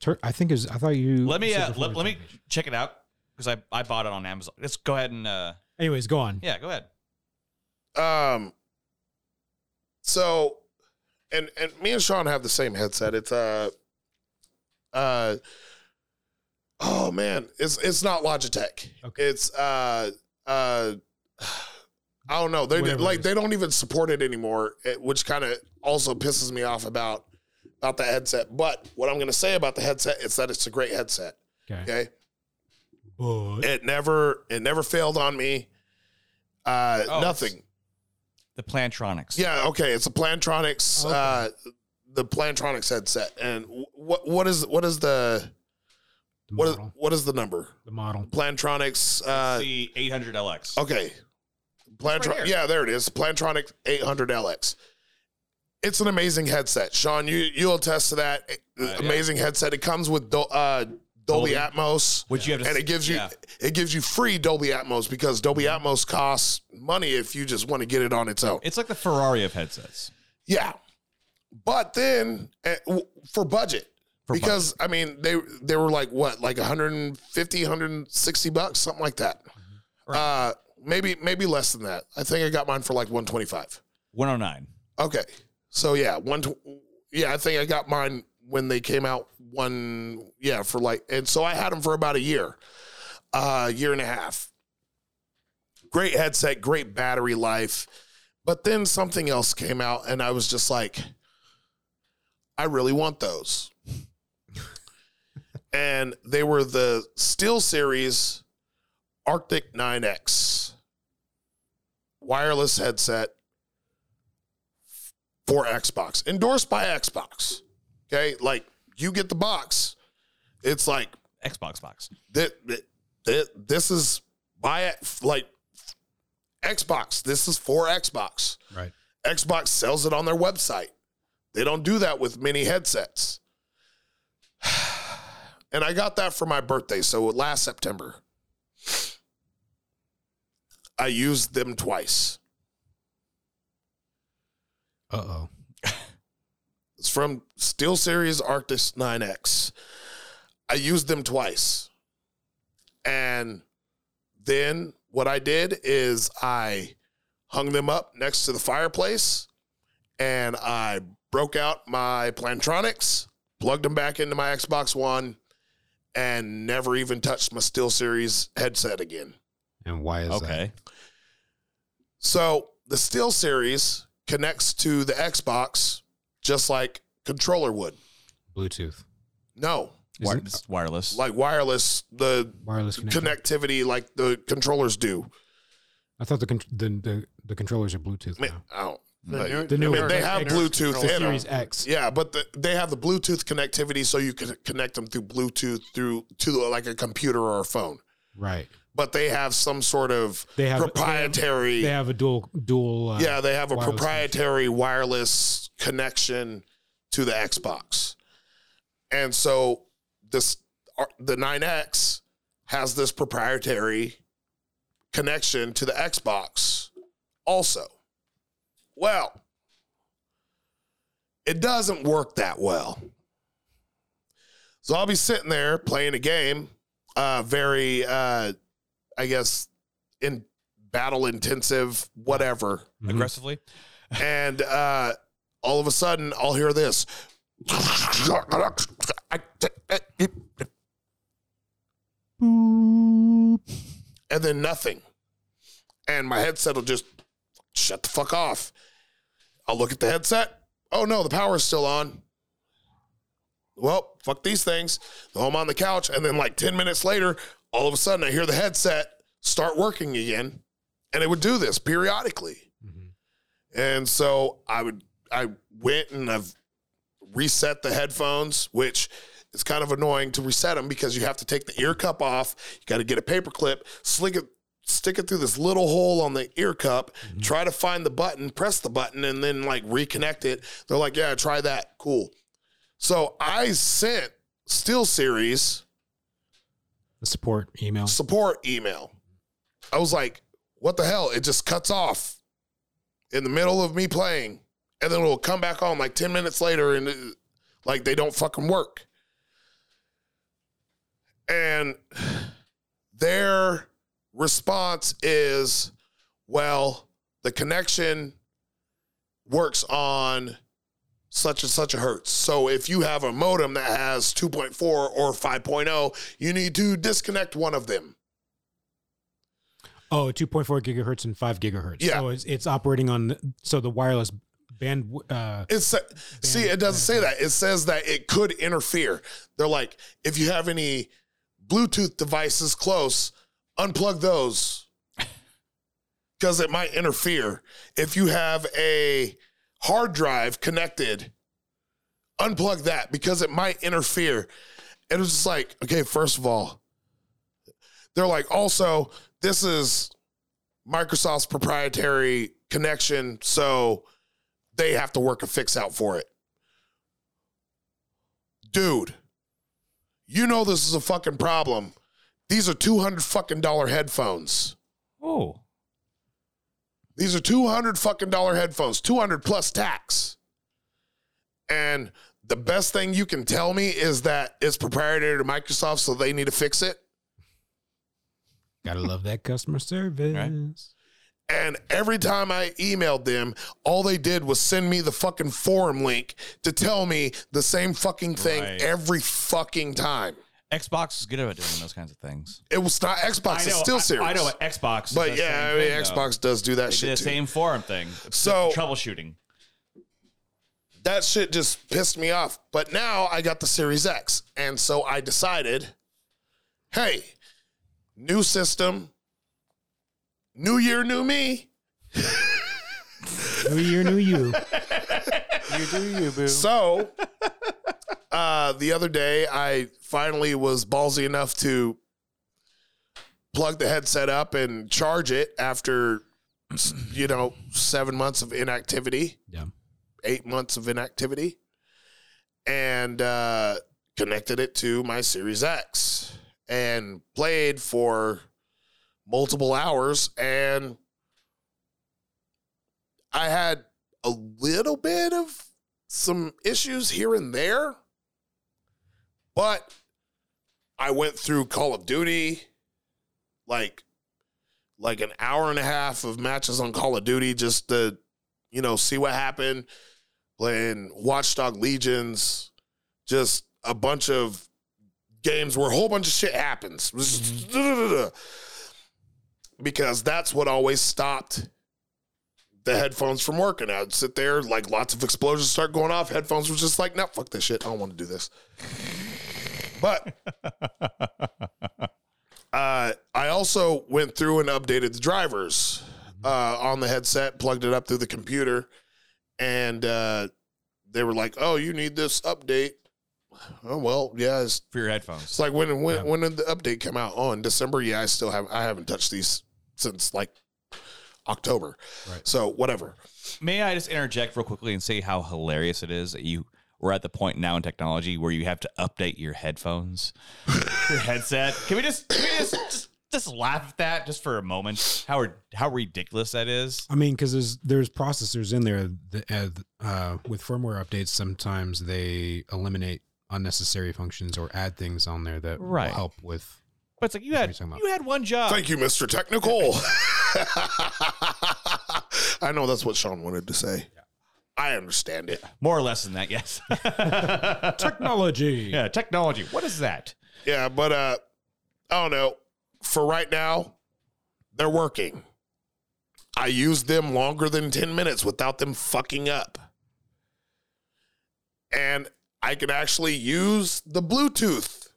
Tur- I think it was. I thought you.
Let me
said
uh,
before
let,
you
let me
Turtle Beach.
check it out because I, I bought it on Amazon. Let's go ahead and uh,
Anyways, go on.
yeah, go ahead.
Um. So, and and me and Sean have the same headset. It's uh, uh. Oh man, it's it's not Logitech.
Okay.
It's uh uh. I don't know. They
Whatever it
like
is.
they don't even support it anymore, it- which kind of also pisses me off about about the headset. But what I'm gonna say about the headset is that it's a great headset.
Okay.
Okay,
But-
it never it never failed on me. Uh,
Oh,
nothing.
The Plantronics.
Yeah, okay. It's a Plantronics,
Okay.
uh, the Plantronics headset. And wh- what what is what is the
The
what is,
model.
what is the number?
The model.
Plantronics. Uh,
the 800LX.
okay, Plantron.
here.
yeah, there it is. Plantronic 800 LX. It's an amazing headset, Sean. You you'll attest to that. amazing headset. It comes with Dol- uh, Dolby,
Dolby.
Atmos,
Which you have to-
and it gives you
yeah.
it gives you free Dolby Atmos because Dolby Atmos costs money if you just want to get it on its own.
It's like the Ferrari of headsets.
Yeah, but then eh, w- for budget. because I mean they they were like what like 150 160 bucks something like that. Uh maybe maybe less than that. I think I got mine for like 125.
109.
Okay. So yeah, one. Tw- yeah, I think I got mine when they came out. One. Yeah, for like, and so I had them for about a year, uh, year and a half. Great headset, great battery life, but then something else came out, and I was just like, I really want those. and they were the Steel Series Arctic 9X wireless headset for Xbox, endorsed by Xbox. Okay, like you get the box. It's like
Xbox box.
that. this is by it- like Xbox. This is for Xbox.
Right.
Xbox sells it on their website. They don't do that with many headsets. [SIGHS] And I got that for my birthday, so last September. I used them twice.
Uh oh.
It's from Steel Series Arctic 9X. I used them twice. And then what I did is I hung them up next to the fireplace and I broke out my Plantronics, plugged them back into my Xbox One, and never even touched my Steel Series headset again.
And why is that?
Okay.
So the Steel Series connects to the Xbox just like controller would.
Bluetooth.
No,
Wire,
Isn't-
this is wireless.
like wireless the
wireless connection.
connectivity like the controllers do.
I thought the, con- the the the controllers are Bluetooth
I mean,
now.
I don't-
The new,
The new-
newer-
they have
newer
Bluetooth
controls.
in 'em.
Series X.
yeah, but the, they have the Bluetooth connectivity, so you can connect them through Bluetooth through to like a computer or a phone.
Right.
But they have some sort of
They have-
proprietary.
They have a dual dual. Uh,
yeah, they have a
wireless
proprietary wireless connection to the Xbox, and so this uh, the 9X has this proprietary connection to the Xbox also. Well, it doesn't work that well. So I'll be sitting there playing a game, uh, very, uh, I guess, in battle intensive, whatever.
Mhm.
Aggressively.
And uh, all of a sudden, I'll hear this. And then nothing. And my headset will just shut the fuck off. I'll look at the headset. Oh no, the power's still on. Well, fuck these things. So I'm on the couch. And then, like 10 minutes later, all of a sudden, I hear the headset start working again. And it would do this periodically. And so I would I went and I've reset the headphones, which is kind of annoying to reset them because you have to take the ear cup off. You got to get a paper clip, slick it, stick it through this little hole on the ear cup, try to find the button, press the button, and then like reconnect it. They're like, yeah, try that. Cool. So I sent Steel Series
The support email.
support email. I was like, what the hell? It just cuts off in the middle of me playing. And then it'll come back on like 10 minutes later and it, like they don't fucking work. And their response is, well, the connection works on such and such a hertz. So if you have a modem that has 2.4 or 5.0, you need to disconnect one of them.
Oh, 2.4 gigahertz and 5 gigahertz.
Yeah.
So it's, it's operating on, the, so the wireless band, uh,
It's see, it doesn't say that. It says that it could interfere. They're like, if you have any Bluetooth devices close, unplug those [LAUGHS] because it might interfere. If you have a hard drive connected, unplug that because it might interfere. And it's just like, okay, first of all, they're like, also, this is Microsoft's proprietary connection, so they have to work a fix out for it. dude, you know this is a fucking problem. These are two hundred fucking dollar headphones.
Oh.
These are 200 fucking dollar headphones, 200 plus tax. And the best thing you can tell me is that it's proprietary to Microsoft, so they need to fix it.
Gotta love that customer service.
And every time I emailed them, all they did was send me the fucking forum link to tell me the same fucking thing
Right.
every fucking time.
Xbox is good at doing those kinds of things.
It was not Xbox, it's still serious.
I, I know what Xbox.
But
does
yeah, I
the
mean,
same thing, though.
Xbox does do that
They did
shit
the
too.
same forum thing. It's
So-
troubleshooting.
that shit just pissed me off. But now I got the Series X. And so I decided, hey, new system, new year, new me.
New year, new [LAUGHS] you.
You do you, boo.
[LAUGHS]
So uh, the other day, I finally was ballsy enough to plug the headset up and charge it after, you know, seven months of inactivity.
Yeah.
eight months of inactivity and uh, connected it to my Series X and played for multiple hours. And I had a little bit of some issues here and there, but I went through Call of Duty like like an hour and a half of matches on Call of Duty just to you know see what happened playing Watchdog Legions, just a bunch of games where a whole bunch of shit happens. Because that's what always stopped the headphones from working. I'd sit there, like lots of explosions start going off. Headphones was just like, no, fuck this shit. I don't want to do this. But uh, I also went through and updated the drivers uh, on the headset, plugged it up through the computer, and uh, they were like, "Oh, you need this update." Oh well, yeah. It's,
for your headphones.
it's like when when when did the update come out? Oh, in December. Yeah, I still have I haven't touched these since like October.
Right.
So whatever.
May I just interject real quickly and say how hilarious it is that you we're at the point now in technology where you have to update your headphones, [LAUGHS] your headset. Can we just can we just, just just laugh at that just for a moment? How rid- how ridiculous that is.
I mean, because there's there's processors in there that add, uh, with firmware updates. Sometimes they eliminate unnecessary functions or add things on there that
Right.
will help with.
But it's like you
What are you
had
talking about?
you had one job.
Thank you, Mister Technical. [LAUGHS] I know that's what Sean wanted to say. I understand it.
More or less than that, yes. [LAUGHS]
[LAUGHS] Technology.
yeah, technology. What is that?
Yeah, but uh, I don't know. For right now, they're working. I used them longer than 10 minutes without them fucking up. And I can actually use the Bluetooth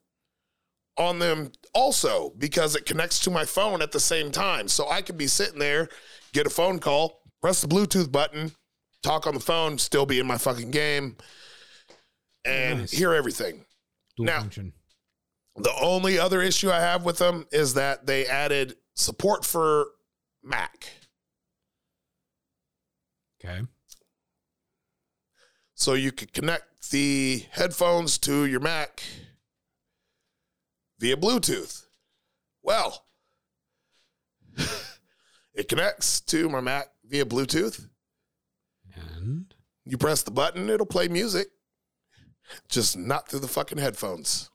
on them also because it connects to my phone at the same time. So I could be sitting there, get a phone call, press the Bluetooth button, talk on the phone, still be in my fucking game, and
Nice.
hear everything.
Dual
Now-
function.
The only other issue I have with them is that they added support for Mac.
Okay.
So you could connect the headphones to your Mac via Bluetooth. Well, [LAUGHS] it connects to my Mac via Bluetooth.
[LAUGHS] And
You press the button, it'll play music, just not through the fucking headphones.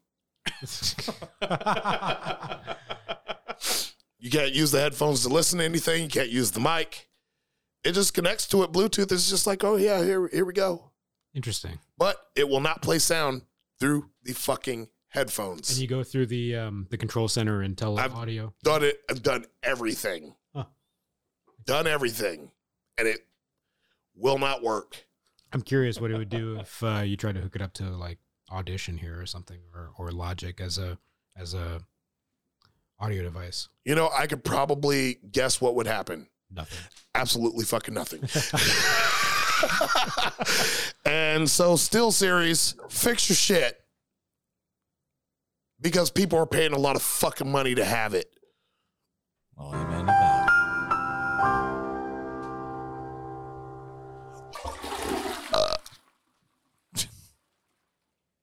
you can't use the headphones to listen to anything. You can't use the mic. It just connects to it. Bluetooth It's just like, oh yeah, here here we go.
interesting.
But it will not play sound through the fucking
And
headphones.
you go through the um, the control center and tele
I've-
audio.
done it. I've done everything.
Huh.
Done everything, and it will not work.
I'm curious what it would do if uh, you tried to hook it up to like Audition here or something or or Logic as a as a audio device.
You know, I could probably guess what would happen.
Nothing.
absolutely
[LAUGHS]
fucking nothing. and so, still series, fix your shit because people are paying a lot of fucking money to have it.
Well, amen to that.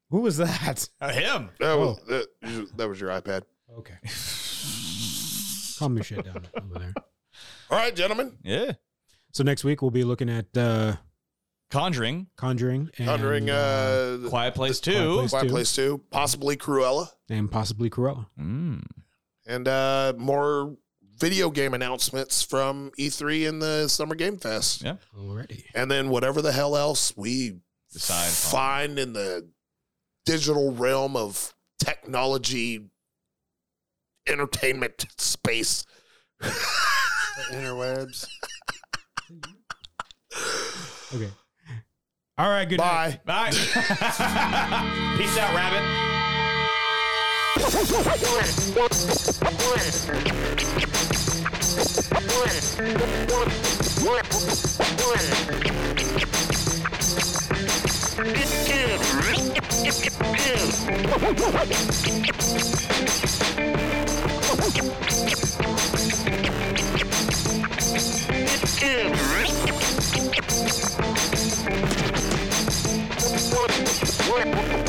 Who was that?
Uh, him.
That was,
Oh.
that, that was your iPad.
Okay. Calm your shit down over there.
All right, gentlemen.
Yeah.
So next week we'll be looking at uh,
Conjuring,
Conjuring, and,
Conjuring uh, Quiet,
Quiet Place
Quiet
Two.
Place. Two.
Place 2, possibly Cruella,
and possibly Cruella.
Mm.
and uh, more video game announcements from E3 and the Summer Game Fest.
Yeah.
Already,
And then whatever the hell else we
Decide upon.
find in the digital realm of technology, entertainment space.
The interwebs.
okay. All right. Good night.
Bye.
Bye.
[LAUGHS] Peace out, rabbit.
What? What?